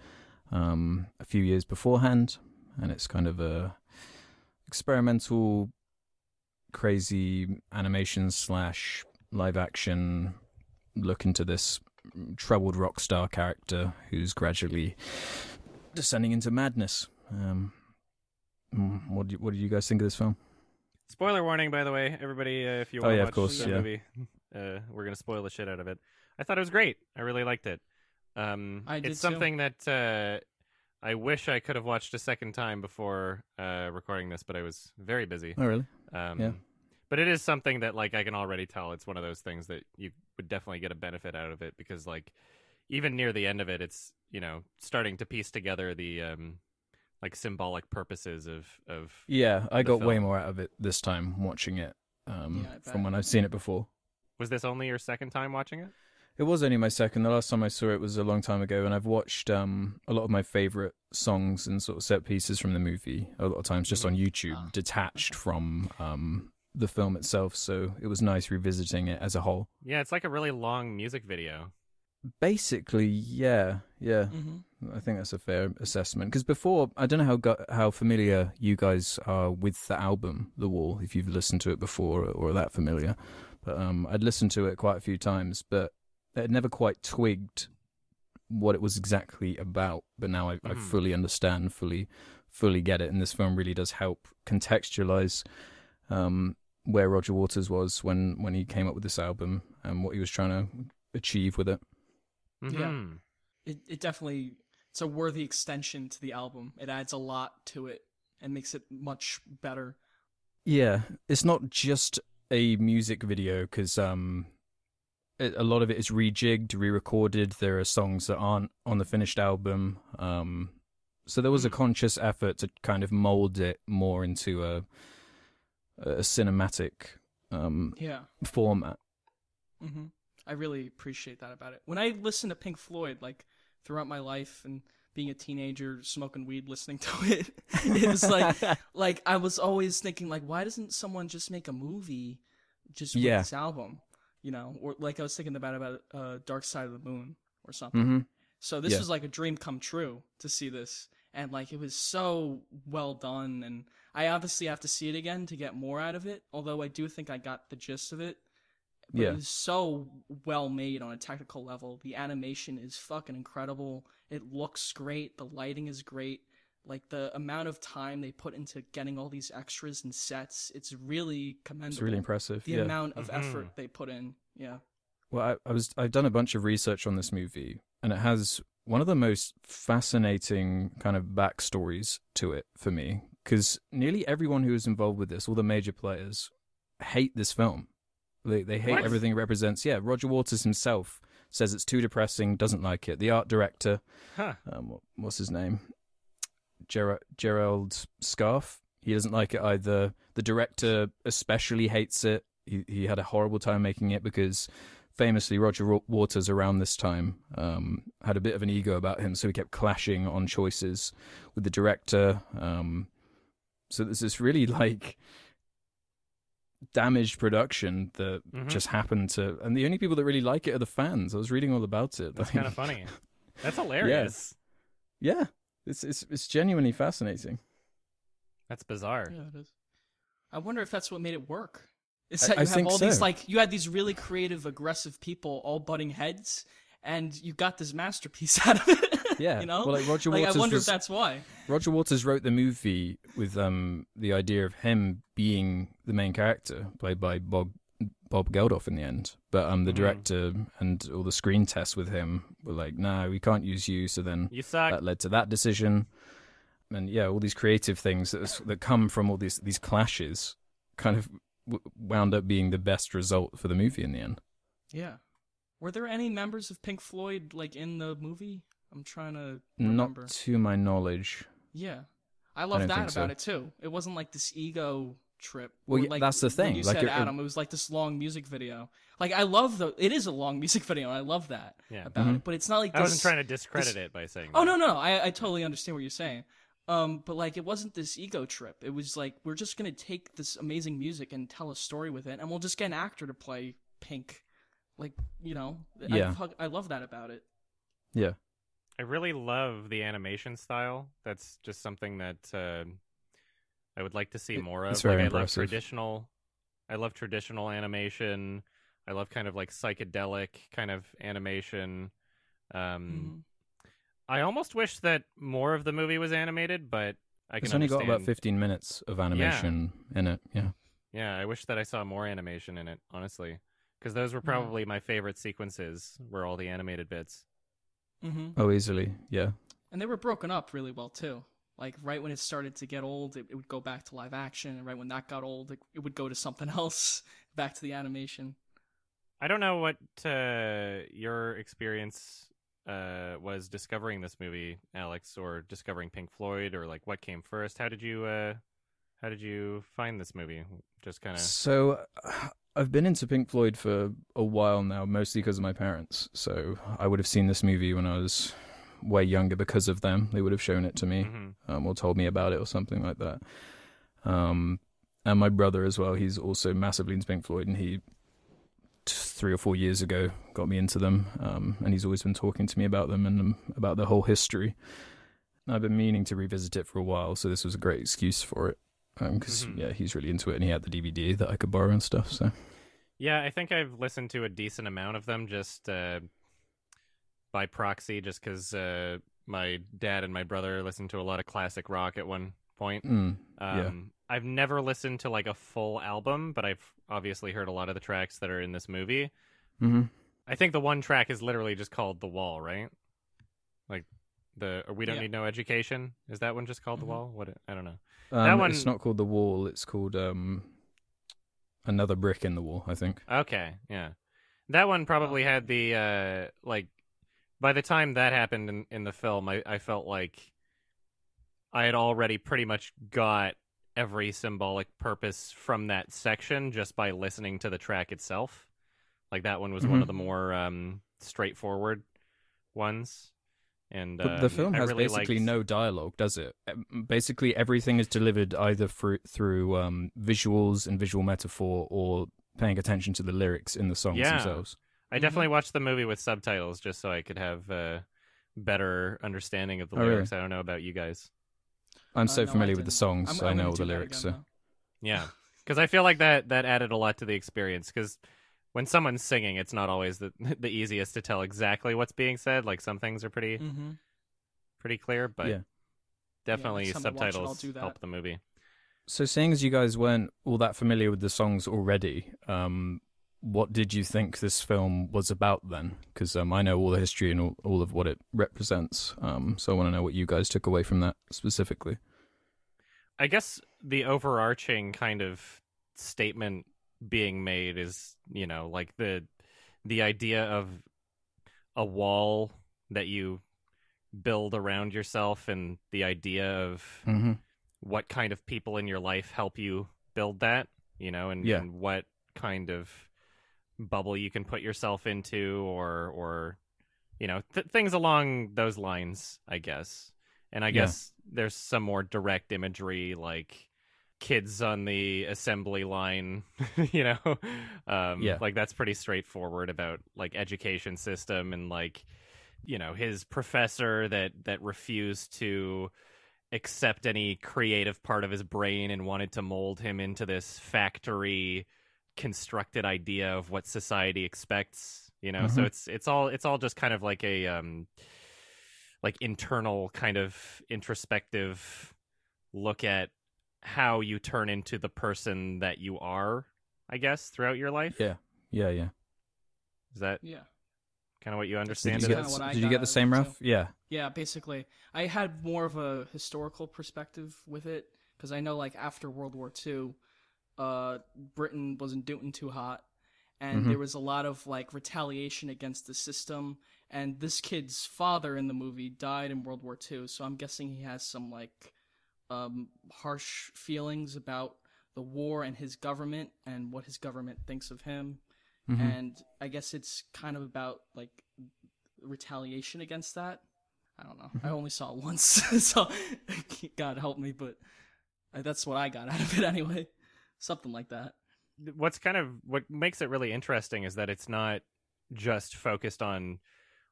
Speaker 3: um, a few years beforehand, and it's kind of a experimental, crazy animation slash live action look into this troubled rock star character who's gradually descending into madness. Um, mm, what do you, what do you guys think of this film?
Speaker 1: Spoiler warning, by the way, everybody. Uh, if you
Speaker 3: Oh,
Speaker 1: want to
Speaker 3: yeah, of
Speaker 1: watch
Speaker 3: course,
Speaker 1: the
Speaker 3: yeah.
Speaker 1: movie, uh, we're gonna spoil the shit out of it. I thought it was great. I really liked it. Um,
Speaker 2: I did too.
Speaker 1: it's something that uh, I wish I could have watched a second time before uh, recording this, but I was very busy.
Speaker 3: Oh, really?
Speaker 1: Um,
Speaker 3: Yeah.
Speaker 1: But it is something that like I can already tell it's one of those things that you would definitely get a benefit out of it because like even near the end of it, it's you know starting to piece together the um, like symbolic purposes of of
Speaker 3: Yeah, I
Speaker 1: The
Speaker 3: got way
Speaker 1: film.
Speaker 3: more out of it this time watching it um,
Speaker 2: Yeah, I
Speaker 3: from
Speaker 2: bet.
Speaker 3: when I've seen it before.
Speaker 1: was this only your second time watching it?
Speaker 3: It was only my second. The last time I saw it was a long time ago, and I've watched um, a lot of my favorite songs and sort of set pieces from the movie a lot of times just on YouTube,
Speaker 2: Ah,
Speaker 3: detached from um, the film itself. So it was nice revisiting it as a whole.
Speaker 1: Yeah, it's like a really long music video.
Speaker 3: Basically, yeah, yeah.
Speaker 2: hmm
Speaker 3: I think that's a fair assessment. Because before, I don't know how gu- how familiar you guys are with the album The Wall, if you've listened to it before or, that familiar. But um, I'd listened to it quite a few times, but I'd never quite twigged what it was exactly about. But now I, I
Speaker 1: Mhm.
Speaker 3: fully understand, fully fully get it, and this film really does help contextualize um, where Roger Waters was when when he came up with this album and what he was trying to achieve with it.
Speaker 1: Mhm.
Speaker 2: It it definitely it's a worthy extension to the album. It adds a lot to it and makes it much better.
Speaker 3: Yeah, it's not just a music video because um, it, a lot of it is rejigged, re-recorded. There are songs that aren't on the finished album. Um, so there was a
Speaker 2: Hmm.
Speaker 1: Mm.
Speaker 3: conscious effort to kind of mold it more into a a cinematic um,
Speaker 2: Yeah.
Speaker 3: format. <laughs>
Speaker 2: hmm I really appreciate that about it. When I listen to Pink Floyd, like throughout my life and being a teenager, smoking weed, listening to <laughs> it, it was <laughs> like, like I was always thinking, like, why doesn't someone just make a movie, just with
Speaker 3: Yeah.
Speaker 2: this album, you know? Or like I was thinking about about uh, Dark Side of the Moon or something.
Speaker 3: hmm
Speaker 2: So this
Speaker 3: Yeah.
Speaker 2: was like a dream come true to see this, and like it was so well done. And I obviously have to see it again to get more out of it. Although I do think I got the gist of it. But
Speaker 3: Yeah.
Speaker 2: it was so well made on a technical level. The animation is fucking incredible. It looks great. The lighting is great. Like the amount of time they put into getting all these extras and sets, it's really commendable.
Speaker 3: It's really impressive.
Speaker 2: The
Speaker 3: yeah.
Speaker 2: amount of
Speaker 1: Mhm.
Speaker 2: effort they put in. Yeah.
Speaker 3: Well, I, I was I've done a bunch of research on this movie, and it has one of the most fascinating kind of backstories to it for me, because nearly everyone who is involved with this, all the major players, hate this film. They they hate
Speaker 1: What?
Speaker 3: everything it represents. Yeah, Roger Waters himself says it's too depressing, doesn't like it. The art director,
Speaker 1: Huh.
Speaker 3: um, what, what's his name? Ger- Gerald Scarf. He doesn't like it either. The director especially hates it. He he had a horrible time making it because famously Roger Wa- Waters around this time um, had a bit of an ego about him, so he kept clashing on choices with the director. Um, so there's this really like damaged production that
Speaker 2: Mm-hmm.
Speaker 1: Mhm.
Speaker 3: just happened to, and the only people that really like it are the fans. I was reading all about it.
Speaker 1: That's
Speaker 3: Like- <laughs>
Speaker 1: kind of funny. That's hilarious.
Speaker 3: yeah, it's it's it's genuinely fascinating.
Speaker 1: That's bizarre.
Speaker 2: Yeah, it is. I wonder if that's what made it work. Is
Speaker 3: I-
Speaker 2: that you
Speaker 3: I
Speaker 2: have
Speaker 3: think
Speaker 2: all
Speaker 3: so.
Speaker 2: these like you had these really creative, aggressive people all butting heads, and you got this masterpiece <laughs> out of it.
Speaker 3: Yeah,
Speaker 2: you know.
Speaker 3: well, like Roger
Speaker 2: Like, I
Speaker 3: Waters
Speaker 2: wonder
Speaker 3: was-
Speaker 2: if that's why.
Speaker 3: Roger Waters wrote the movie with um the idea of him being the main character, played by Bob Bob Geldof in the end. But um the
Speaker 1: Mhm.
Speaker 3: director and all the screen tests with him were like, no, we can't use you. So then
Speaker 1: You suck.
Speaker 3: that led to that decision, and yeah, all these creative things that was- that come from all these these clashes kind of w- wound up being the best result for the movie in the end.
Speaker 2: Yeah. Were there any members of Pink Floyd like in the movie? I'm trying to remember.
Speaker 3: Not to my knowledge.
Speaker 2: Yeah, I love
Speaker 3: don't
Speaker 2: that
Speaker 3: think
Speaker 2: about
Speaker 3: so.
Speaker 2: it too. It wasn't like this ego trip.
Speaker 3: Well,
Speaker 2: Or
Speaker 3: yeah, that's the
Speaker 2: when
Speaker 3: thing,
Speaker 2: You
Speaker 3: like,
Speaker 2: said
Speaker 3: it- it-
Speaker 2: Adam, it was like this long music video. Like I love the. It is a long <laughs> music video. and I love that
Speaker 1: Yeah.
Speaker 2: about
Speaker 3: Mm-hmm.
Speaker 2: it. But it's not like
Speaker 1: I wasn't
Speaker 2: this-
Speaker 1: trying to discredit it by saying.
Speaker 2: Oh
Speaker 1: that.
Speaker 2: no, no, no. I, I totally understand what you're saying. Um, but like it wasn't this ego trip. It was like we're just gonna take this amazing music and tell a story with it, and we'll just get an actor to play Pink. Like you know, I,
Speaker 3: Yeah.
Speaker 2: fuck- I love that about it.
Speaker 3: Yeah.
Speaker 1: I really love the animation style. That's just something that uh, I would like to see
Speaker 3: It-
Speaker 1: more of.
Speaker 3: it's very
Speaker 1: like, I
Speaker 3: impressive.
Speaker 1: love traditional. I love traditional animation. I love kind of like psychedelic kind of animation. Um,
Speaker 3: Mm.
Speaker 2: Mhm.
Speaker 1: I almost wish that more of the movie was animated, but I can
Speaker 3: It's only got
Speaker 1: understand.
Speaker 3: about 15 minutes of animation in it. Yeah.
Speaker 1: Yeah, I wish that I saw more animation in it, honestly, because those were
Speaker 2: Yeah.
Speaker 1: probably my favorite sequences. Were all the animated bits?
Speaker 2: Mm-hmm.
Speaker 3: Oh, easily. Yeah.
Speaker 2: And they were broken up really well too. Like right when it started to get old, it, it would go back to live action, and right when that got old, it, it would go to something <laughs> else, back to the animation.
Speaker 1: I don't know what uh, your experience uh, was discovering this movie, Alex, or discovering Pink Floyd, or like what came first. How did you uh, how did you find this movie? Just kind of
Speaker 3: So uh, I've been into Pink Floyd for a while now, mostly because of my parents. So I would have seen this movie when I was way younger because of them. They would have shown it to
Speaker 1: Mm-hmm.
Speaker 3: me um, or told me about it or something like that. Um, and my brother as well. He's also massively into Pink Floyd, and he t- three or four years ago got me into them. Um, and he's always been talking to me about them and um, about the whole history. And I've been meaning to revisit it for a while, so this was a great excuse for it. Because
Speaker 1: Mhm.
Speaker 3: yeah, he's really into it, and he had the DVD that I could borrow and stuff. So
Speaker 1: yeah, I think I've listened to a decent amount of them just uh, by proxy, just because uh, my dad and my brother listened to a lot of classic rock at one point.
Speaker 3: mm,
Speaker 1: Um,
Speaker 3: Yeah.
Speaker 1: I've never listened to like a full album, but I've obviously heard a lot of the tracks that are in this movie.
Speaker 3: hmm
Speaker 1: I think the one track is literally just called "The Wall," right? Like the or "We Don't
Speaker 2: Yeah.
Speaker 1: Need No Education." Is that one just called
Speaker 2: Mhm.
Speaker 1: "The Wall"? What I don't know.
Speaker 3: um,
Speaker 1: That one-
Speaker 3: It's not called the wall. It's called um, another brick in the wall. I think.
Speaker 1: Okay, yeah, that one probably had the uh like. By the time that happened in, in the film, I, I felt like I had already pretty much got every symbolic purpose from that section just by listening to the track itself. Like that one was one
Speaker 3: Mhm.
Speaker 1: of the more um, straightforward ones. And
Speaker 3: But
Speaker 1: um,
Speaker 3: the film
Speaker 1: I
Speaker 3: has
Speaker 1: really
Speaker 3: basically
Speaker 1: liked-
Speaker 3: no dialogue, does it? Um, Basically, everything is delivered either through, through um, visuals and visual metaphor or paying attention to the lyrics in the songs
Speaker 1: Yeah.
Speaker 3: themselves.
Speaker 1: I definitely watched the movie with subtitles just so I could have a better understanding of the
Speaker 3: Oh, really?
Speaker 1: lyrics. I don't know about you guys.
Speaker 3: I'm
Speaker 2: Uh,
Speaker 3: so
Speaker 2: no, I
Speaker 3: familiar with the
Speaker 2: didn't.
Speaker 3: songs,
Speaker 2: I'm-
Speaker 3: so I
Speaker 2: I'm
Speaker 3: know
Speaker 2: gonna
Speaker 3: all the
Speaker 2: do that
Speaker 3: lyrics.
Speaker 2: again,
Speaker 3: so.
Speaker 2: though. <laughs>
Speaker 1: Yeah, because I feel like that that added a lot to the experience. Because when someone's singing, it's not always the <laughs> the easiest to tell exactly what's being said. Like some things are pretty
Speaker 2: Mhm.
Speaker 1: pretty clear, but
Speaker 3: Yeah.
Speaker 1: definitely
Speaker 2: next time I watch it, I'll
Speaker 1: subtitles
Speaker 2: do that.
Speaker 1: help the movie.
Speaker 3: So, seeing as you guys weren't all that familiar with the songs already, um, what did you think this film was about then? Because um, I know all the history and all, all of what it represents. Um, so, I want to know what you guys took away from that specifically.
Speaker 1: I guess the overarching kind of statement being made is, you know, like the the idea of a wall that you build around yourself and the idea of
Speaker 3: Mm-hmm.
Speaker 1: what kind of people in your life help you build that, you know, and,
Speaker 3: Yeah.
Speaker 1: and what kind of bubble you can put yourself into or or you know, th- things along those lines, I guess. And I
Speaker 3: Yeah.
Speaker 1: guess there's some more direct imagery like kids on the assembly line, <laughs> you know. Um
Speaker 3: Yeah.
Speaker 1: like that's pretty straightforward about like education system and like you know, his professor that that refused to accept any creative part of his brain and wanted to mold him into this factory constructed idea of what society expects you know so
Speaker 3: Mhm.
Speaker 1: it's it's all it's all just kind of like a um like internal kind of introspective look at how you turn into the person that you are i guess throughout your life
Speaker 3: Yeah. Yeah, yeah.
Speaker 1: is that
Speaker 2: Yeah.
Speaker 1: kind of what you
Speaker 3: Did
Speaker 1: understand it
Speaker 3: you
Speaker 2: Kinda
Speaker 3: get,
Speaker 1: as?
Speaker 2: what I
Speaker 3: did you
Speaker 2: got
Speaker 3: get
Speaker 2: out
Speaker 3: the
Speaker 2: of
Speaker 3: same,
Speaker 2: it, too.
Speaker 3: Ralph? Yeah.
Speaker 2: Yeah, basically, I had more of a historical perspective with it because I know, like, after World War II, uh, Britain wasn't doing too hot, and
Speaker 3: Mhm.
Speaker 2: there was a lot of like retaliation against the system. And this kid's father in the movie died in World War II, so I'm guessing he has some like um, harsh feelings about the war and his government and what his government thinks of him.
Speaker 3: Mhm.
Speaker 2: And I guess it's kind of about like retaliation against that. I don't know. I
Speaker 3: Mm-hmm.
Speaker 2: only saw it once, <laughs> so God help me, but uh, that's what I got <laughs> out of it anyway. Something like that.
Speaker 1: what's kind of what makes it really interesting is that it's not just focused on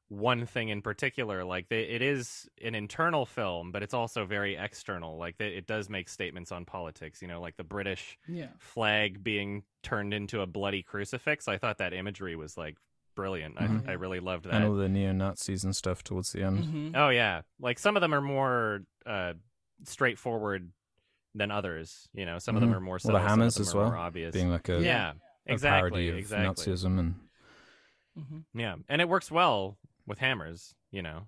Speaker 1: one thing in particular like they, it is an internal film but it's also very external like they, it does make statements on politics you know like the british
Speaker 2: Yeah.
Speaker 1: flag being turned into a bloody crucifix i thought that imagery was like brilliant
Speaker 2: Mhm.
Speaker 3: Mm-hmm.
Speaker 1: I, I really loved that
Speaker 3: and all the neo Nazis and stuff towards the end.
Speaker 2: hmm
Speaker 1: Oh yeah, like some of them are more uh, straightforward than others. You know, some of
Speaker 3: Mhm.
Speaker 1: them are more
Speaker 3: Well,
Speaker 1: subtle.
Speaker 3: the
Speaker 1: some of
Speaker 3: hammers
Speaker 1: them
Speaker 3: as
Speaker 1: are
Speaker 3: well,
Speaker 1: more obvious.
Speaker 3: Being like a,
Speaker 1: yeah,
Speaker 2: Yeah.
Speaker 3: a
Speaker 1: exactly,
Speaker 3: parody of
Speaker 1: exactly.
Speaker 3: Nazism and
Speaker 2: hmm
Speaker 1: Yeah, and it works well with hammers. You know,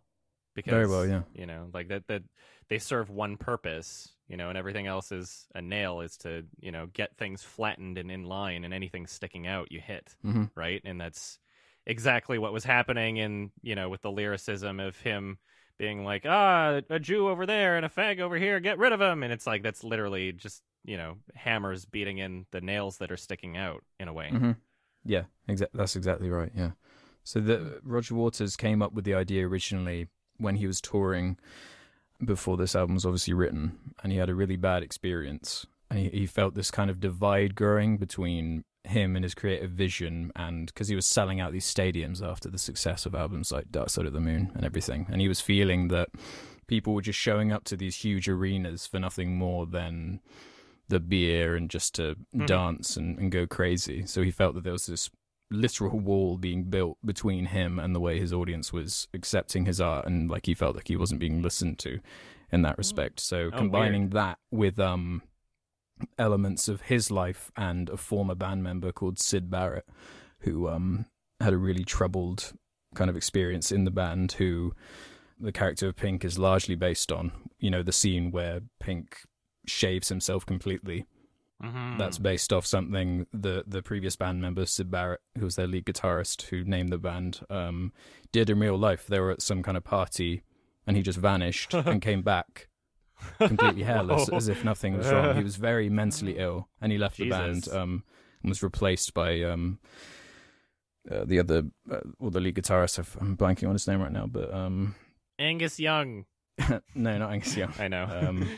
Speaker 1: because
Speaker 3: Very well, yeah.
Speaker 1: You know, like that that they serve one purpose. You know, and everything else is a nail is to you know get things flattened and in line, and anything sticking out you hit
Speaker 3: Mhm.
Speaker 1: right, and that's exactly what was happening in you know with the lyricism of him being like ah a jew over there and a fag over here get rid of him and it's like that's literally just you know hammers beating in the nails that are sticking out in a way
Speaker 3: Mhm. Yeah, exa- that's exactly right. Yeah. So the, Roger Waters came up with the idea originally when he was touring before this album was obviously written, and he had a really bad experience, and he, he felt this kind of divide growing between him and his creative vision, and because he was selling out these stadiums after the success of albums like Dark Side of the Moon and everything, and he was feeling that people were just showing up to these huge arenas for nothing more than the beer and just to dance and, and go crazy. So he felt that there was this literal wall being built between him and the way his audience was accepting his art and like he felt like he wasn't being listened to in that respect. So
Speaker 1: Oh,
Speaker 3: combining that with um elements of his life and a former band member called Sid Barrett who um had a really troubled kind of experience in the band who the character of Pink is largely based on. You know, the scene where Pink shaves himself completely.
Speaker 1: Mhm.
Speaker 3: That's based off something the the previous band member Sid Barrett, who was their lead guitarist, who named the band, um, did in real life. They were at some kind of party, and he just vanished and came back completely hairless,
Speaker 1: Whoa.
Speaker 3: as if nothing was wrong. He was very mentally ill, and he left the
Speaker 1: Jesus.
Speaker 3: band um, and was replaced by um, uh, the other, uh, well, the lead guitarist. I've- I'm blanking on his name right now, but um,
Speaker 1: angus young
Speaker 3: <laughs> no, not Angus Young.
Speaker 1: i know <laughs>
Speaker 3: Um,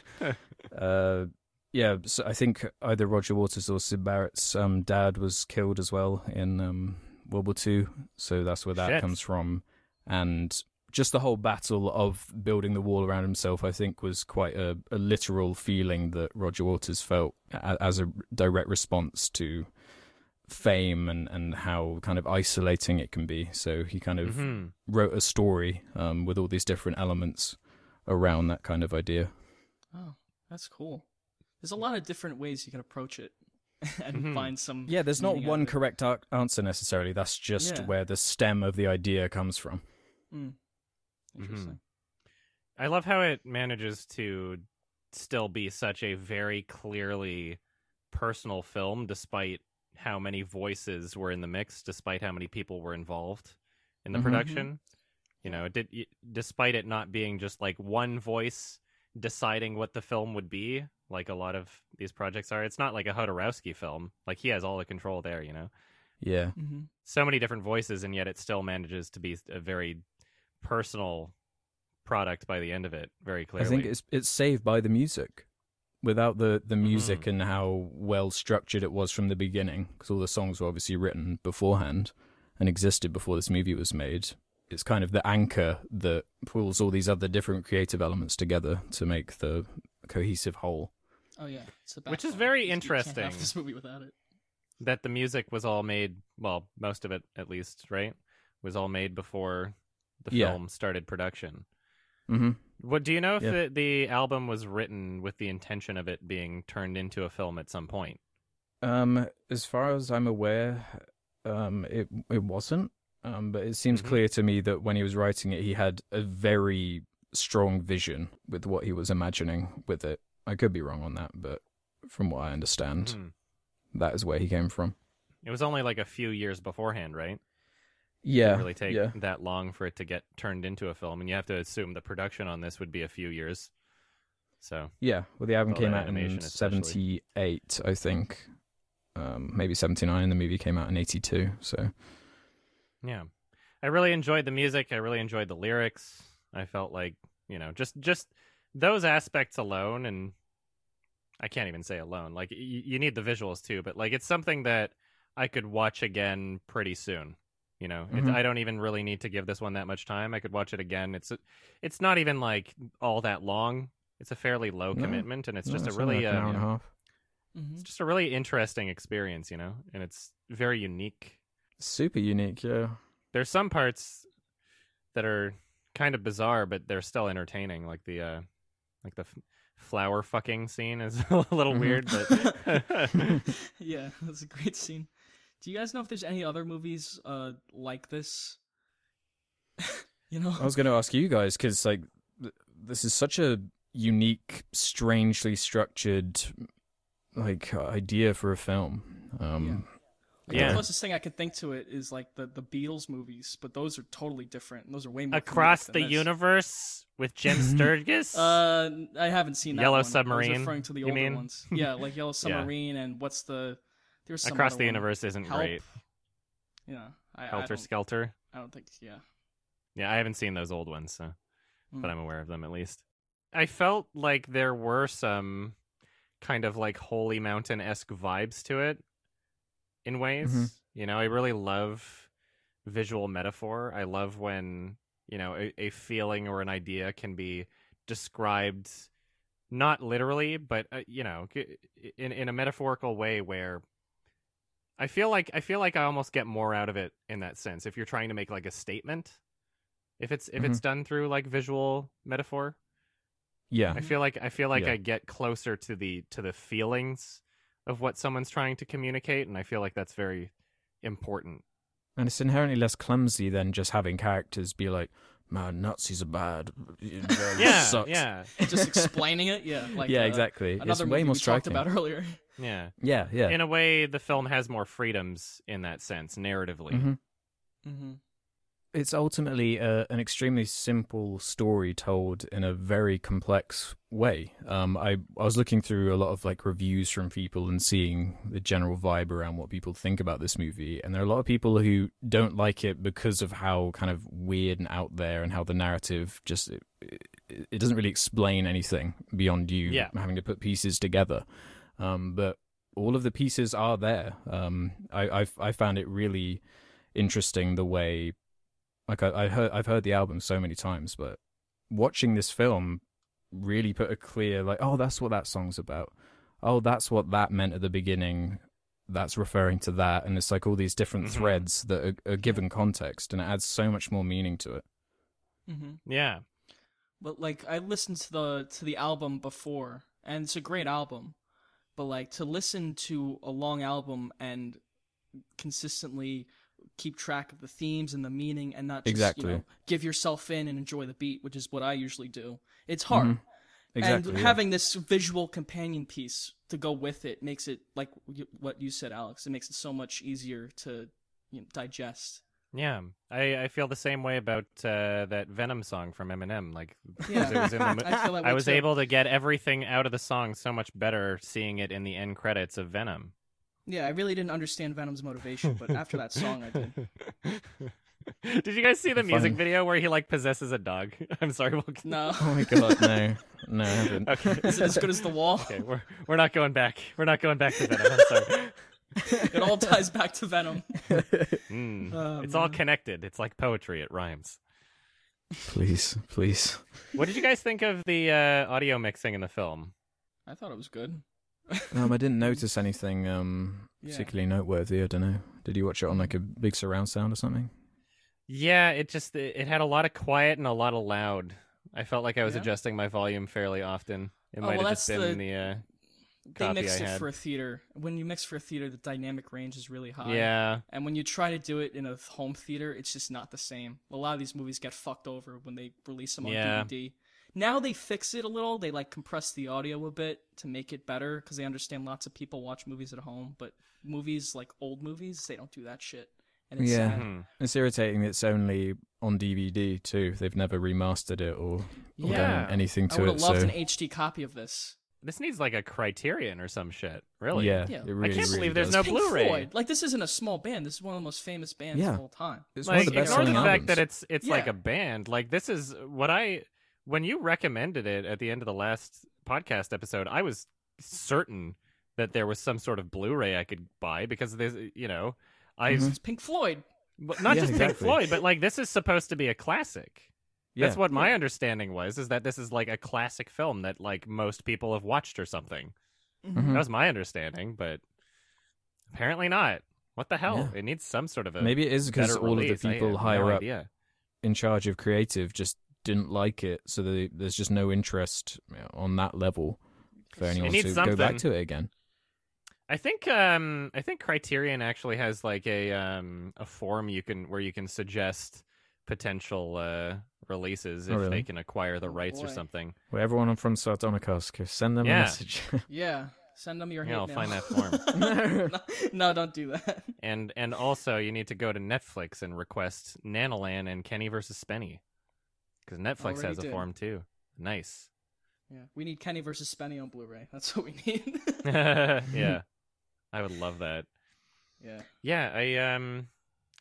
Speaker 3: uh, yeah, so I think either Roger Waters or Sid Barrett's um, dad was killed as well in um, World War Two, so that's where that
Speaker 1: Shit.
Speaker 3: comes from. And just the whole battle of building the wall around himself, I think, was quite a, a literal feeling that Roger Waters felt a- as a direct response to fame and, and how kind of isolating it can be. So he kind of
Speaker 1: Mhm.
Speaker 3: wrote a story um, with all these different elements around that kind of idea.
Speaker 2: Oh, that's cool. There's a lot of different ways you can approach it <laughs> and
Speaker 1: Mhm.
Speaker 2: find some.
Speaker 3: Yeah, there's not
Speaker 2: meaning out
Speaker 3: one
Speaker 2: of it.
Speaker 3: correct ar- answer necessarily. That's just
Speaker 2: Yeah.
Speaker 3: where the stem of the idea comes from.
Speaker 2: Mm. Interesting.
Speaker 1: I love how it manages to still be such a very clearly personal film, despite how many voices were in the mix, despite how many people were involved in the
Speaker 3: Mhm.
Speaker 1: production. You know, it did, y- despite it not being just like one voice deciding what the film would be, like a lot of these projects are. It's not like a Hodorowski film; like he has all the control there. You know,
Speaker 3: Yeah.
Speaker 1: Mm-hmm.
Speaker 2: hmm
Speaker 1: so many different voices, and yet it still manages to be a very personal product by the end of it. Very clearly,
Speaker 3: I think it's it's saved by the music. Without the, the music and how well structured it was from the beginning, because all the songs were obviously written beforehand and existed before this movie was made, it's kind of the anchor that pulls all these other different creative elements together to make the cohesive whole.
Speaker 2: Oh yeah, it's the
Speaker 1: Which is
Speaker 2: backbone.
Speaker 1: very
Speaker 2: You can't have
Speaker 1: interesting.
Speaker 2: this movie without it.
Speaker 1: that the music was all made. Well, most of it, at least, right, was all made before the
Speaker 3: Yeah.
Speaker 1: film started production.
Speaker 3: Mm-hmm.
Speaker 1: What do you know if
Speaker 3: Yeah.
Speaker 1: the, the album was written with the intention of it being turned into a film at some point?
Speaker 3: Um, as far as I'm aware, um, it it wasn't. Um, but it seems
Speaker 1: Mhm.
Speaker 3: clear to me that when he was writing it, he had a very strong vision with what he was imagining with it. I could be wrong on that, but from what I understand,
Speaker 1: Hmm.
Speaker 3: that is where he came from.
Speaker 1: It was only like a few years beforehand, right?
Speaker 3: Yeah,
Speaker 1: Didn't really take
Speaker 3: yeah,
Speaker 1: that long for it to get turned into a film, and you have to assume the production on this would be a few years. So
Speaker 3: Yeah, well, the album
Speaker 1: Oh,
Speaker 3: came
Speaker 1: that
Speaker 3: out in
Speaker 1: animation especially.
Speaker 3: '78, I think. Um, maybe '79. The movie came out in '82. So
Speaker 1: yeah, I really enjoyed the music. I really enjoyed the lyrics. I felt like you know just just those aspects alone, and I can't even say alone. Like y- you need the visuals too, but like it's something that I could watch again pretty soon. You know, it,
Speaker 3: Mhm.
Speaker 1: I don't even really need to give this one that much time. I could watch it again. It's it's not even like all that long. It's a fairly low
Speaker 3: No.
Speaker 1: commitment, and it's
Speaker 3: No,
Speaker 1: just a
Speaker 3: only
Speaker 1: really
Speaker 3: like an hour
Speaker 1: uh,
Speaker 3: and a half.
Speaker 2: hmm
Speaker 1: it's just a really interesting experience, you know, and it's very unique.
Speaker 3: Super unique. Yeah.
Speaker 1: There's some parts that are kind of bizarre, but they're still entertaining, like the uh like the f- flower fucking scene is <laughs> a little
Speaker 2: Mm-hmm.
Speaker 3: Mhm.
Speaker 1: weird,
Speaker 2: <laughs>
Speaker 1: but <laughs>
Speaker 2: yeah, that's a great scene. Do you guys know if there's any other movies uh like this? <laughs> you know,
Speaker 1: Oh,
Speaker 3: I was going to ask you guys because like th- this is such a unique, strangely structured like idea for a film. Um,
Speaker 2: Like,
Speaker 1: Yeah.
Speaker 2: The closest thing I could think to it is like the the Beatles movies, but those are totally different. And those are way more comedic
Speaker 1: across
Speaker 2: than
Speaker 1: the
Speaker 2: this.
Speaker 1: universe with Jim Sturgis.
Speaker 2: Mm-hmm. Uh, I haven't seen that
Speaker 1: Yellow
Speaker 2: one. I
Speaker 1: Submarine,
Speaker 2: was referring to the
Speaker 1: you
Speaker 2: older
Speaker 1: mean?
Speaker 2: ones.
Speaker 1: <laughs>
Speaker 2: Yeah, like Yellow Submarine and what's the there was some
Speaker 1: across
Speaker 2: other
Speaker 1: the
Speaker 2: one.
Speaker 1: universe isn't
Speaker 2: Help.
Speaker 1: great.
Speaker 2: Yeah, I, I,
Speaker 1: Helter
Speaker 2: don't,
Speaker 1: Skelter.
Speaker 2: I don't think. Yeah,
Speaker 1: Yeah, I haven't seen those old ones, so but
Speaker 2: Mm.
Speaker 1: I'm aware of them at least. I felt like there were some kind of like holy mountain esque vibes to it in ways.
Speaker 3: Mhm.
Speaker 1: You know, I really love visual metaphor. I love when, you know, a, a feeling or an idea can be described not literally, but uh, you know, c- in in a metaphorical way where I feel like I feel like I almost get more out of it in that sense. If you're trying to make like a statement, if it's
Speaker 3: Mm-hmm.
Speaker 1: if it's done through like visual metaphor,
Speaker 3: yeah.
Speaker 1: I feel like I feel like
Speaker 3: Yeah.
Speaker 1: I get closer to the to the feelings of what someone's trying to communicate, and I feel like that's very important.
Speaker 3: And it's inherently less clumsy than just having characters be like, "Man, Nazis are bad." <laughs>
Speaker 1: Yeah,
Speaker 3: yeah,
Speaker 1: yeah,
Speaker 2: just explaining
Speaker 1: <laughs>
Speaker 2: it. Yeah, like
Speaker 3: yeah,
Speaker 2: uh,
Speaker 3: exactly. It's
Speaker 2: Another
Speaker 3: way
Speaker 2: movie
Speaker 3: more
Speaker 2: we talked
Speaker 3: striking.
Speaker 2: about <laughs> earlier.
Speaker 1: yeah.
Speaker 3: Yeah, yeah.
Speaker 1: In a way, the film has more freedoms in that sense, narratively.
Speaker 3: Mhm.
Speaker 2: Mm-hmm.
Speaker 3: It's ultimately uh, an extremely simple story told in a very complex way. Um, I I was looking through a lot of like reviews from people and seeing the general vibe around what people think about this movie, and there are a lot of people who don't like it because of how kind of weird and out there, and how the narrative just it, it, it doesn't really explain anything beyond you
Speaker 1: Yeah.
Speaker 3: having to put pieces together. Um, but all of the pieces are there. Um, I, I I found it really interesting the way like I, I heard I've heard the album so many times, but watching this film really put a clear like, oh, that's what that song's about. Oh, that's what that meant at the beginning. That's referring to that, and it's like all these different
Speaker 1: Mhm.
Speaker 2: Mm-hmm.
Speaker 3: threads that are, are given context, and it adds so much more meaning to it.
Speaker 2: Mm-hmm.
Speaker 1: Yeah,
Speaker 2: But like I listened to the to the album before, and it's a great album. But like to listen to a long album and consistently keep track of the themes and the meaning, and not just
Speaker 3: Exactly.
Speaker 2: you know, give yourself in and enjoy the beat, which is what I usually do. It's hard.
Speaker 3: Mhm. Exactly.
Speaker 2: and
Speaker 3: yeah.
Speaker 2: having this visual companion piece to go with it makes it like you- what you said, Alex. It makes it so much easier to you know,
Speaker 1: <laughs>
Speaker 2: digest.
Speaker 1: yeah. I, I feel the same way about uh, that Venom song from Eminem. Like, 'cause
Speaker 2: Yeah.
Speaker 1: it was in the mo-
Speaker 2: <laughs> I feel that way
Speaker 1: I was
Speaker 2: too.
Speaker 1: able to get everything out of the song so much better seeing it in the end credits of Venom.
Speaker 2: Yeah, I really didn't understand Venom's motivation,
Speaker 1: <laughs>
Speaker 2: but after that song, I did.
Speaker 1: Did you guys see the
Speaker 3: Funny.
Speaker 1: music video where he like possesses a dog? <laughs> I'm sorry, we'll
Speaker 2: No,
Speaker 3: Oh my god, no, no, I
Speaker 2: Uh,
Speaker 1: <laughs>
Speaker 3: haven't.
Speaker 1: Okay.
Speaker 2: <laughs> is it <laughs> as good as the wall?
Speaker 1: <laughs> Okay, we're we're not going back. We're not going back to Venom. I'm sorry.
Speaker 2: <laughs> It all ties back to Venom.
Speaker 1: Mm.
Speaker 2: Oh,
Speaker 1: <laughs> it's all connected. It's like poetry. It rhymes.
Speaker 3: Please, please.
Speaker 1: What did you guys think of the uh, audio mixing in the film?
Speaker 2: I thought it was good.
Speaker 3: Um, I didn't notice anything um
Speaker 2: Yeah.
Speaker 3: particularly noteworthy. I don't know. Did you watch it on like a big surround sound or something?
Speaker 1: Yeah, it just it, it had a lot of quiet and a lot of loud. I felt like I was
Speaker 2: Yeah?
Speaker 1: adjusting my volume fairly often. It
Speaker 2: Oh,
Speaker 1: might
Speaker 2: well,
Speaker 1: have just
Speaker 2: that's
Speaker 1: been
Speaker 2: the-
Speaker 1: the, uh,
Speaker 2: They
Speaker 1: Copy
Speaker 2: mixed
Speaker 1: I
Speaker 2: it
Speaker 1: had.
Speaker 2: for a theater. When you mix for a theater, the dynamic range is really high.
Speaker 1: yeah.
Speaker 2: And when you try to do it in a home theater, it's just not the same. A lot of these movies get fucked over when they release them on
Speaker 1: Yeah.
Speaker 2: DVD. Now they fix it a little. They like compress the audio a bit to make it better because they understand lots of people watch movies at home. But movies like old movies, they don't do that shit. And it's
Speaker 3: Yeah.
Speaker 2: sad.
Speaker 1: Hmm.
Speaker 3: It's irritating. It's only on DVD too. They've never remastered it or, or
Speaker 1: Yeah.
Speaker 3: done anything
Speaker 2: I
Speaker 3: to
Speaker 2: would
Speaker 3: it.
Speaker 2: have loved
Speaker 3: so
Speaker 2: an HD copy of this.
Speaker 1: This needs like a criterion or some shit. Really?
Speaker 3: yeah,
Speaker 2: Yeah.
Speaker 3: it really,
Speaker 1: can't
Speaker 3: really
Speaker 1: believe there's
Speaker 3: does.
Speaker 1: no-
Speaker 2: Pink
Speaker 1: Blu-ray.
Speaker 2: Floyd. Like this isn't a small band. This is one of the most famous bands
Speaker 3: Yeah.
Speaker 2: of all time.
Speaker 3: It's one
Speaker 1: like
Speaker 3: of the best
Speaker 1: ignore the
Speaker 3: selling
Speaker 1: fact
Speaker 3: albums.
Speaker 1: that it's it's like
Speaker 2: Yeah.
Speaker 1: a band. Like this is what I when you recommended it at the end of the last podcast episode, I was certain that there was some sort of Blu-ray I could buy because there's you know I
Speaker 2: It's Pink Floyd.
Speaker 1: but not
Speaker 3: Mm-hmm. Yeah,
Speaker 1: just Pink
Speaker 3: exactly.
Speaker 1: Floyd, but like this is supposed to be a classic.
Speaker 3: yeah.
Speaker 1: That's what my understanding was is that this is like a classic film that like most people have watched or something.
Speaker 3: Mhm.
Speaker 1: That was my understanding, but apparently not. What the hell?
Speaker 3: Yeah.
Speaker 1: It needs some sort of a
Speaker 3: Maybe it is because
Speaker 1: better
Speaker 3: all of
Speaker 1: release.
Speaker 3: the
Speaker 1: I
Speaker 3: people
Speaker 1: have
Speaker 3: higher
Speaker 1: no
Speaker 3: up
Speaker 1: idea.
Speaker 3: in charge of creative just didn't like it, so they, there's just no interest you know, on that level for anyone to
Speaker 1: needs
Speaker 3: go
Speaker 1: something.
Speaker 3: back to it again.
Speaker 1: I think um I think Criterion actually has like a um a form you can where you can suggest potential uh releases
Speaker 3: Oh,
Speaker 1: if
Speaker 3: really?
Speaker 1: they can acquire the
Speaker 2: Oh,
Speaker 1: rights or
Speaker 2: boy.
Speaker 1: something.
Speaker 3: Well, everyone from Sardonicos, send them
Speaker 1: Yeah.
Speaker 3: a message. <laughs>
Speaker 2: Yeah. Send them your hate
Speaker 1: Yeah, I'll
Speaker 2: mail.
Speaker 1: find that form.
Speaker 3: No.
Speaker 2: <laughs>
Speaker 3: <laughs>
Speaker 2: no, don't do that.
Speaker 1: And and also you need to go to Netflix and request Nanolan and Kenny versus Spenny. Cuz Netflix
Speaker 2: Already
Speaker 1: has a
Speaker 2: did.
Speaker 1: form too.
Speaker 3: <laughs>
Speaker 1: Nice. <laughs>
Speaker 2: Yeah, we need Kenny versus Spenny on Blu-ray. That's what we need. <laughs>
Speaker 1: yeah. I would love that.
Speaker 2: yeah.
Speaker 1: Yeah, I um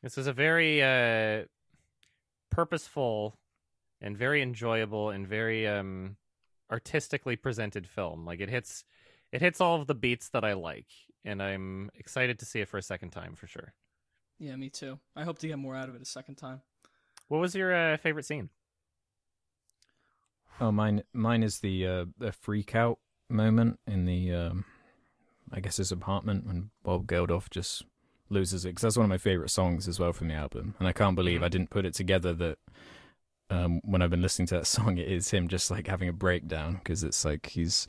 Speaker 1: this was a very uh purposeful and very enjoyable and very um artistically presented film. Like it hits it hits all of the beats that I like and I'm excited to see it for a second time for sure.
Speaker 2: Yeah, me too. I hope to get more out of it a second time.
Speaker 1: What was your uh, favorite scene?
Speaker 3: Oh, mine, mine is the uh, the freak out moment in the, um, I guess his apartment when Bob Geldof just loses it because that's one of my favorite songs as well from the album, and I can't believe
Speaker 1: Mm-hmm.
Speaker 3: I didn't put it together that um, when I've been listening to that <laughs> song, it is him just like having a breakdown because it's like he's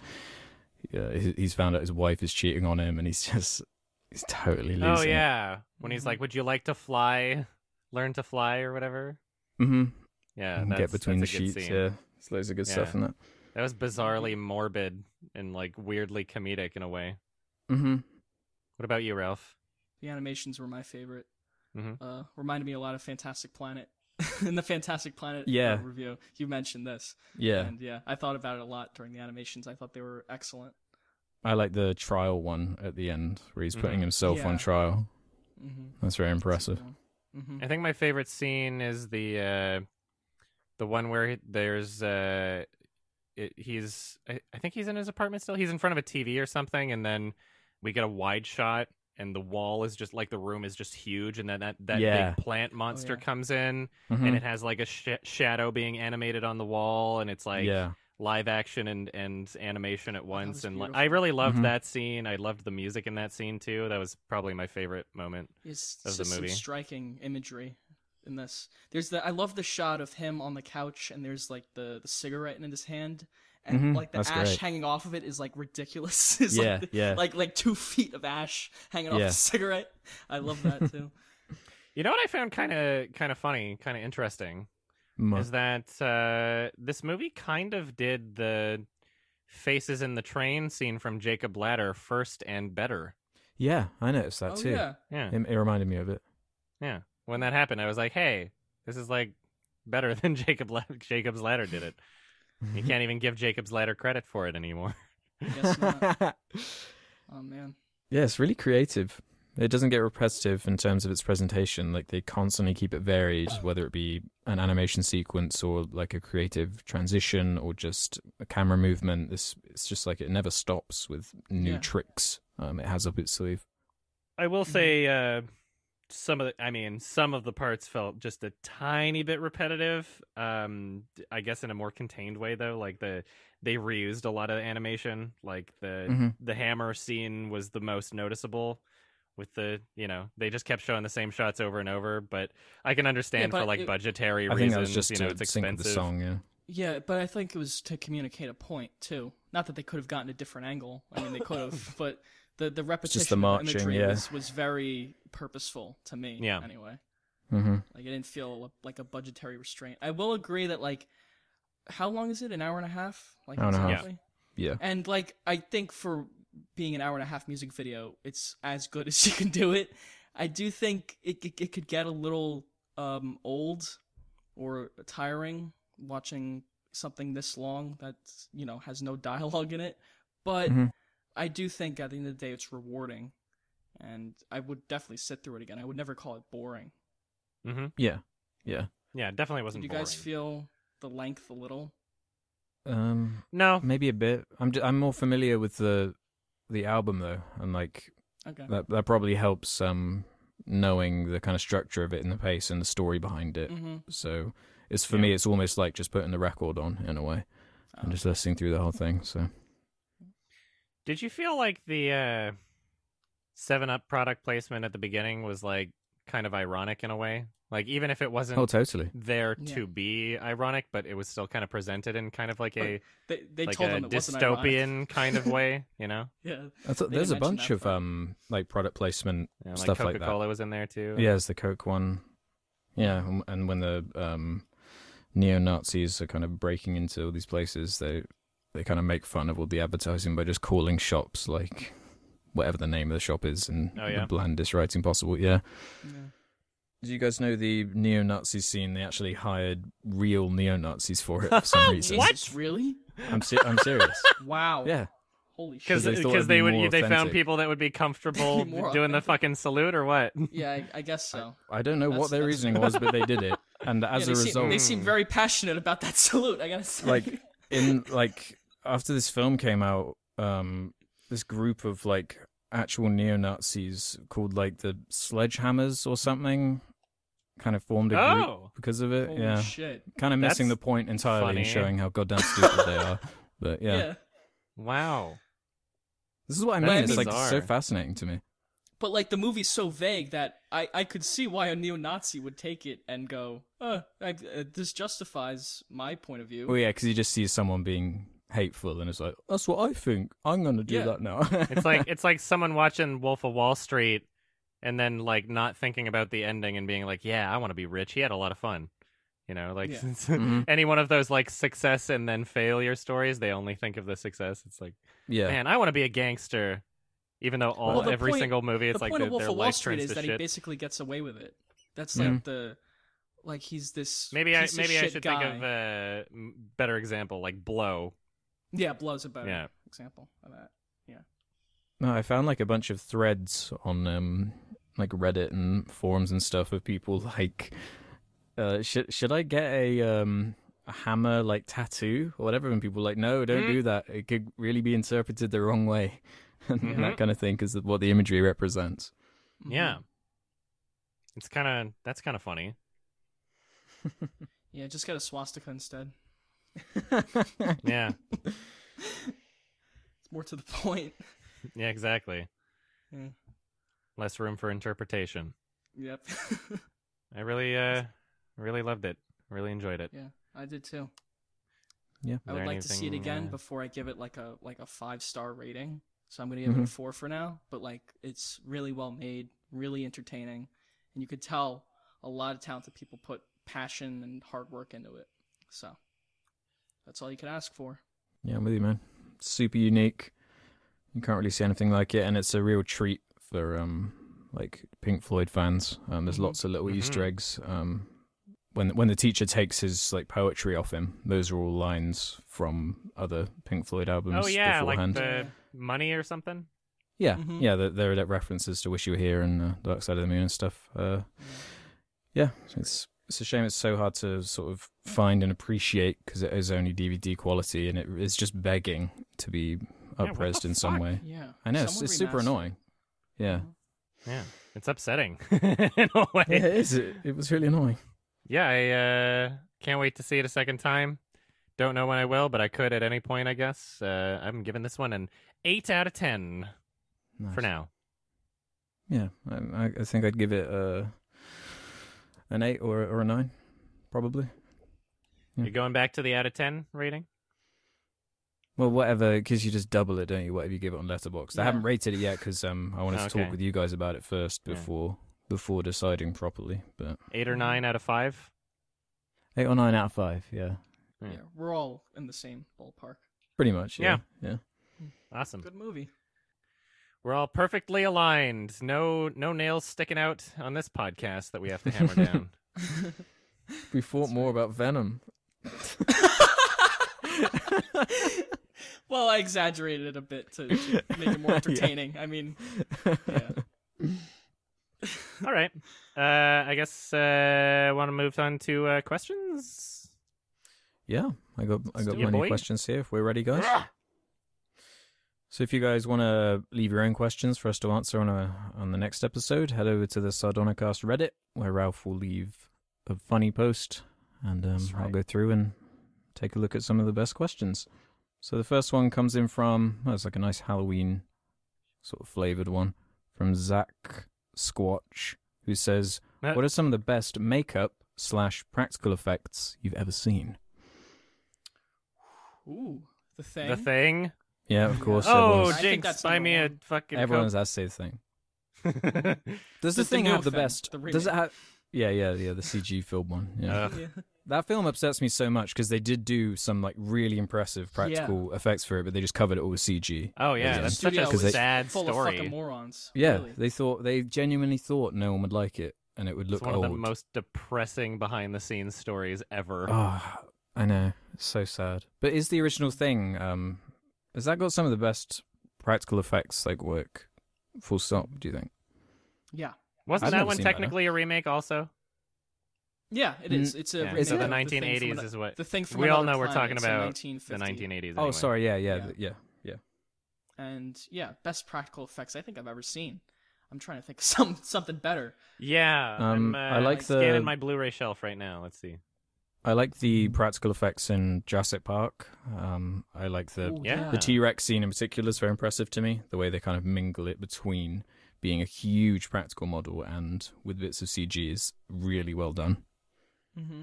Speaker 3: uh, he- he's found out his wife is cheating on him, and he's <laughs> just he's totally losing.
Speaker 1: Oh yeah, when he's
Speaker 3: Mm-hmm.
Speaker 2: Mhm.
Speaker 1: like would you like to fly, learn to fly or whatever?
Speaker 3: hmm
Speaker 1: Yeah, that's,
Speaker 3: get between the
Speaker 1: that's a good
Speaker 3: sheets.
Speaker 1: scene.
Speaker 3: Yeah, there's loads of good
Speaker 1: Yeah.
Speaker 3: stuff in that.
Speaker 1: That was bizarrely morbid and like weirdly comedic in a way.
Speaker 3: hmm
Speaker 1: What about you, Ralph?
Speaker 2: The animations were my favorite.
Speaker 1: Mhm.
Speaker 2: Uh, reminded me a lot of Fantastic Planet. <laughs> In the Fantastic Planet uh,
Speaker 3: Yeah.
Speaker 2: review, you mentioned this,
Speaker 3: Yeah.
Speaker 2: and yeah, I thought about it a lot during the animations. I thought they were excellent.
Speaker 3: I like the trial one at the end where he's putting
Speaker 1: Mhm.
Speaker 3: himself
Speaker 2: Yeah.
Speaker 3: on trial.
Speaker 2: Mm-hmm.
Speaker 3: That's very impressive.
Speaker 2: Mm-hmm.
Speaker 1: I think my favorite scene is the uh, the one where he- there's uh, it, he's I, I think he's in his apartment still. He's in front of a TV or something, and then we get a wide shot, and the wall is just like the room is just huge, and then that that
Speaker 3: Yeah.
Speaker 1: big plant monster
Speaker 2: Oh, yeah.
Speaker 1: comes in,
Speaker 3: Mhm.
Speaker 1: and it has like a sh- shadow being animated on the wall, and it's like <laughs>
Speaker 3: yeah,
Speaker 1: live action and and animation at once,
Speaker 2: was
Speaker 1: and like,
Speaker 2: beautiful.
Speaker 1: I really loved
Speaker 3: Mhm.
Speaker 1: that scene. I loved the music in that scene too. That was probably my favorite moment.
Speaker 2: It's
Speaker 1: of
Speaker 2: just
Speaker 1: the movie.
Speaker 2: some striking imagery in this. There's the I love the shot of him on the couch and there's like the, the cigarette in his hand and
Speaker 3: Mhm,
Speaker 2: like the
Speaker 3: that's
Speaker 2: ash
Speaker 3: great.
Speaker 2: hanging off of it is like ridiculous. <laughs> It's
Speaker 3: Yeah,
Speaker 2: like, the-
Speaker 3: yeah.
Speaker 2: like like two feet of ash hanging off
Speaker 3: Yeah.
Speaker 2: the <laughs> cigarette. I love that too.
Speaker 1: You know what I found kind of kind of funny, kind of interesting.
Speaker 3: Mu-
Speaker 1: is that uh, this movie kind of did the faces in the train scene from Jacob Ladder first and better.
Speaker 3: yeah. I noticed that
Speaker 2: oh
Speaker 3: too.
Speaker 2: yeah.
Speaker 1: Yeah,
Speaker 3: It, it reminded me of it.
Speaker 1: yeah. When that happened, I was like, "Hey, this is like better <laughs> than Jacob La- Jacob's Ladder did it." You
Speaker 3: Mm-hmm.
Speaker 1: can't even give Jacob's Ladder credit for it anymore.
Speaker 2: I <laughs> guess not. Oh man.
Speaker 3: yeah, it's really creative. It doesn't get repetitive in terms of its presentation. Like they constantly keep it varied, whether it be an animation sequence or like a creative transition or just a camera movement. This it's just like it never stops with new
Speaker 2: Yeah.
Speaker 3: tricks. Um, it has up its sleeve.
Speaker 1: I will
Speaker 3: Mm-hmm.
Speaker 2: Mhm.
Speaker 1: say uh, some of the, I mean, some of the parts felt just a tiny bit repetitive. Um, d- I guess in a more contained way though, like the they reused a lot of animation. Like the
Speaker 3: Mhm.
Speaker 1: the hammer scene was the most noticeable. With the you know they just kept showing the same shots over and over, but I can understand
Speaker 2: but
Speaker 1: for like
Speaker 2: it-
Speaker 1: budgetary
Speaker 3: I
Speaker 1: reasons.
Speaker 3: think that was just
Speaker 1: you know,
Speaker 3: to
Speaker 1: it's
Speaker 3: sync with
Speaker 1: expensive.
Speaker 3: the song. Yeah.
Speaker 2: Yeah, but I think it was to communicate a point too. Not that they could have gotten a different angle. I mean, they could have,
Speaker 3: <laughs>
Speaker 2: but the the repetition
Speaker 3: just the
Speaker 2: of
Speaker 3: marching,
Speaker 2: imagery
Speaker 3: yeah.
Speaker 2: was, was very purposeful to me.
Speaker 1: Yeah.
Speaker 2: Anyway,
Speaker 3: Mm-hmm.
Speaker 2: like it didn't feel like a budgetary restraint. I will agree that like, how long is it? An hour and a half? Like
Speaker 3: Hour and a half.
Speaker 2: exactly.
Speaker 3: Yeah.
Speaker 2: And like, I think for being an hour and a half music video, it's as good as <laughs> you can do it. I do think it it, it could get a little um old or tiring watching something this long that you know has no <laughs> dialogue in it. But
Speaker 3: Mhm.
Speaker 2: I do think at the end of the day, it's rewarding, and I would definitely sit through it again. I would never call it boring.
Speaker 1: Mm-hmm.
Speaker 3: Yeah, yeah.
Speaker 1: Yeah, it definitely
Speaker 2: Did
Speaker 1: wasn't.
Speaker 2: you guys
Speaker 1: boring.
Speaker 2: feel the length a little?
Speaker 3: Um,
Speaker 1: No,
Speaker 3: maybe a bit. I'm j- I'm more familiar with the the album though, and like
Speaker 2: Okay.
Speaker 3: that that probably helps um knowing the kind of structure of it and the pace and the story behind it.
Speaker 2: Mm-hmm.
Speaker 3: So it's for
Speaker 1: Yeah.
Speaker 3: me, it's almost like just putting the record on in a way
Speaker 2: Oh.
Speaker 3: and just listening through the whole thing. So
Speaker 1: Did you feel like the uh Seven Up product placement at the beginning was like kind of ironic in a way? Like even if it wasn't
Speaker 3: oh, totally.
Speaker 1: there
Speaker 2: Yeah.
Speaker 1: to be ironic, but it was still kind of presented in kind of like a
Speaker 2: They they
Speaker 1: like
Speaker 2: told
Speaker 1: a
Speaker 2: them it wasn't
Speaker 1: dystopian
Speaker 2: ironic.
Speaker 1: kind
Speaker 2: <laughs>
Speaker 1: of way, you know?
Speaker 2: yeah.
Speaker 3: I thought
Speaker 2: They
Speaker 3: there's a
Speaker 2: didn't mention
Speaker 3: bunch
Speaker 2: that
Speaker 3: of
Speaker 2: part.
Speaker 3: um like product placement.
Speaker 1: You know, like
Speaker 3: Stuff like
Speaker 1: Coca
Speaker 3: that.
Speaker 1: Cola was in there too.
Speaker 3: Yeah, there's the Coke one. Yeah, and- and when the um neo Nazis are kind of breaking into all these places, they they kind of make fun of all the advertising by just calling shops like whatever the name of the shop is and
Speaker 1: Oh, yeah.
Speaker 3: the blandest writing possible. Yeah.
Speaker 2: yeah.
Speaker 3: Do you guys know the neo Nazi scene? They actually hired real neo Nazis for it for
Speaker 2: <laughs>
Speaker 3: some reason.
Speaker 2: Jesus, really?
Speaker 3: I'm se- I'm
Speaker 2: <laughs>
Speaker 3: serious.
Speaker 2: Wow.
Speaker 3: Yeah.
Speaker 2: Holy
Speaker 1: Because
Speaker 2: shit.
Speaker 3: 'Cause they thought
Speaker 1: they,
Speaker 3: it'd be
Speaker 1: would
Speaker 3: more
Speaker 1: they found
Speaker 3: authentic.
Speaker 1: people that would be
Speaker 2: <laughs>
Speaker 1: comfortable
Speaker 2: More
Speaker 1: doing the
Speaker 2: authentic.
Speaker 1: fucking salute or what?
Speaker 2: Yeah, I, I guess so.
Speaker 3: I don't know
Speaker 2: That's-
Speaker 3: what their
Speaker 2: that's-
Speaker 3: reasoning was, but they did it. And
Speaker 2: <laughs> Yeah,
Speaker 3: as
Speaker 2: they,
Speaker 3: a
Speaker 2: seem,
Speaker 3: result,
Speaker 2: they seem very passionate about that <laughs> salute. I gotta say. <laughs>
Speaker 3: Like- in like after this film came out, um, this group of like actual neo Nazis called like the Sledgehammers or something, kind of formed a group
Speaker 1: Oh.
Speaker 3: because of it.
Speaker 2: Holy
Speaker 3: yeah,
Speaker 2: shit.
Speaker 3: kind of missing
Speaker 1: That's
Speaker 3: the point entirely,
Speaker 1: funny.
Speaker 3: and showing how goddamn stupid
Speaker 1: <laughs>
Speaker 3: they are. But yeah.
Speaker 1: Wow.
Speaker 3: this is what I
Speaker 1: That's
Speaker 3: mean. It's like
Speaker 1: bizarre.
Speaker 3: so fascinating to me.
Speaker 2: But like the movie's so vague that I, I could see why a neo-Nazi would take it and go, uh, I, uh, this justifies my point of view.
Speaker 1: Oh,
Speaker 3: Well, yeah, because he just sees someone being hateful, and it's like that's what I think. I'm gonna do
Speaker 2: Yeah.
Speaker 3: that now.
Speaker 1: It's like
Speaker 2: <laughs>
Speaker 1: it's like someone watching Wolf of Wall Street and then like not thinking about the ending and being like, "Yeah, I want to be rich. He had a lot of fun." You know, like
Speaker 2: Yeah.
Speaker 3: Mhm.
Speaker 1: <laughs> any one of those like success and then failure stories, they only think of the success. It's like,
Speaker 3: <laughs> yeah.
Speaker 1: "Man, I want to be a gangster." Even though all
Speaker 2: Well, the
Speaker 1: every
Speaker 2: point-
Speaker 1: single movie it's
Speaker 2: the
Speaker 1: like
Speaker 2: point
Speaker 1: the,
Speaker 2: of Wolf
Speaker 1: their
Speaker 2: of Wall
Speaker 1: life
Speaker 2: Street
Speaker 1: turns
Speaker 2: is
Speaker 1: to
Speaker 2: that he
Speaker 1: shit. Mm-hmm.
Speaker 2: basically gets away with it. That's
Speaker 3: Yeah.
Speaker 2: like the, like he's this.
Speaker 1: Maybe I
Speaker 2: piece of
Speaker 1: maybe I
Speaker 2: shit
Speaker 1: should
Speaker 2: guy.
Speaker 1: think of uh, a better example like Blow.
Speaker 2: Yeah, Blow's a better
Speaker 1: Yeah.
Speaker 2: example of that.
Speaker 3: No, I found like a bunch of threads on um like Reddit and forums and stuff of people like uh should should I get a um a hammer like tattoo or whatever and people were like no don't
Speaker 1: Mhm.
Speaker 3: do that it could really be interpreted the wrong way <laughs> and
Speaker 1: Mhm.
Speaker 3: that kind of thing is what the imagery represents.
Speaker 2: Mhm.
Speaker 1: Yeah. It's kind of that's kind of funny.
Speaker 2: Mm-hmm. Yeah, just get a swastika instead.
Speaker 1: Yeah.
Speaker 2: It's more to the <laughs> point.
Speaker 1: yeah, exactly.
Speaker 2: Yeah.
Speaker 1: Less room for interpretation.
Speaker 2: Yep. <laughs>
Speaker 1: I really, uh, really loved it. Really enjoyed it.
Speaker 2: yeah, I did too. I
Speaker 3: Yeah.
Speaker 1: Is
Speaker 2: would
Speaker 1: there
Speaker 2: like to see it
Speaker 1: anything,
Speaker 2: again
Speaker 1: uh,
Speaker 2: before I give it like a like a five star rating. So I'm gonna give it a
Speaker 3: Mhm.
Speaker 2: four for now. But like it's really well made, really entertaining, and you could tell a lot of talented people put passion and hard work into it. So that's all you could ask for.
Speaker 3: Yeah, I'm with you, man. Super unique. You can't really see anything like it, and it's a real treat for um like Pink Floyd fans. Um, there's
Speaker 1: Mm-hmm.
Speaker 2: Mhm.
Speaker 3: lots of little Easter
Speaker 1: Mhm.
Speaker 3: eggs. Um, when when the teacher takes his like poetry off him, those are all lines from other Pink Floyd albums
Speaker 1: Oh yeah, like
Speaker 3: beforehand.
Speaker 1: the
Speaker 2: Yeah.
Speaker 1: money or something.
Speaker 3: Yeah,
Speaker 1: Mm-hmm.
Speaker 2: Mhm.
Speaker 3: yeah, there, there are references to "Wish You Were Here" and uh, "Dark Side of the Moon" and stuff. Uh, yeah, it's it's a shame it's so hard to sort of find and appreciate because it is only DVD quality and it is just begging to be
Speaker 1: what
Speaker 3: upresed
Speaker 1: the
Speaker 3: in some
Speaker 1: fuck?
Speaker 3: way.
Speaker 2: Yeah.
Speaker 3: I know it's,
Speaker 2: Someone
Speaker 3: it's super
Speaker 2: remaster it.
Speaker 3: annoying. Yeah,
Speaker 1: Mm-hmm.
Speaker 2: Mhm.
Speaker 1: Yeah, it's
Speaker 3: <laughs>
Speaker 1: upsetting <laughs> in a way.
Speaker 3: yeah, it is. It, it was really annoying.
Speaker 1: Yeah, I uh, can't wait to see it a second time. Don't know when I will, but I could at any point, I guess. Uh, I'm giving this one an eight out of ten for
Speaker 3: Nice.
Speaker 1: now.
Speaker 3: Yeah, I, I- I think I'd give it a an eight or or a nine, probably. Yeah.
Speaker 1: You're going back to the out of ten rating.
Speaker 3: Well, whatever, because you just double it, don't you? Whatever you give it on Letterboxd. I
Speaker 2: Yeah.
Speaker 3: haven't rated it yet because um, I wanted to
Speaker 1: Okay.
Speaker 3: talk with you guys about it first
Speaker 1: Yeah.
Speaker 3: before before deciding properly. But
Speaker 1: Eight
Speaker 2: Mm-hmm.
Speaker 1: or nine out of five.
Speaker 3: eight or nine out of five, yeah,
Speaker 1: Yeah.
Speaker 2: Yeah, we're all in the same ballpark.
Speaker 3: pretty much. Yeah, yeah.
Speaker 1: Awesome.
Speaker 2: Good
Speaker 3: <laughs>
Speaker 2: movie. <laughs>
Speaker 1: We're all perfectly aligned. No, no nails sticking out on this podcast that we have to hammer down.
Speaker 3: we thought more about Venom.
Speaker 2: Well, I exaggerated it a bit to, to make
Speaker 3: <laughs>
Speaker 2: it more entertaining. I mean, yeah.
Speaker 1: All right. Uh, I guess uh, want to move on to uh, questions.
Speaker 3: Yeah, I got I
Speaker 1: Let's
Speaker 3: got
Speaker 1: do it,
Speaker 3: plenty
Speaker 1: boy.
Speaker 3: of questions here if we're ready, guys. So if you guys want to leave your own questions for us to answer on a on the next episode, head over to the Sardonicast Reddit where Ralph will leave a funny post, and um,
Speaker 1: That's
Speaker 3: I'll
Speaker 1: right.
Speaker 3: go through and take a look at some of the best questions. So the first one comes in from well, it's like a nice Halloween sort of flavored one from Zach Squatch, who says,
Speaker 1: Uh,
Speaker 3: "What are some of the best makeup slash practical effects you've ever seen?"
Speaker 2: Ooh, the thing.
Speaker 1: The thing.
Speaker 3: Yeah, of course.
Speaker 1: Oh,
Speaker 3: everyone's-
Speaker 2: I think
Speaker 1: Jinx!
Speaker 2: that's
Speaker 1: Buy
Speaker 2: number
Speaker 1: me a
Speaker 2: one.
Speaker 1: fucking.
Speaker 3: Everyone's that's the thing.
Speaker 1: Coke.
Speaker 3: <laughs> Does the,
Speaker 2: The- the
Speaker 3: thing
Speaker 2: new
Speaker 3: have the
Speaker 2: thing,
Speaker 3: best?
Speaker 2: the
Speaker 3: does it
Speaker 2: remake.
Speaker 3: have? Yeah, yeah, yeah. The CG film one. Yeah,
Speaker 1: Ugh. <laughs>
Speaker 2: Yeah.
Speaker 3: that film upsets me so much because they did do some like really impressive practical effects for it, but they just covered it all with CG.
Speaker 1: oh yeah,
Speaker 3: Yeah.
Speaker 1: that's such a
Speaker 2: Studio
Speaker 3: was
Speaker 1: sad
Speaker 2: Full of
Speaker 1: story.
Speaker 2: fucking morons.
Speaker 3: Yeah,
Speaker 2: really.
Speaker 3: they thought they genuinely thought no one would like it and it would look oh.
Speaker 1: it's one
Speaker 3: old.
Speaker 1: of the most depressing behind the scenes stories ever.
Speaker 3: Ah, I know, it's so sad. But is the original thing? Um, has that got some of the best practical effects like work? Full stop. Do you think?
Speaker 2: yeah.
Speaker 1: Wasn't
Speaker 3: I've
Speaker 1: that
Speaker 3: never
Speaker 1: one
Speaker 3: seen that.
Speaker 1: technically a remake also?
Speaker 2: Yeah, it is. It's a
Speaker 1: Yeah,
Speaker 2: remake
Speaker 3: so
Speaker 2: of
Speaker 3: the
Speaker 2: thing from
Speaker 1: 1980s
Speaker 2: ano-
Speaker 1: is what-
Speaker 2: the thing from
Speaker 1: we all
Speaker 2: another
Speaker 1: know we're
Speaker 2: planet,
Speaker 1: talking
Speaker 2: so
Speaker 1: about
Speaker 2: 1950.
Speaker 1: The 1980s.
Speaker 3: Oh,
Speaker 1: anyway.
Speaker 3: sorry. Yeah, yeah,
Speaker 2: Yeah.
Speaker 3: th- yeah, yeah.
Speaker 2: And yeah, best practical effects I think I've ever seen. I'm trying to think of <laughs> some something better.
Speaker 1: Yeah, I'm,
Speaker 3: Um, I
Speaker 1: uh,
Speaker 3: like the-
Speaker 1: scanning my Blu-ray shelf right now. Let's see.
Speaker 3: I like
Speaker 2: Mm.
Speaker 3: the practical effects in Jurassic Park. Um, I like the
Speaker 2: Ooh,
Speaker 1: yeah.
Speaker 3: the T Rex scene in particular is very impressive to me. The way they kind of mingle it between being a huge practical model and with bits of CG is really
Speaker 2: <laughs>
Speaker 3: well done.
Speaker 2: Mm-hmm.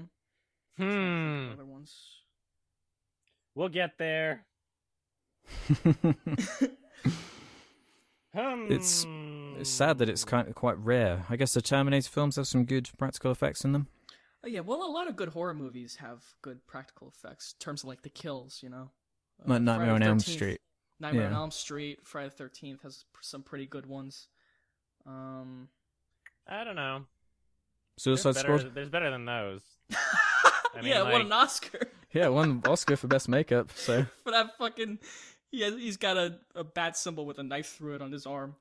Speaker 1: Hmm.
Speaker 2: Other ones.
Speaker 1: We'll get there. Hmm.
Speaker 3: It's- it's sad that it's kind of quite rare. I guess the Terminator films have some good practical effects in them.
Speaker 2: Oh, yeah, well, a lot of good horror movies have good practical effects in terms of like the kills, you know. Uh,
Speaker 3: Like Nightmare on
Speaker 2: Friday the
Speaker 3: Elm
Speaker 2: 13th
Speaker 3: Street.
Speaker 2: Nightmare on
Speaker 3: Yeah.
Speaker 2: Elm Street, Friday the Thirteenth has p- some pretty good ones. Um,
Speaker 1: I don't know. There's
Speaker 3: Suicide
Speaker 1: better,
Speaker 3: Squad.
Speaker 1: there's better than those. I mean,
Speaker 2: yeah, won
Speaker 1: like-
Speaker 2: an Oscar
Speaker 3: Yeah, won Oscar for best makeup.
Speaker 2: <laughs>
Speaker 3: So
Speaker 2: for that fucking. He has, he's got a, a bat symbol with a knife through it on his arm.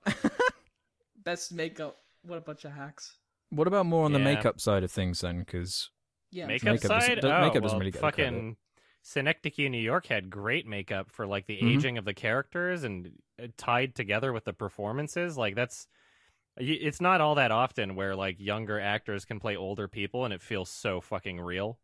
Speaker 2: Best makeup. What a bunch of hacks.
Speaker 3: what about more on the
Speaker 1: Yeah.
Speaker 3: makeup side of things then? Because
Speaker 2: Yeah,
Speaker 1: Makeup,
Speaker 3: Makeup doesn't-
Speaker 1: side?
Speaker 3: do-
Speaker 1: oh,
Speaker 3: makeup doesn't
Speaker 1: well,
Speaker 3: really get the
Speaker 1: fucking Synecdoche, New York had great makeup for like the
Speaker 3: Mhm.
Speaker 1: aging of the characters and uh, tied together with the performances. Like that's y- it's not all that often where like younger actors can play older people and it feels so fucking real.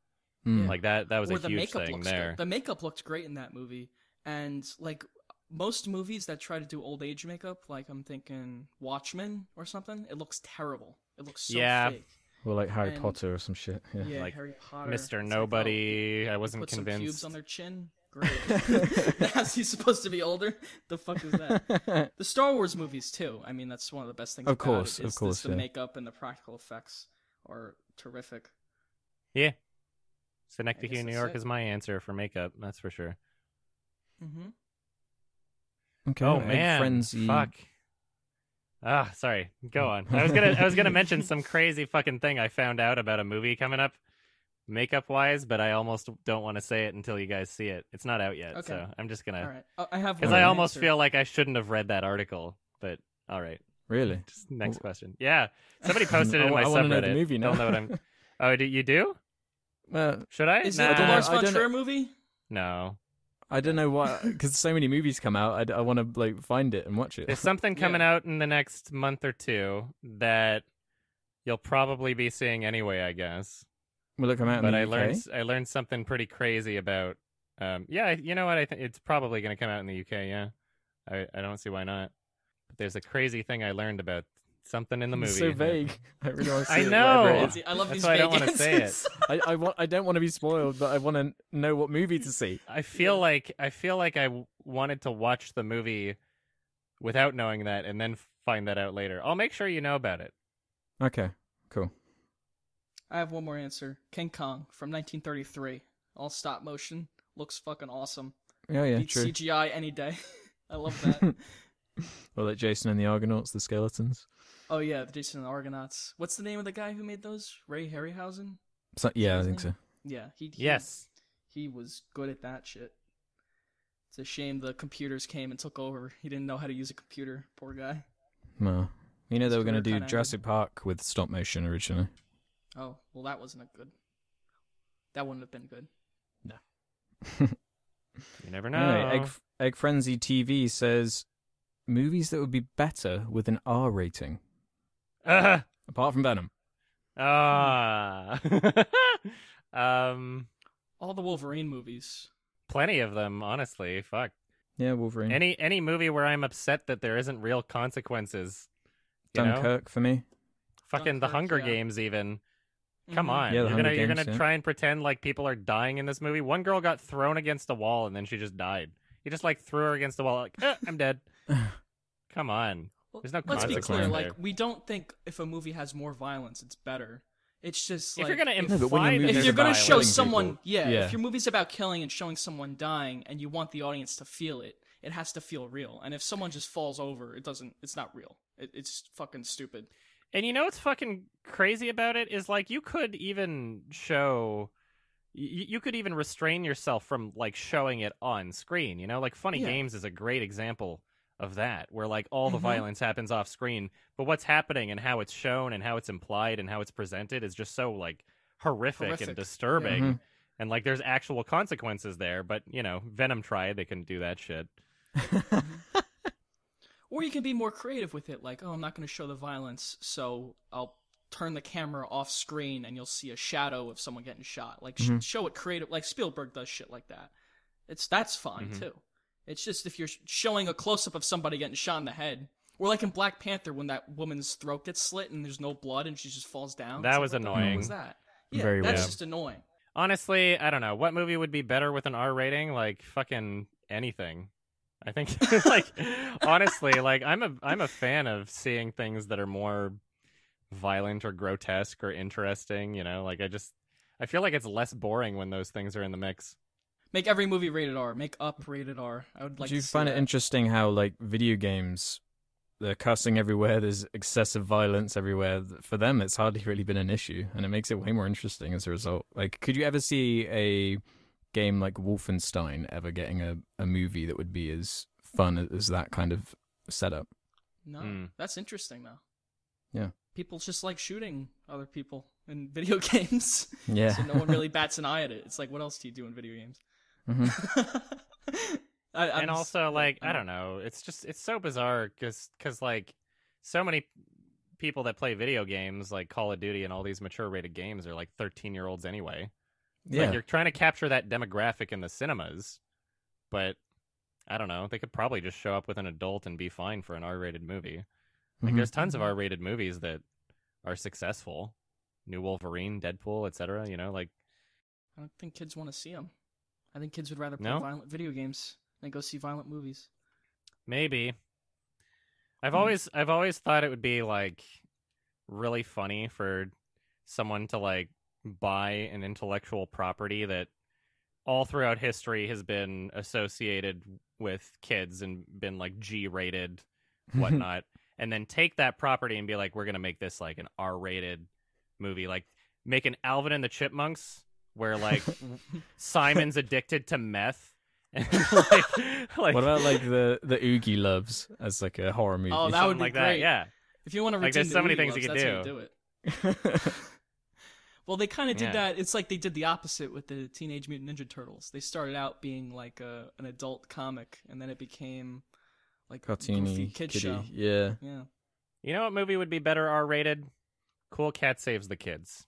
Speaker 3: mm,
Speaker 1: Like that that was
Speaker 2: or
Speaker 1: a
Speaker 2: the
Speaker 1: huge
Speaker 2: makeup
Speaker 1: thing
Speaker 2: looks
Speaker 1: there.
Speaker 2: Good. The makeup looked great in that movie, and like most movies that try to do old age makeup, like I'm thinking Watchmen or something, it looks terrible. It looks so
Speaker 1: Yeah.
Speaker 2: fake.
Speaker 3: or like Harry
Speaker 2: and-
Speaker 3: Potter or some shit. Yeah.
Speaker 2: Yeah,
Speaker 1: like
Speaker 2: Harry Potter, It's like,
Speaker 1: Mr.
Speaker 2: oh,
Speaker 1: Nobody, I wasn't
Speaker 2: put some
Speaker 1: convinced.
Speaker 2: pubes on their chin. Great. <laughs> That's he's supposed to be older. The fuck is
Speaker 3: <laughs>
Speaker 2: that? the Star Wars movies too. I mean, that's one of the best things.
Speaker 3: Of
Speaker 2: about
Speaker 3: course,
Speaker 2: it,
Speaker 3: of
Speaker 2: is- is
Speaker 3: course,
Speaker 2: The
Speaker 3: yeah.
Speaker 2: makeup and the practical effects are terrific.
Speaker 1: Yeah.
Speaker 2: I guess
Speaker 1: Synecdoche, New
Speaker 2: that's
Speaker 1: York
Speaker 2: it.
Speaker 1: is my answer for makeup, that's for sure.
Speaker 2: Mm-hmm.
Speaker 3: Okay,
Speaker 1: Oh
Speaker 3: Egg
Speaker 1: man,
Speaker 3: Frenzy.
Speaker 1: fuck. Ah, sorry. Go
Speaker 3: Oh.
Speaker 1: on. I was gonna I was
Speaker 3: <laughs>
Speaker 1: gonna mention some crazy fucking thing I found out about a movie coming up, makeup wise, but I almost don't want to say it until you guys see it. It's not out yet,
Speaker 2: Okay.
Speaker 1: so I'm just
Speaker 2: All
Speaker 1: gonna
Speaker 2: right. Oh, I have
Speaker 1: because
Speaker 2: one
Speaker 1: I
Speaker 2: more
Speaker 1: almost
Speaker 2: answer.
Speaker 1: feel like I shouldn't have read that article. But all right,
Speaker 3: Really?
Speaker 1: just next
Speaker 3: Well-
Speaker 1: question. Yeah, somebody posted it
Speaker 3: <laughs> I
Speaker 1: in
Speaker 3: wa-
Speaker 1: my
Speaker 3: I wanna know
Speaker 1: subreddit.
Speaker 3: the movie now.
Speaker 1: Don't know what
Speaker 3: <laughs>
Speaker 1: I'm. Oh, do you do?
Speaker 3: Uh,
Speaker 1: Should I?
Speaker 2: Is
Speaker 1: nah.
Speaker 2: it the Lars
Speaker 3: I
Speaker 2: von
Speaker 3: don't know.
Speaker 2: Trier movie?
Speaker 1: No.
Speaker 3: I don't know why, because so many movies come out. I d- I, want to like find it and watch
Speaker 1: There's
Speaker 3: it. <laughs>
Speaker 1: something coming out in the next month or two that you'll probably be seeing anyway, I guess.
Speaker 3: Will it come out?
Speaker 1: but
Speaker 3: in the
Speaker 1: I
Speaker 3: UK?
Speaker 1: learned I learned something pretty crazy about. Um, yeah, I- you know what? I think it's probably going to come out in the UK. Yeah, I I don't see why not. But there's a crazy thing I learned about something in the movie.
Speaker 3: It's so vague. <laughs> I really want to see
Speaker 1: I
Speaker 3: it,
Speaker 1: know.
Speaker 3: whatever it
Speaker 2: It's-
Speaker 3: is.
Speaker 2: I love
Speaker 1: That's
Speaker 2: these
Speaker 1: why I
Speaker 2: vague
Speaker 1: don't wanna say
Speaker 2: answers.
Speaker 3: I, I want. I don't want to be spoiled, but I want to know what movie to see.
Speaker 1: I feel like I feel like I w- wanted to watch the movie without knowing that, and then find that out later. I'll make sure you know about it.
Speaker 3: Okay. Cool.
Speaker 2: <laughs> I have one more answer. King Kong from 1933. All stop motion. Looks fucking awesome.
Speaker 3: Yeah. Yeah.
Speaker 2: Beats
Speaker 3: True.
Speaker 2: CGI any day. <laughs> I love
Speaker 3: <laughs>
Speaker 2: that.
Speaker 3: Well, like Jason and the Argonauts, the skeletons.
Speaker 2: oh yeah, the Jason and the Argonauts. What's the name of the guy who made those? Ray Harryhausen.
Speaker 3: So, yeah, I
Speaker 2: his
Speaker 3: think
Speaker 2: name?
Speaker 3: so.
Speaker 2: Yeah, he, he
Speaker 1: Yes.
Speaker 2: he was good at that shit. It's a shame the computers came and took over. He didn't know how to use a computer. Poor guy.
Speaker 3: Well, you know they
Speaker 2: His
Speaker 3: were going
Speaker 2: career
Speaker 3: to do
Speaker 2: kinda ended.
Speaker 3: Jurassic Park with stop motion originally.
Speaker 2: Oh well, that wasn't a good. That wouldn't have been good.
Speaker 1: You never know.
Speaker 3: Anyway, Egg, Egg Frenzy TV says movies that would be better with an R rating,
Speaker 1: <laughs> Ugh.
Speaker 3: apart from Venom.
Speaker 1: Ah. <laughs> um,
Speaker 2: All the Wolverine movies.
Speaker 1: plenty of them, honestly. Fuck.
Speaker 3: Yeah, Wolverine.
Speaker 1: Any any movie where I'm upset that there isn't real consequences. You know?
Speaker 3: Dunkirk for me. <laughs>
Speaker 1: Fucking The
Speaker 2: Dunkirk,
Speaker 1: Hunger
Speaker 2: yeah.
Speaker 1: Games, even. Come
Speaker 2: Mhm.
Speaker 1: on,
Speaker 3: Yeah, The
Speaker 1: you're gonna
Speaker 3: Hunger
Speaker 1: you're
Speaker 3: Games,
Speaker 1: gonna
Speaker 3: yeah.
Speaker 1: try and pretend like people are dying in this movie. One girl got thrown against a wall and then she just died. You just like threw her against the wall, like "Eh, I'm
Speaker 3: <laughs>
Speaker 1: dead. Come on,
Speaker 2: Well,
Speaker 1: There's no
Speaker 2: Let's be clear.
Speaker 1: consequence
Speaker 2: Like
Speaker 1: there.
Speaker 2: we don't think if a movie has more violence, it's better. It's just
Speaker 1: if
Speaker 2: like
Speaker 1: you're gonna
Speaker 2: if,
Speaker 1: imply
Speaker 3: No, but when your
Speaker 1: that
Speaker 3: movie
Speaker 2: if
Speaker 1: there's
Speaker 2: you're gonna
Speaker 1: violence-
Speaker 2: show
Speaker 3: killing
Speaker 2: someone,
Speaker 3: people.
Speaker 2: yeah,
Speaker 3: Yeah.
Speaker 2: if your movie's about killing and showing someone dying, and you want the audience to feel it, it has to feel real. And if someone just falls over, it doesn't. It's not real. It, it's fucking stupid.
Speaker 1: And you know what's fucking crazy about it is like you could even show you, you could even restrain yourself from like showing it on screen, you know? Like Funny
Speaker 2: Yeah.
Speaker 1: Games is a great example of that where like all the
Speaker 2: Mhm.
Speaker 1: violence happens off screen, but what's happening and how it's shown and how it's implied and how it's presented is just so like horrific,
Speaker 2: Horrific. Mm-hmm.
Speaker 1: and disturbing.
Speaker 3: Mhm.
Speaker 1: And like there's actual consequences there, but you know, Venom tried, they couldn't do that shit.
Speaker 2: Or you can be more creative with it, like, oh, I'm not going to show the violence, so I'll turn the camera off screen and you'll see a shadow of someone getting shot. Like, sh-
Speaker 1: Mm-hmm.
Speaker 3: Mhm.
Speaker 2: show it creative. Like Spielberg does shit like that. It's that's fine
Speaker 1: Mhm.
Speaker 2: too. It's just if you're sh- showing a close up of somebody getting shot in the head, or like in Black Panther when that woman's throat gets slit and there's no blood and she just falls down.
Speaker 1: That
Speaker 2: It's
Speaker 1: was
Speaker 2: like, what the hell
Speaker 1: annoying.
Speaker 2: was that? Yeah,
Speaker 3: Very
Speaker 2: that's
Speaker 1: weird.
Speaker 2: just annoying.
Speaker 1: Honestly, I don't know. What movie would be better with an R rating? Like fucking anything. I think <laughs> like
Speaker 2: <laughs>
Speaker 1: honestly, like I'm a I'm a fan of seeing things that are more violent or grotesque or interesting, you know? Like I just I feel like it's less boring when those things are in the mix.
Speaker 2: Make every movie rated R. Make Up rated R. I would like.
Speaker 3: Do you
Speaker 2: to see
Speaker 3: find it
Speaker 2: that.
Speaker 3: interesting how like video games, they're cussing everywhere. There's excessive violence everywhere. For them, it's hardly really been an issue, and it makes it way more interesting as a result. Like, could you ever see a game like Wolfenstein ever getting a, a movie that would be as fun as that kind of setup?
Speaker 2: No,
Speaker 1: Hmm.
Speaker 2: that's interesting though.
Speaker 3: Yeah.
Speaker 2: people just like shooting other people in <laughs> video games,
Speaker 3: Yeah.
Speaker 2: so no one really bats an eye at it. It's like, what else do you do in video games?
Speaker 3: Mhm.
Speaker 2: <laughs> I, I'm
Speaker 1: and
Speaker 2: s-
Speaker 1: also like I
Speaker 2: I'm-
Speaker 1: don't know, it's just it's so bizarre cuz cuz like so many people that play video games like Call of Duty and all these mature rated games are like 13-year-olds anyway. It's
Speaker 3: <laughs> Yeah.
Speaker 1: Like you're trying to capture that demographic in the cinemas, but I don't know. They could probably just show up with an adult and be fine for an R-rated movie. Like
Speaker 3: Mhm.
Speaker 1: there's tons of R-rated movies that are successful. New Wolverine, Deadpool, etc. You know, like
Speaker 2: I don't think kids want to see them. I think kids would rather play
Speaker 1: No?
Speaker 2: violent video games than go see violent movies.
Speaker 1: maybe. I've
Speaker 2: Hmm.
Speaker 1: always I've always thought it would be like really funny for someone to like buy an intellectual property that all throughout history has been associated with kids and been like G
Speaker 3: <laughs>
Speaker 1: rated whatnot, and then take that property and be like, we're gonna make this like an R rated movie, like make an Alvin and the Chipmunks where
Speaker 3: <laughs>
Speaker 1: like Simon's addicted to meth. <laughs>
Speaker 3: <laughs>
Speaker 1: And, like,
Speaker 2: <laughs>
Speaker 1: like,
Speaker 3: what about like the the Oogie Loves as like a horror movie?
Speaker 2: Oh, that
Speaker 1: something
Speaker 2: would be
Speaker 1: like that?
Speaker 2: great.
Speaker 1: Yeah,
Speaker 2: If you want to
Speaker 1: Like, there's
Speaker 2: redeem the
Speaker 1: so many
Speaker 2: Oogie
Speaker 1: things you
Speaker 2: Loves,
Speaker 1: could
Speaker 2: that's how
Speaker 1: do.
Speaker 2: do it. Well, they kind of did
Speaker 1: Yeah.
Speaker 2: that. It's like they did the opposite with the Teenage Mutant Ninja Turtles. They started out being like a, an adult comic, and then it became like a goofy
Speaker 3: <laughs> cartoony
Speaker 2: kid
Speaker 3: kiddie.
Speaker 2: show.
Speaker 3: Yeah.
Speaker 2: Yeah,
Speaker 1: You know what movie would be better R rated? Cool Cat Saves the Kids.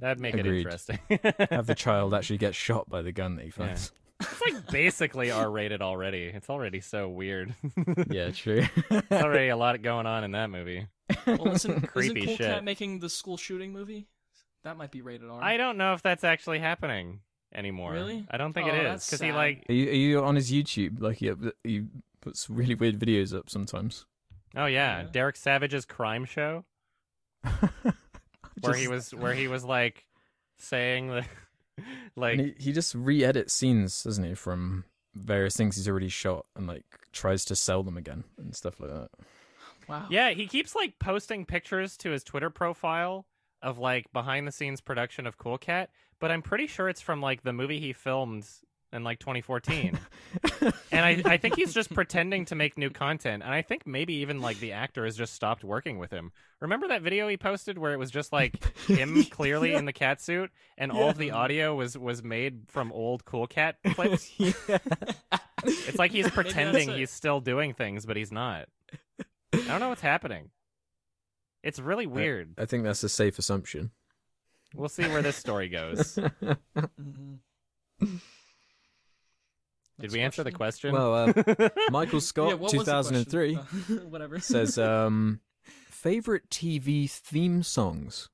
Speaker 1: That'd make
Speaker 3: Agreed.
Speaker 1: it interesting. <laughs>
Speaker 3: Have the
Speaker 2: <laughs>
Speaker 3: child actually get shot by the gun that he finds.
Speaker 1: it's like basically R rated already. It's already so weird. <laughs>
Speaker 3: Yeah, true. <laughs>
Speaker 1: There's already a lot going on in that movie.
Speaker 2: Well, isn't,
Speaker 1: Creepy
Speaker 2: isn't Cool
Speaker 1: shit.
Speaker 2: Cat making the school shooting movie? That might be rated R.
Speaker 1: I don't know if that's actually happening anymore.
Speaker 2: Really?
Speaker 1: I don't think
Speaker 2: Oh,
Speaker 1: it is
Speaker 2: that's
Speaker 1: because he
Speaker 2: sad.
Speaker 1: like.
Speaker 3: Are you, are you on his YouTube? Like he, up, he puts really weird videos up sometimes.
Speaker 1: Oh yeah,
Speaker 2: Yeah.
Speaker 1: Derek Savage's crime
Speaker 3: <laughs>
Speaker 1: show where he
Speaker 3: Just-
Speaker 1: was where he was like saying the <laughs> like
Speaker 3: and he, he just re-edits scenes, doesn't he, from various things he's already shot and like tries to sell them again and stuff like that.
Speaker 2: Wow. <laughs>
Speaker 1: yeah he keeps like posting pictures to his Twitter profile of like behind the scenes production of Cool Cat, but I'm pretty sure it's from like the movie he filmed in like
Speaker 2: <laughs>
Speaker 1: 2014. and I, I think he's just pretending to make new content. And I think maybe even like the actor has just stopped working with him. Remember that video he posted where it was just like
Speaker 2: <laughs>
Speaker 1: him clearly in the cat suit and all of the audio was was made from old Cool Cat
Speaker 2: <laughs>
Speaker 1: clips? It's like he's pretending
Speaker 2: it.
Speaker 1: he's still doing things, but he's not. I don't know what's happening. It's really weird.
Speaker 3: I think that's a safe assumption.
Speaker 1: We'll see where this story
Speaker 2: <laughs>
Speaker 1: goes.
Speaker 2: Mm-hmm.
Speaker 1: Did we answer the question?
Speaker 2: <laughs>
Speaker 3: Well, uh, Michael Scott,
Speaker 2: Yeah, what was the
Speaker 3: 2003,
Speaker 2: question? Uh, <laughs> Whatever.
Speaker 3: says um, favorite TV theme songs.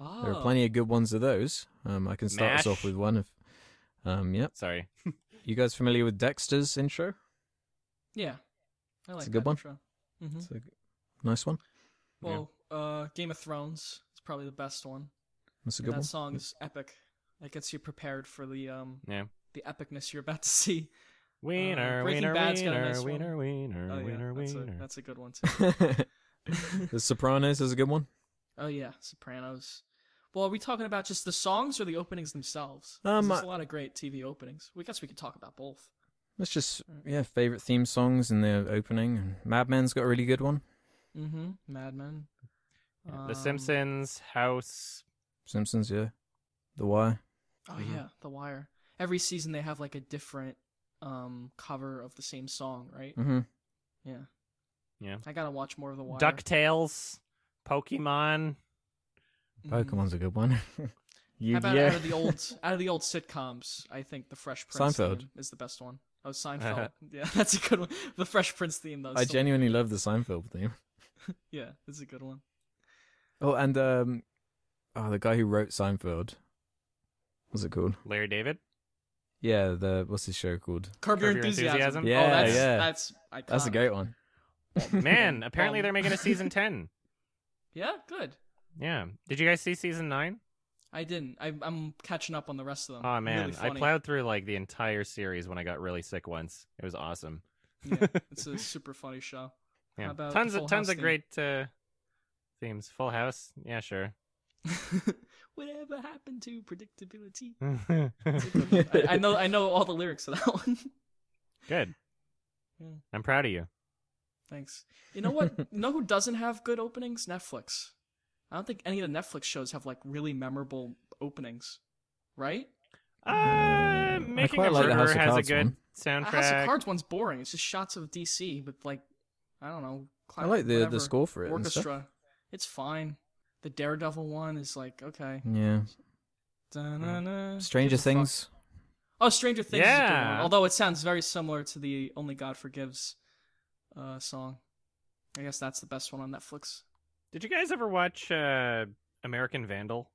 Speaker 2: oh.
Speaker 3: There are plenty of good ones of those. Um, I can start us
Speaker 1: Mash.
Speaker 3: off with one. If um, yep,
Speaker 1: <laughs>
Speaker 2: uh,
Speaker 1: Sorry.
Speaker 3: you guys familiar with Dexter's intro?
Speaker 2: Yeah.
Speaker 4: I
Speaker 3: It's a good
Speaker 4: that
Speaker 3: one.
Speaker 4: intro.
Speaker 2: hmm
Speaker 3: It's a nice one.
Speaker 2: Well, uh, Game of Thrones is probably the best one.
Speaker 3: That's a
Speaker 2: And
Speaker 3: good
Speaker 2: that
Speaker 3: one.
Speaker 2: song is epic. That gets you prepared for the um
Speaker 1: Yeah.
Speaker 2: the epicness you're about to see.
Speaker 1: Wiener,
Speaker 2: Breaking
Speaker 1: wiener,
Speaker 2: Bad's got a
Speaker 1: wiener,
Speaker 2: nice one.
Speaker 1: wiener, wiener,
Speaker 2: oh yeah,
Speaker 1: wiener,
Speaker 2: that's,
Speaker 1: wiener.
Speaker 2: A, that's
Speaker 1: <laughs>
Speaker 2: a good one too.
Speaker 3: <laughs>
Speaker 2: <laughs>
Speaker 3: the Sopranos is a good one.
Speaker 2: Oh yeah, Sopranos. Well, are we talking about just the songs or the openings themselves? 'Cause
Speaker 3: Um,
Speaker 2: there's
Speaker 3: I-
Speaker 2: a lot of great TV openings. We guess we could talk about both.
Speaker 3: That's just yeah, favorite theme songs in the opening. And Mad Men's got a really good one.
Speaker 2: Mm-hmm. Mad Men.
Speaker 1: Yeah.
Speaker 2: Um,
Speaker 1: the Simpsons, House.
Speaker 3: Simpsons, yeah. The Wire.
Speaker 2: Oh
Speaker 1: Mhm.
Speaker 2: yeah, The Wire. Every season they have like a different um cover of the same song, right?
Speaker 1: Mm.
Speaker 3: Mm-hmm.
Speaker 2: Yeah.
Speaker 1: Yeah.
Speaker 2: I gotta watch more of The Wire.
Speaker 1: DuckTales, Pokemon.
Speaker 2: Mhm.
Speaker 3: Pokemon's a good one. <laughs>
Speaker 2: How
Speaker 3: you,
Speaker 2: about out of
Speaker 1: <laughs>
Speaker 2: the old out of the old sitcoms? I think the Fresh Prince
Speaker 3: Seinfeld.
Speaker 2: theme is the best one. Oh,
Speaker 1: Uh-huh.
Speaker 2: Seinfeld. yeah, <laughs> that's a good one. The Fresh Prince theme though. is
Speaker 3: I
Speaker 2: still-
Speaker 3: genuinely love the Seinfeld theme.
Speaker 2: yeah, it's a good one.
Speaker 3: Oh, and um, oh, the guy who wrote Seinfeld. What's it called?
Speaker 1: Larry David.
Speaker 3: Yeah, the what's his show called?
Speaker 2: Curb, Your
Speaker 1: Curb Your
Speaker 2: Enthusiasm.
Speaker 1: Enthusiasm?
Speaker 2: Oh,
Speaker 3: Yeah,
Speaker 2: that's,
Speaker 3: yeah.
Speaker 2: That's iconic.
Speaker 3: That's a great one.
Speaker 2: <laughs>
Speaker 3: <laughs>
Speaker 1: Man, apparently
Speaker 2: Um,
Speaker 1: they're making a
Speaker 2: <laughs>
Speaker 1: season 10.
Speaker 2: Yeah, good.
Speaker 1: Yeah. Did you guys see season 9?
Speaker 2: I didn't. I, I'm catching up on the rest of them.
Speaker 1: Oh, man.
Speaker 2: Um, really
Speaker 1: I
Speaker 2: funny.
Speaker 1: plowed through like the entire series when I got really sick once. It was awesome. <laughs>
Speaker 2: yeah, it's a super funny show. <laughs>
Speaker 1: Yeah.
Speaker 2: How about
Speaker 1: Tons
Speaker 2: the
Speaker 1: of
Speaker 2: Full
Speaker 1: tons
Speaker 2: House
Speaker 1: of
Speaker 2: theme?
Speaker 1: great uh, themes. Full House. Yeah, sure.
Speaker 2: Whatever happened to predictability?
Speaker 1: <laughs> Good.
Speaker 2: <laughs> I, I know. I know all the lyrics to that <laughs> one. Yeah.
Speaker 1: I'm proud of you.
Speaker 2: Thanks. You know what? you know who doesn't have good openings? Netflix. I don't think any of the Netflix shows have like really memorable openings, right?
Speaker 1: Uh, Making
Speaker 3: quite
Speaker 1: a
Speaker 3: like the
Speaker 1: Murderer
Speaker 3: House
Speaker 1: has
Speaker 3: of
Speaker 1: a
Speaker 3: Cards
Speaker 1: good
Speaker 3: one.
Speaker 2: A
Speaker 1: soundtrack.
Speaker 2: House of Cards one's boring. It's just shots of DC with like, I don't know.
Speaker 3: <laughs> I
Speaker 2: cla-
Speaker 3: like the
Speaker 2: whatever,
Speaker 3: the score for it. and stuff.
Speaker 2: Orchestra. It's fine. The Daredevil one is like okay.
Speaker 3: Yeah,
Speaker 2: Da-na-na.
Speaker 3: Mm-hmm. Stranger
Speaker 2: Gives a fuck.
Speaker 3: Things.
Speaker 2: Oh, Stranger Things. is a good one,
Speaker 1: Yeah.
Speaker 2: Although it sounds very similar to the Only God Forgives uh, song. I guess that's the best one on Netflix.
Speaker 1: Did you guys ever watch uh, American Vandal?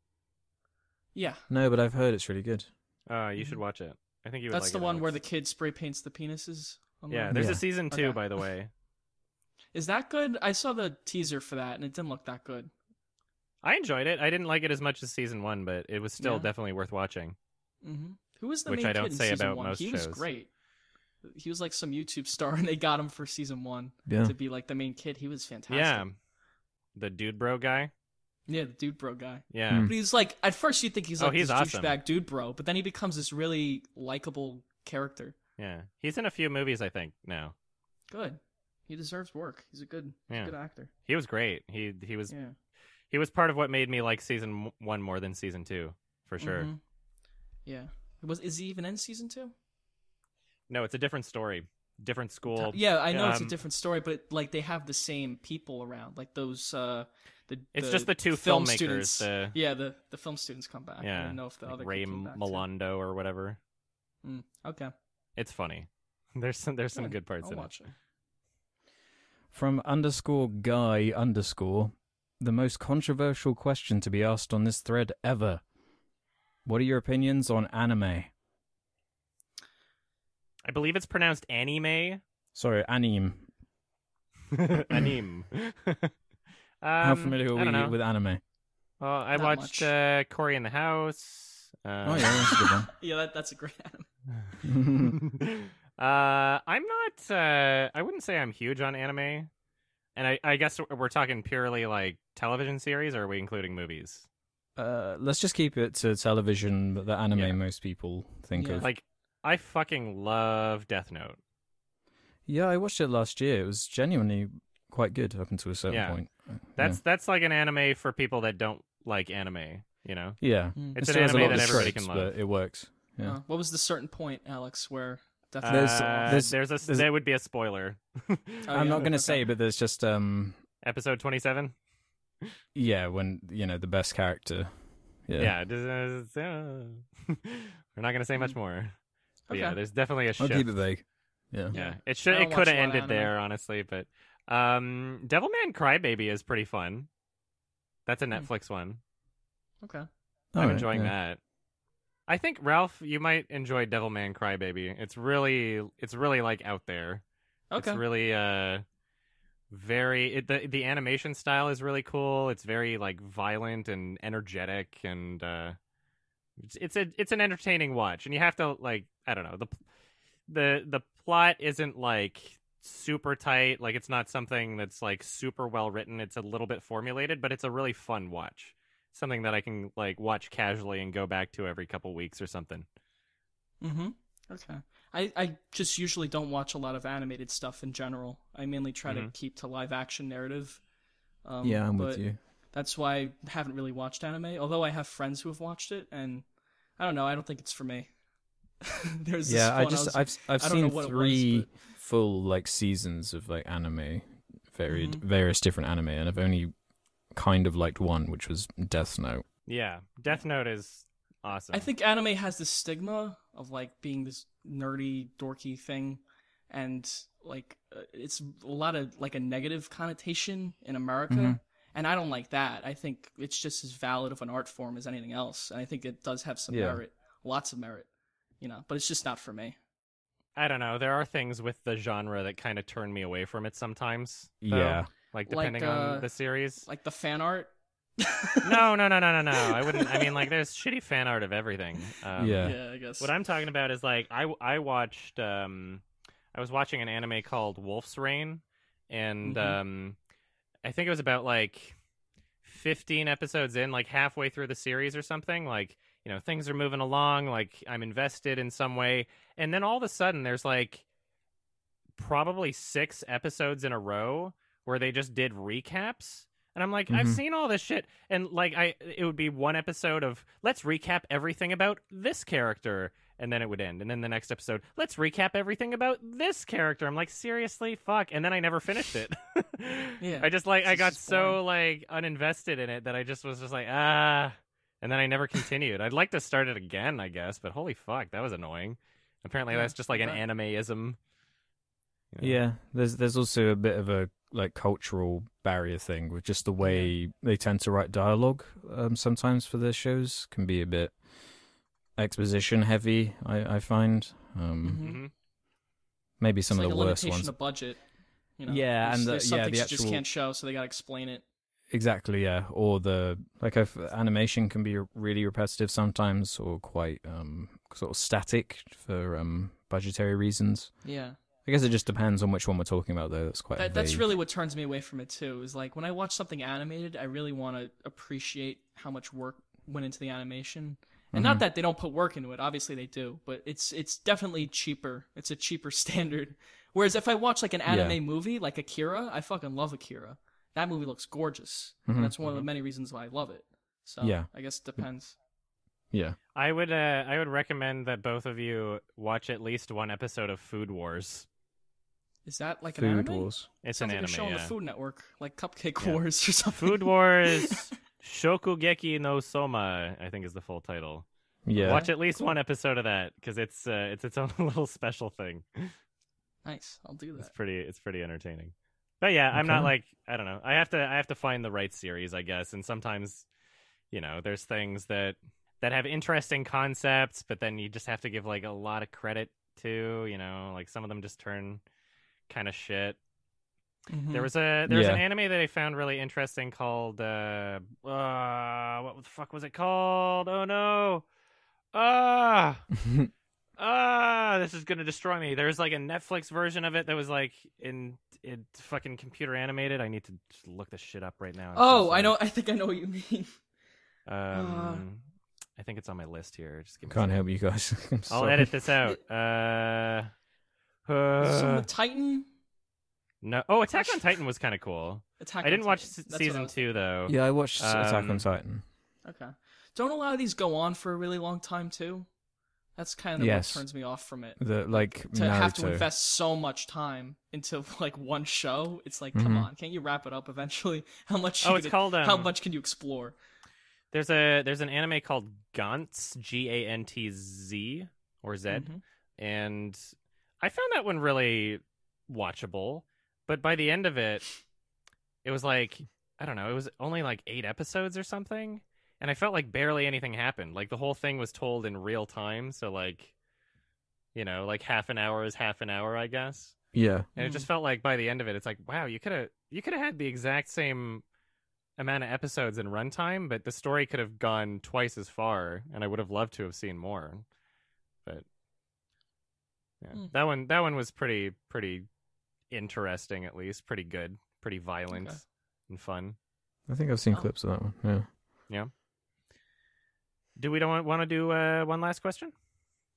Speaker 2: Yeah.
Speaker 3: No, but I've heard it's really good.
Speaker 1: Uh, you should watch it. I think you would
Speaker 2: Mm-hmm. That's
Speaker 1: like
Speaker 2: the
Speaker 1: it,
Speaker 2: one where the
Speaker 1: Alex.
Speaker 2: kid spray paints the penises. on
Speaker 1: yeah.
Speaker 2: the-
Speaker 1: There's
Speaker 3: Yeah.
Speaker 1: a season two,
Speaker 2: Okay.
Speaker 1: by the way.
Speaker 2: Is that good? I saw the teaser for that and it didn't look that good.
Speaker 1: I enjoyed it. I didn't like it as much as season one, but it was still
Speaker 2: Yeah.
Speaker 1: definitely worth watching.
Speaker 2: Mm-hmm. Who was the
Speaker 1: Which
Speaker 2: main
Speaker 1: I don't
Speaker 2: kid in
Speaker 1: say
Speaker 2: season
Speaker 1: about
Speaker 2: one?
Speaker 1: most
Speaker 2: he
Speaker 1: shows.
Speaker 2: was great. He was like some YouTube <laughs> star and they got him for season one
Speaker 3: Yeah,
Speaker 2: to be like the main kid. He was fantastic.
Speaker 1: Yeah. The dude bro guy.
Speaker 2: Yeah, the dude bro guy.
Speaker 1: Yeah.
Speaker 3: Hmm.
Speaker 2: But he's like at first you think he's
Speaker 1: Oh,
Speaker 2: like
Speaker 1: he's
Speaker 2: this
Speaker 1: awesome.
Speaker 2: douchebag dude bro, but then he becomes this really likable character.
Speaker 1: Yeah. He's in a few movies, I think, now.
Speaker 2: Good. He deserves work. He's a good he's
Speaker 1: Yeah.
Speaker 2: a good actor.
Speaker 1: He was great. He he was
Speaker 2: Yeah.
Speaker 1: he was part of what made me like season m- one more than season two, for sure.
Speaker 2: Mhm. Yeah. Was is he even in season two?
Speaker 1: No, it's a different story, different school.
Speaker 2: yeah, I know it's a
Speaker 1: um,
Speaker 2: different story, but like they have the same people around, like those. uh the,
Speaker 1: It's just the two
Speaker 2: film
Speaker 1: filmmakers,
Speaker 2: Students.
Speaker 1: the-
Speaker 2: Yeah, the the film students come back. I
Speaker 1: Yeah,
Speaker 2: don't know if the
Speaker 1: like
Speaker 2: other
Speaker 1: Ray
Speaker 2: kid came back, too.
Speaker 1: Milando or whatever.
Speaker 2: Mm, okay,
Speaker 1: It's funny. <laughs> There's some there's some
Speaker 2: Yeah,
Speaker 1: good parts
Speaker 2: I'll
Speaker 1: in it.
Speaker 2: watch it.
Speaker 5: From underscore guy underscore, the most controversial question to be asked on this thread ever. What are your opinions on anime?
Speaker 1: I believe it's pronounced
Speaker 5: <laughs>
Speaker 1: anime.
Speaker 5: Sorry, anime.
Speaker 1: anime.
Speaker 5: How
Speaker 2: Um,
Speaker 5: familiar
Speaker 1: Um, I
Speaker 5: are
Speaker 1: don't
Speaker 5: we
Speaker 1: know.
Speaker 5: with anime?
Speaker 1: Well, I
Speaker 2: Not
Speaker 1: watched
Speaker 2: much.
Speaker 1: uh, Corey in the House. Uh,
Speaker 5: Oh yeah, that's a good one.
Speaker 2: <laughs> Yeah, that, that's a great anime.
Speaker 3: <laughs>
Speaker 1: <laughs>
Speaker 5: <laughs>
Speaker 1: uh, I'm not. Uh, I wouldn't say I'm huge on anime, and I, I guess we're talking purely like television series, or are we including movies?
Speaker 3: Uh, let's just keep it to television, but the anime
Speaker 1: Yeah.
Speaker 3: most people think <laughs>
Speaker 2: Yeah.
Speaker 3: of.
Speaker 1: Like, I fucking love Death Note.
Speaker 3: yeah, I watched it last year. It was genuinely quite good up until a certain
Speaker 1: Yeah.
Speaker 3: point. Uh,
Speaker 1: That's that's like an anime for people that don't like anime. You know,
Speaker 3: yeah. yeah.
Speaker 2: Mm.
Speaker 1: it's an
Speaker 3: It still has a
Speaker 1: anime
Speaker 3: lot
Speaker 1: that
Speaker 3: of
Speaker 1: everybody
Speaker 3: tropes,
Speaker 1: can love.
Speaker 3: But it works. Yeah.
Speaker 2: Uh, what was the certain point, Alex, where Death
Speaker 1: Uh,
Speaker 2: Note-
Speaker 3: There's- there's-
Speaker 1: there's a
Speaker 3: there's-
Speaker 1: there would be a spoiler.
Speaker 2: Oh,
Speaker 3: I'm
Speaker 2: yeah.
Speaker 3: not gonna
Speaker 2: Okay.
Speaker 3: say, but there's just um,
Speaker 1: Episode twenty seven.
Speaker 3: yeah, when you know the best character. Yeah.
Speaker 1: Yeah, this is- uh, <laughs> we're not gonna say much more. But yeah,
Speaker 2: Okay.
Speaker 1: there's definitely a
Speaker 3: I'll
Speaker 1: shift.
Speaker 3: keep it vague. Yeah.
Speaker 1: Yeah,
Speaker 2: Yeah.
Speaker 1: it should.
Speaker 2: I don't
Speaker 1: It could
Speaker 2: watch a
Speaker 1: have
Speaker 2: lot of
Speaker 1: ended
Speaker 2: anime.
Speaker 1: there, honestly. But um, Devilman Crybaby is pretty fun. That's a
Speaker 2: Hmm.
Speaker 1: Netflix one.
Speaker 2: Okay.
Speaker 1: I'm
Speaker 3: Alright,
Speaker 1: enjoying
Speaker 3: yeah.
Speaker 1: that. I think Ralph, you might enjoy Devilman Crybaby. It's really, it's really like out there.
Speaker 2: Okay.
Speaker 1: It's really uh, very it, the the animation style is really cool. It's very like violent and energetic, and uh, it's, it's a it's an entertaining watch. And you have to like I don't know the the the plot isn't like super tight. Like it's not something that's like super well written. It's a little bit formulated, but it's a really fun watch. Something that I can like watch casually and go back to every couple weeks or something.
Speaker 2: Mm-hmm. Okay. I, I just usually don't watch a lot of animated stuff in general. I mainly try to
Speaker 1: Mhm.
Speaker 2: keep to live action narrative. Um,
Speaker 3: Yeah, I'm
Speaker 2: but
Speaker 3: with you.
Speaker 2: That's why I haven't really watched anime, although I have friends who have watched it, and I don't know. I don't think it's for me. <laughs> There's this
Speaker 3: Yeah, I
Speaker 2: one
Speaker 3: just
Speaker 2: was-
Speaker 3: I've I've
Speaker 2: I don't know
Speaker 3: seen
Speaker 2: what it was,
Speaker 3: three full like seasons of like anime, varied
Speaker 2: Mm-hmm.
Speaker 3: various different anime, and I've only kind of liked one, which was Death Note.
Speaker 1: Yeah, Death Note is awesome.
Speaker 2: I think anime has this stigma of like being this nerdy, dorky thing, and like uh, it's a lot of like a negative connotation in America.
Speaker 3: Mm-hmm.
Speaker 2: And I don't like that. I think it's just as valid of an art form as anything else, and I think it does have some
Speaker 3: Yeah.
Speaker 2: merit, lots of merit, you know. But it's just not for me.
Speaker 1: I don't know. There are things with the genre that kind of turn me away from it sometimes. though.
Speaker 3: Yeah.
Speaker 1: Like
Speaker 2: Like,
Speaker 1: depending
Speaker 2: uh,
Speaker 1: on the series.
Speaker 2: Like the fan
Speaker 3: <laughs>
Speaker 2: art.
Speaker 1: no, no, no, no, no, no. I wouldn't. I mean, like, there's shitty fan art of everything. Um,
Speaker 3: Yeah.
Speaker 2: Yeah, I guess.
Speaker 1: What I'm talking about is like I I watched um I was watching an anime called Wolf's Rain, and
Speaker 2: Mhm.
Speaker 1: um I think it was about like 15 episodes in, like halfway through the series or something. Like you know things are moving along, like I'm invested in some way, and then all of a sudden there's like probably six episodes in a row where they just did recaps and i'm like i've
Speaker 2: Mm-hmm.
Speaker 3: Mhm.
Speaker 1: seen all this shit and like i it would be one episode of let's recap everything about this character and then it would end and then the next episode let's recap everything about this character i'm like seriously fuck and then i never finished it
Speaker 2: <laughs> Yeah.
Speaker 1: <laughs> i just like i
Speaker 2: It's
Speaker 1: got
Speaker 2: just
Speaker 1: so like uninvested in it that i just was just like ah and then i never continued i'd like to start it again i guess but holy fuck that was annoying apparently
Speaker 2: Yeah,
Speaker 1: that's just like an
Speaker 2: I bet.
Speaker 1: animeism
Speaker 3: Yeah. there's there's also a bit of a like cultural barrier thing with just the way they tend to write dialogue. Um, sometimes for their shows can be a bit exposition heavy. I I find um
Speaker 2: Mhm.
Speaker 1: hmm
Speaker 3: maybe some
Speaker 2: it's
Speaker 3: of
Speaker 2: like
Speaker 3: the
Speaker 2: a
Speaker 3: worst
Speaker 2: limitation
Speaker 3: ones.
Speaker 2: of budget. You know,
Speaker 3: Yeah,
Speaker 2: There's-
Speaker 3: and the-
Speaker 2: there's
Speaker 3: yeah,
Speaker 2: some things
Speaker 3: the
Speaker 2: you just
Speaker 3: actual-
Speaker 2: can't show, so they gotta explain it.
Speaker 3: Exactly, yeah. Or the like, if animation can be really repetitive sometimes, or quite um sort of static for um budgetary reasons.
Speaker 2: Yeah.
Speaker 3: I guess it just depends on which one we're talking about, though. That's quite.
Speaker 2: That, that's
Speaker 3: vague.
Speaker 2: really what turns me away from it too. Is like when I watch something animated, I really want to appreciate how much work went into the animation,
Speaker 3: Mm-hmm.
Speaker 2: and not that they don't put work into it. Obviously they do, but it's it's definitely cheaper. It's a cheaper <laughs> standard. Whereas if I watch like an anime movie, like Akira, I fucking love Akira. That movie looks gorgeous, and that's one of the many reasons why I love it. So
Speaker 3: Mm-hmm. Yeah.
Speaker 2: I guess it depends.
Speaker 3: yeah.
Speaker 1: I would uh, I would recommend that both of you watch at least one episode of Food Wars.
Speaker 2: Is that like an
Speaker 3: Food
Speaker 2: anime?
Speaker 3: wars.
Speaker 1: It's
Speaker 2: Sounds
Speaker 1: an
Speaker 2: like a show
Speaker 1: anime.
Speaker 2: on
Speaker 1: yeah.
Speaker 2: the Food Network, like Cupcake
Speaker 1: Yeah.
Speaker 2: Wars
Speaker 1: <laughs>
Speaker 2: or <laughs> something.
Speaker 1: Food
Speaker 2: <laughs>
Speaker 1: Wars Shokugeki no Soma, I think is the full title.
Speaker 3: Yeah,
Speaker 1: Watch at least one episode of that because it's uh, it's its own <laughs> little special thing.
Speaker 2: Nice, I'll do
Speaker 1: It's
Speaker 2: that.
Speaker 1: pretty it's pretty entertaining. But yeah, I'm not
Speaker 3: Okay.
Speaker 1: like I don't know. I have to I have to find the right series, I guess. And sometimes, you know, there's things that that have interesting concepts, but then you just have to give like a lot of credit to, you know, like some of them just turn kind of shit.
Speaker 3: Mm-hmm.
Speaker 2: Mhm.
Speaker 1: There was a there was an
Speaker 3: Hmm. Yeah.
Speaker 1: anime that I found really interesting called uh, uh what the fuck was it called? Oh no. Ah
Speaker 3: <laughs>
Speaker 1: ah, this is gonna destroy me. There's like a Netflix version of it that was like in it fucking computer animated. I need to just look this shit up right now. I'm so
Speaker 2: Oh, I
Speaker 1: sorry.
Speaker 2: know. I think I know what you mean.
Speaker 1: Um,
Speaker 2: Ah.
Speaker 1: I think it's on my list here. Just give me a
Speaker 3: Can't
Speaker 1: second.
Speaker 3: help you guys. <laughs> I'm
Speaker 1: I'll
Speaker 3: sorry.
Speaker 1: edit this out. Uh,
Speaker 2: Is this
Speaker 1: <laughs>
Speaker 2: on
Speaker 1: uh,
Speaker 2: the Titan
Speaker 1: no. Oh, Attack on Titan was kind of cool.
Speaker 2: attack.
Speaker 1: I
Speaker 2: on
Speaker 1: didn't watch
Speaker 2: Titan.
Speaker 1: se-
Speaker 2: That's what I
Speaker 1: season
Speaker 2: was-
Speaker 1: two though.
Speaker 3: Yeah, I watched Attack
Speaker 1: Um,
Speaker 3: on Titan.
Speaker 2: Okay. Don't a lot of these go on for a really long time too? That's kind of
Speaker 3: Yes.
Speaker 2: what turns me off from it.
Speaker 3: The like
Speaker 2: To have to
Speaker 3: Naruto.
Speaker 2: invest so much time into <laughs> like one show, it's like, come
Speaker 3: Mhm.
Speaker 2: on, can't you wrap it up eventually? <laughs> How much?
Speaker 1: Mm-hmm. Oh,
Speaker 2: you
Speaker 1: it's
Speaker 2: could-
Speaker 1: called um,
Speaker 2: How much can you explore?
Speaker 1: There's a there's an anime called Gantz G A N T Z or Z,
Speaker 2: Mhm.
Speaker 1: and I found that one really watchable. But by the end of it, it was like I don't know, it was only like eight episodes or something, and I felt like barely anything happened. Like the whole thing was told in real time, so like, you know, like half an hour is half an hour, I guess.
Speaker 3: Yeah.
Speaker 1: And
Speaker 2: Hmm.
Speaker 1: it just felt like by the end of it, it's like, wow, you could have you could have had the exact same amount of episodes and runtime, but the story could have gone twice as far, and I would have loved to have seen more. But yeah,
Speaker 2: Hmm.
Speaker 1: that one that one was pretty pretty interesting, at least pretty good, pretty violent
Speaker 2: Okay.
Speaker 1: and fun.
Speaker 3: I think I've seen
Speaker 2: Oh.
Speaker 3: clips of that one. Yeah. Do we don't want to do uh, one last question?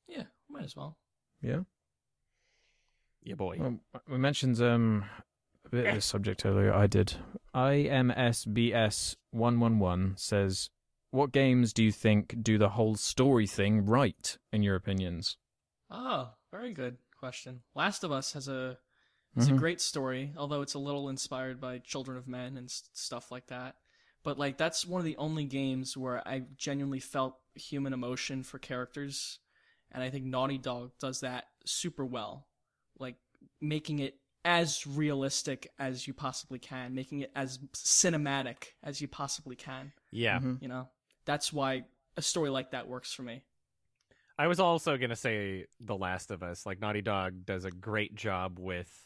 Speaker 2: Yeah, might as well.
Speaker 1: Yeah, boy.
Speaker 3: Well, we mentioned um a bit of this subject earlier. I did. IMSBS111 says, "What games do you think do the whole story thing right in your opinions?"
Speaker 2: Oh, very good question. Last of Us has a it's
Speaker 3: Mm-hmm.
Speaker 1: Mm-hmm.
Speaker 2: a great story, although it's a little inspired by Children of Men and s- stuff like that. But like that's one of the only games where I genuinely felt human emotion for characters, and I think Naughty Dog does that super well, like making it as realistic as you possibly can, making it as cinematic as you possibly can.
Speaker 1: Yeah.
Speaker 2: You know, that's why a story like that works for me.
Speaker 1: I was also gonna say The Last of Us. Like Naughty Dog does a great job with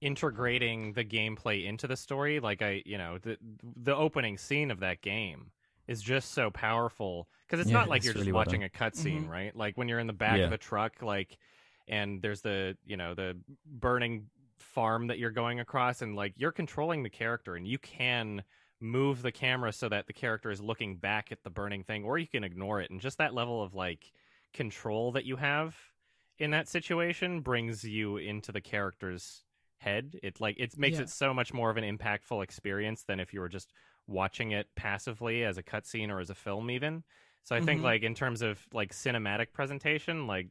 Speaker 1: integrating the gameplay into the story. Like I, you know, the the opening scene of that game is just so powerful because it's
Speaker 3: Yeah,
Speaker 1: not like
Speaker 3: it's
Speaker 1: you're just
Speaker 3: really well
Speaker 1: watching a cutscene,
Speaker 2: Mhm.
Speaker 1: right? Like when you're in the back
Speaker 3: Yeah.
Speaker 1: of the truck, like, and there's the you know the burning farm that you're going across, and like you're controlling the character, and you can move the camera so that the character is looking back at the burning thing, or you can ignore it, and just that level of like control that you have in that situation brings you into the character's head. It like it makes
Speaker 2: Yeah.
Speaker 1: it so much more of an impactful experience than if you were just watching it passively as a cutscene or as a film even. So I think
Speaker 2: Mhm.
Speaker 1: like in terms of like cinematic presentation, like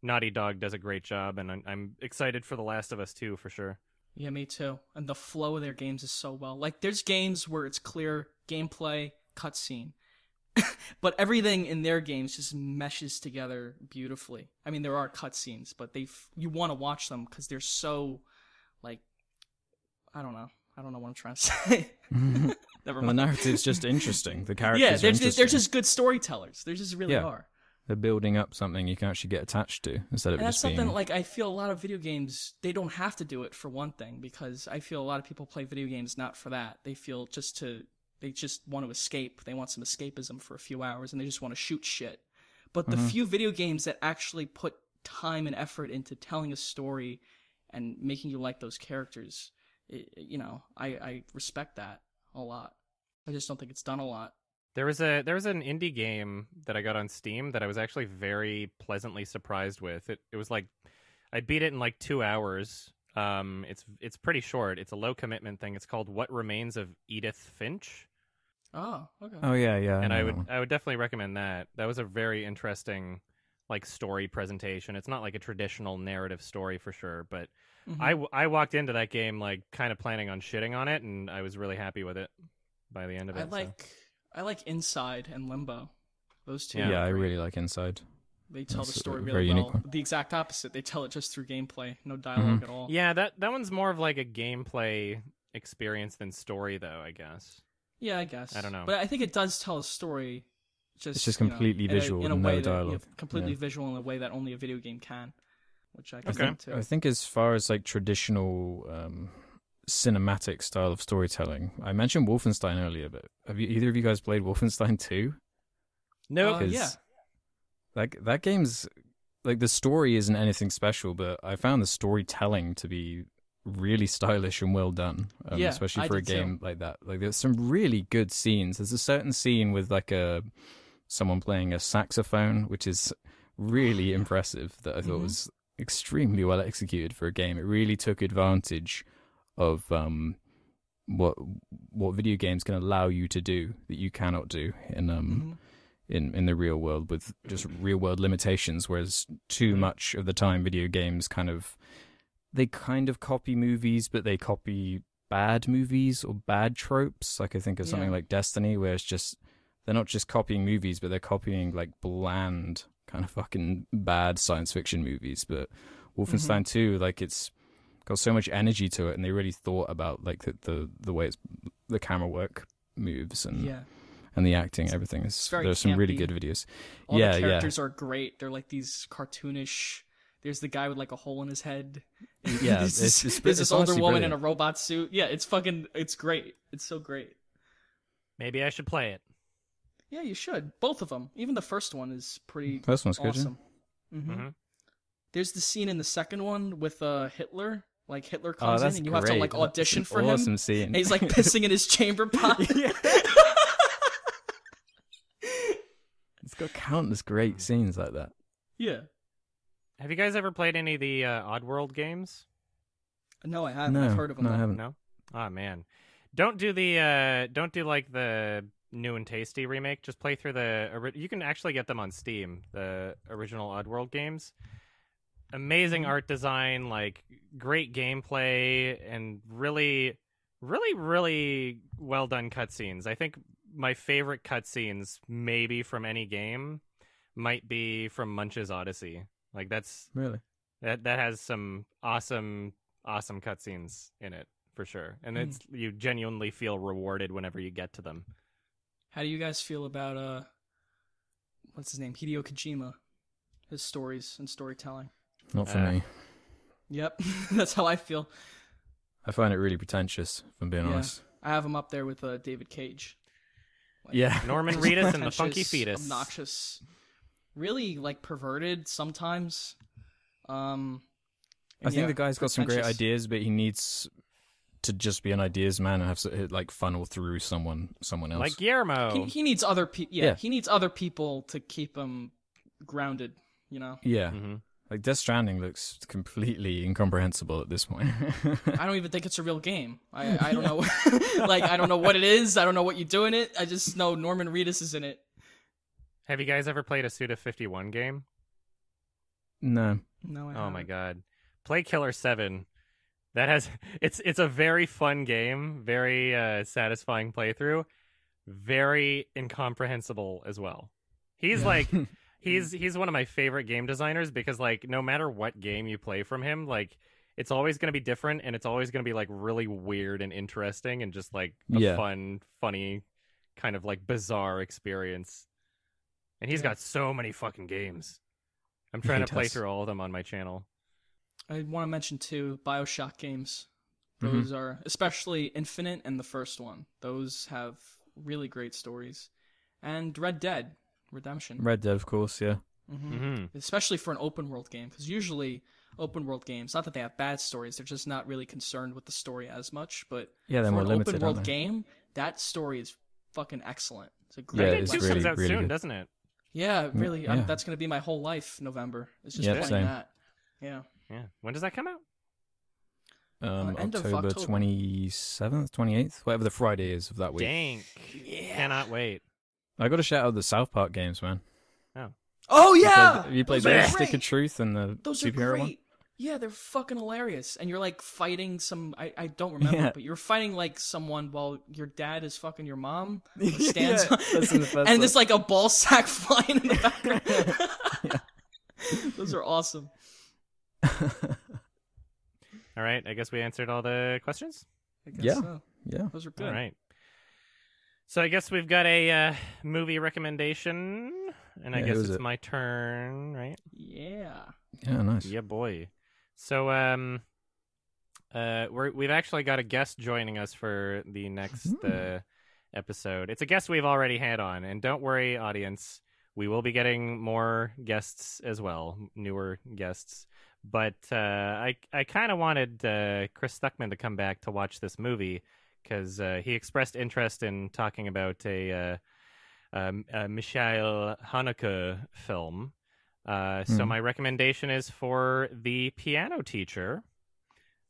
Speaker 1: Naughty Dog does a great job and I'm, I'm excited for The Last of Us 2 for sure.
Speaker 2: Yeah, me too. And the flow of their games is so well. Like, there's games where it's clear gameplay, cutscene, <laughs> but everything in their games just meshes together beautifully. I mean, there are cutscenes, but they f- you want to watch them because they're so, like, I don't know. I don't know what I'm trying to <laughs> say.
Speaker 1: <laughs>
Speaker 2: Never
Speaker 3: And the
Speaker 2: mind.
Speaker 3: narrative's just interesting. The characters
Speaker 2: Yeah,
Speaker 3: are
Speaker 2: they're, ju-
Speaker 3: interesting.
Speaker 2: they're just good storytellers. They just really
Speaker 3: Yeah.
Speaker 2: are.
Speaker 3: They're building up something you can actually get attached to instead of
Speaker 2: And that's
Speaker 3: just being.
Speaker 2: something like I feel a lot of video games they don't have to do it for one thing because I feel a lot of people play video games not for that. They feel just to they just want to escape. They want some escapism for a few hours and they just want to shoot shit. But the few video games that actually put time and effort into telling a story and making you like those characters, i you know, I I respect that a lot. I just don't think it's done a lot.
Speaker 1: There was a there was an indie game that I got on Steam that I was actually very pleasantly surprised with. It it was like I beat it in like two hours. Um, it's it's pretty short. It's a low commitment thing. It's called What Remains of Edith Finch,
Speaker 2: Oh, okay.
Speaker 3: oh yeah, yeah.
Speaker 1: and
Speaker 3: know
Speaker 1: I
Speaker 3: that
Speaker 1: would
Speaker 3: one.
Speaker 1: I would definitely recommend that. That was a very interesting like story presentation. It's not like a traditional narrative story for sure, but
Speaker 2: Mhm.
Speaker 3: Mm-hmm.
Speaker 1: I w I I walked into that game like kind of planning on shitting on it, and I was really happy with it by the end of it.
Speaker 2: I
Speaker 1: so.
Speaker 2: like I like Inside and Limbo. Those two.
Speaker 1: Yeah.
Speaker 3: Yeah,
Speaker 2: are
Speaker 3: I
Speaker 2: great.
Speaker 3: really like Inside.
Speaker 2: They tell the
Speaker 3: That's a
Speaker 2: story
Speaker 3: very
Speaker 2: really
Speaker 3: unique
Speaker 2: well.
Speaker 3: one. Mm-hmm.
Speaker 2: The exact opposite. They tell it just through gameplay, no dialogue at all.
Speaker 1: Yeah, that that one's more of like a gameplay experience than story, though. I guess.
Speaker 2: Yeah, I guess.
Speaker 1: I don't know.
Speaker 2: But I think it does tell a story. Just
Speaker 3: It's just
Speaker 2: you know,
Speaker 3: completely
Speaker 2: in a-
Speaker 3: visual
Speaker 2: in a,
Speaker 3: and no
Speaker 2: way that, you know,
Speaker 3: dialogue.
Speaker 2: completely
Speaker 3: Yeah.
Speaker 2: visual in a way that only a video game can, which I can
Speaker 1: Okay.
Speaker 2: relate to.
Speaker 3: I think as far as like traditional um, cinematic style of storytelling, I mentioned Wolfenstein earlier, but have you either of you guys played Wolfenstein 2?
Speaker 1: No,
Speaker 2: Uh,
Speaker 3: Because
Speaker 2: yeah.
Speaker 3: like that game's like the story isn't anything special, but I found the storytelling to be really stylish and well done, um,
Speaker 2: Yeah,
Speaker 3: especially
Speaker 2: I
Speaker 3: for a
Speaker 2: did too.
Speaker 3: game like that. Like there's some really good scenes. There's a certain scene with like a someone playing a saxophone, which is
Speaker 2: <sighs>
Speaker 3: really impressive. That I thought
Speaker 2: Mm-hmm.
Speaker 3: was extremely well executed for a game. It really took advantage of um, what what video games can allow you to do that you cannot do in um,
Speaker 2: Mm-hmm.
Speaker 3: in in the real world with just real world limitations whereas
Speaker 2: Mm.
Speaker 3: too much of the time video games kind of they kind of copy movies but they copy bad movies or bad tropes like i think of something
Speaker 2: Yeah.
Speaker 3: like destiny where it's just they're not just copying movies but they're copying like bland kind of fucking bad science fiction movies but
Speaker 2: Mm-hmm.
Speaker 3: wolfenstein 2 like it's got so much energy to it and they really thought about like the the, the way it's the camera work moves and
Speaker 2: Yeah.
Speaker 3: and the acting, everything is.
Speaker 2: very
Speaker 3: There's some really
Speaker 2: campy.
Speaker 3: good videos.
Speaker 2: All
Speaker 3: yeah,
Speaker 2: the
Speaker 3: yeah,
Speaker 2: characters are great. They're like these cartoonish. There's the guy with like a hole in his head.
Speaker 3: yeah.
Speaker 2: <laughs> there's this, there's this older woman in a robot suit. Yeah, it's fucking. It's great. It's so great.
Speaker 1: Maybe I should play it.
Speaker 2: Yeah, you should. Both of them. Even the first one is pretty
Speaker 3: First one's good. yeah.
Speaker 2: awesome. hmm
Speaker 1: Mhm.
Speaker 2: There's the scene in the second one with uh, Hitler. Like Hitler
Speaker 3: Oh,
Speaker 2: comes in
Speaker 3: that's
Speaker 2: and you have to
Speaker 3: great.
Speaker 2: like
Speaker 3: That's an
Speaker 2: audition for
Speaker 3: awesome
Speaker 2: him.
Speaker 3: Scene.
Speaker 2: And he's like pissing in his chamber pot.
Speaker 3: <laughs> it's got
Speaker 2: <laughs>
Speaker 3: countless great scenes like that.
Speaker 2: <laughs> yeah.
Speaker 1: Have you guys ever played any of the uh, Oddworld games?
Speaker 6: No, I haven't.
Speaker 3: No,
Speaker 6: I've heard of them.
Speaker 3: no, I
Speaker 6: though.
Speaker 3: haven't.
Speaker 1: No. Ah man, don't do the uh, don't do like the new and tasty remake. Just play through the. ori- You can actually get them on Steam. The original Oddworld games. Amazing art design, like great gameplay, and really, really, really well done cutscenes. I think my favorite cutscenes, maybe from any game, might be from Munch's Odyssey. Like that's
Speaker 3: Really?
Speaker 1: that that has some awesome, awesome cutscenes in it for sure, and
Speaker 2: Hmm.
Speaker 1: it's you genuinely feel rewarded whenever you get to
Speaker 2: <laughs>
Speaker 1: them.
Speaker 2: How do you guys feel about uh, what's his name, Hideo Kojima, his stories and storytelling?
Speaker 3: Not for
Speaker 1: Uh,
Speaker 3: me.
Speaker 2: Yep, <laughs> that's how I feel.
Speaker 3: I find it really pretentious, if I'm being
Speaker 2: Yeah. honest. I have him up there with uh, David Cage.
Speaker 3: Yeah.
Speaker 1: Norman Reedus and the Funky
Speaker 2: Pretentious,
Speaker 1: Fetus.
Speaker 2: obnoxious, really like perverted sometimes. Um,
Speaker 3: I think
Speaker 2: yeah,
Speaker 3: the guy's got some great
Speaker 2: pretentious.
Speaker 3: ideas, but he needs to just be an ideas man and have to like funnel through someone, someone else.
Speaker 1: Like Guillermo.
Speaker 2: He, he needs other people. Yeah,
Speaker 3: Yeah.
Speaker 2: he needs other people to keep him grounded. You know,
Speaker 3: yeah.
Speaker 1: Mhm.
Speaker 3: Like Death Stranding looks completely incomprehensible at this point. <laughs>
Speaker 2: I don't even think it's a real game. I I don't know. <laughs> like I don't know what it is. I don't know what you do in it. I just know Norman Reedus is in it.
Speaker 1: Have you guys ever played a Suda Fifty One game?
Speaker 3: no.
Speaker 2: No, I
Speaker 1: Oh my
Speaker 2: haven't.
Speaker 1: god, play Killer Seven. That has <laughs> it's it's a very fun game, very uh, satisfying playthrough, very incomprehensible as well. He's like he's
Speaker 3: Mm.
Speaker 1: he's one of my favorite game designers because like no matter what game you play from him, like it's always going to be different and it's always going to be like really weird and interesting and just like a
Speaker 3: Yeah.
Speaker 1: fun, funny kind of like bizarre experience. And he's
Speaker 2: Yeah.
Speaker 1: got so many fucking games. I'm trying
Speaker 3: <laughs> He
Speaker 1: to play
Speaker 3: does.
Speaker 1: through all of them on my channel.
Speaker 2: I want to mention two Bioshock games.
Speaker 3: Mm-hmm.
Speaker 2: Those are especially Infinite and the first one. Those have really great stories, and Red Dead Redemption,
Speaker 3: <laughs> Red Dead, of course, yeah.
Speaker 2: hmm
Speaker 1: Mm-hmm.
Speaker 2: especially for an open world game, because usually open world games, not that they have bad stories, they're just not really concerned with the story as much. But
Speaker 3: Yeah,
Speaker 2: for
Speaker 3: they're more
Speaker 2: an
Speaker 3: limited,
Speaker 2: open
Speaker 3: aren't
Speaker 2: world
Speaker 3: they?
Speaker 2: game, that story is fucking excellent. It's a
Speaker 3: Yeah,
Speaker 2: great.
Speaker 3: it
Speaker 1: Red Dead
Speaker 3: is
Speaker 1: Two
Speaker 2: lesson.
Speaker 1: comes
Speaker 3: really-
Speaker 1: out
Speaker 3: really
Speaker 1: soon,
Speaker 3: good.
Speaker 1: doesn't it?
Speaker 2: yeah, really. I'm-
Speaker 3: yeah.
Speaker 2: that's gonna be my whole life. November. It's just
Speaker 3: Yeah,
Speaker 2: playing
Speaker 3: same.
Speaker 2: that. Yeah.
Speaker 1: Yeah. When does that come out?
Speaker 3: Um,
Speaker 2: Uh, end of
Speaker 3: October
Speaker 2: October.
Speaker 3: twenty seventh, twenty eighth, whatever the Friday is of that week.
Speaker 1: Dank.
Speaker 2: Yeah.
Speaker 1: Cannot wait.
Speaker 3: I got to shout out the South Park games, man.
Speaker 2: Oh
Speaker 3: You
Speaker 2: yeah.
Speaker 3: played- you played
Speaker 2: Those are
Speaker 3: the Stick
Speaker 2: great.
Speaker 3: of Truth and the
Speaker 2: Those are
Speaker 3: superhero
Speaker 2: great.
Speaker 3: one.
Speaker 2: Yeah, they're fucking hilarious. And you're like fighting some I, I
Speaker 3: <laughs>
Speaker 2: don't remember,
Speaker 3: Yeah.
Speaker 2: but you're fighting like someone while your dad is fucking your mom. who
Speaker 3: <laughs> Yeah,
Speaker 2: Stands <laughs>
Speaker 3: that's in the first
Speaker 2: and there's like a ball sack <laughs> flying
Speaker 3: <laughs>
Speaker 2: in the background. <laughs> Those are awesome.
Speaker 1: All right. I guess we answered all the questions.
Speaker 2: I guess
Speaker 3: Yeah.
Speaker 2: so.
Speaker 3: <laughs> Yeah.
Speaker 2: Those are good.
Speaker 1: All right. So I guess we've got a uh, movie recommendation, and I
Speaker 3: Yeah,
Speaker 1: guess
Speaker 3: who's
Speaker 1: it's
Speaker 3: it?
Speaker 1: my turn, right?
Speaker 2: <laughs> Yeah.
Speaker 3: Yeah, nice.
Speaker 1: Yeah, boy. So um, uh, we're, we've actually got a guest joining us for the next uh, episode. It's a guest we've already had on, and don't worry, audience, we will be getting more guests as well, newer guests. But uh, I I kind of wanted uh, Chris Stuckman to come back to watch this movie because uh, he expressed interest in talking about a, uh, um, a Michael Haneke film. Uh, So
Speaker 7: Hmm.
Speaker 8: Mhm.
Speaker 1: my recommendation is for The Piano Teacher,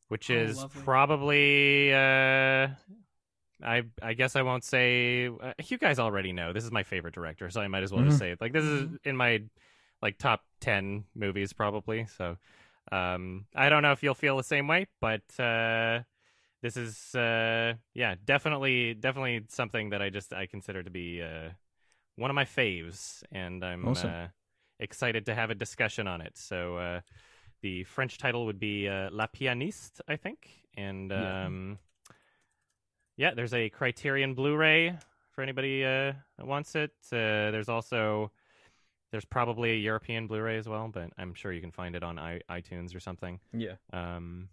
Speaker 1: which
Speaker 7: Oh,
Speaker 1: is
Speaker 7: lovely.
Speaker 1: probably. Uh, I I guess I won't say. Uh, you guys already know this is my favorite director, so I might as well just say it. Like this is in my like top ten movies probably. So um, I don't know if you'll feel the same way, but uh, this is uh, yeah, definitely definitely something that I just I consider to be uh, one of my faves, and I'm
Speaker 3: Awesome.
Speaker 1: uh, excited to have a discussion on it. So. Uh, the French title would be uh, La Pianiste, I think, and
Speaker 8: Yeah.
Speaker 1: um, yeah, there's a Criterion Blu-ray for anybody uh, that wants it. Uh, there's also there's probably a European Blu-ray as well, but I'm sure you can find it on I- iTunes or something.
Speaker 3: Yeah.
Speaker 1: Um,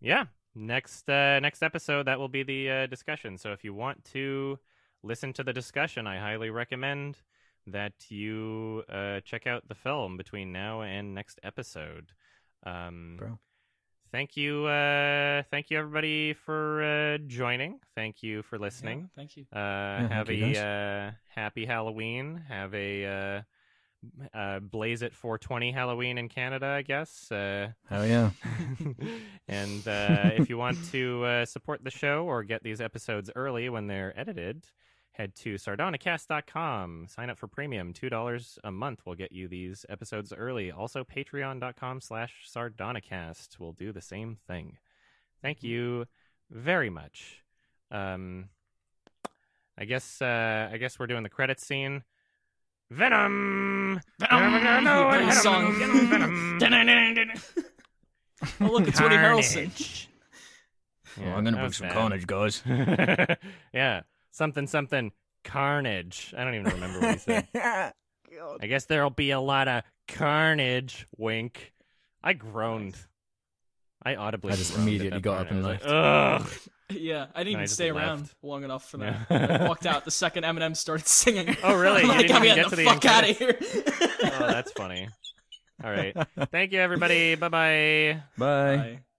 Speaker 1: yeah. Next uh, next episode, that will be the uh, discussion. So if you want to listen to the discussion, I highly recommend that you uh, check out the film between now and next episode. Um,
Speaker 3: Bro.
Speaker 1: Thank you, uh, thank you everybody for uh, joining. Thank you for listening.
Speaker 7: Yeah, thank you.
Speaker 1: Uh,
Speaker 3: thank
Speaker 1: have
Speaker 3: you,
Speaker 1: a
Speaker 3: guys.
Speaker 1: uh, happy Halloween. Have a uh, m- uh, blaze it 420 Halloween in Canada, I guess. Uh,
Speaker 3: Hell yeah.
Speaker 1: <laughs> and uh, if you want to uh, support the show or get these episodes early when they're edited, head to sardonicast.com. Sign up for premium. $2 a month will get you these episodes early. Also, patreon.com slash sardonicast will do the same thing. Thank you very much. Um, I guess uh, I guess we're doing the credit scene. Venom. Venom. No,
Speaker 7: Venom
Speaker 1: Venom.
Speaker 7: song.
Speaker 1: Venom.
Speaker 7: Oh look, it's Woody Harrelson.
Speaker 2: <laughs>
Speaker 1: Carnage.
Speaker 3: well, Oh, I'm gonna
Speaker 1: that
Speaker 3: bring
Speaker 1: was
Speaker 3: some
Speaker 1: bad.
Speaker 3: carnage, guys.
Speaker 1: <laughs> yeah, something, something, carnage. I don't even remember what he
Speaker 3: <laughs>
Speaker 1: said. I guess there'll be a lot of carnage. Wink. I groaned. I audibly.
Speaker 3: I just
Speaker 1: groaned at
Speaker 3: immediately
Speaker 1: that
Speaker 3: got
Speaker 1: part.
Speaker 3: up and
Speaker 1: I was
Speaker 3: left.
Speaker 1: like,
Speaker 3: <laughs>
Speaker 1: Ugh.
Speaker 7: Yeah, I didn't
Speaker 1: No, I
Speaker 7: even
Speaker 1: just
Speaker 7: stay around
Speaker 1: left.
Speaker 7: long enough for
Speaker 1: Yeah.
Speaker 7: that.
Speaker 2: <laughs>
Speaker 7: I walked out the second Eminem started singing.
Speaker 1: Oh, really?
Speaker 7: I'm
Speaker 1: You
Speaker 7: like,
Speaker 1: didn't
Speaker 7: I'm
Speaker 1: even
Speaker 7: getting
Speaker 1: get to
Speaker 7: the
Speaker 1: the
Speaker 7: fuck out
Speaker 1: end
Speaker 7: of here.
Speaker 2: <laughs>
Speaker 1: <laughs>
Speaker 3: <laughs>
Speaker 1: Oh, that's funny. All right. Thank you, everybody. Bye bye.
Speaker 3: Bye.
Speaker 7: Bye.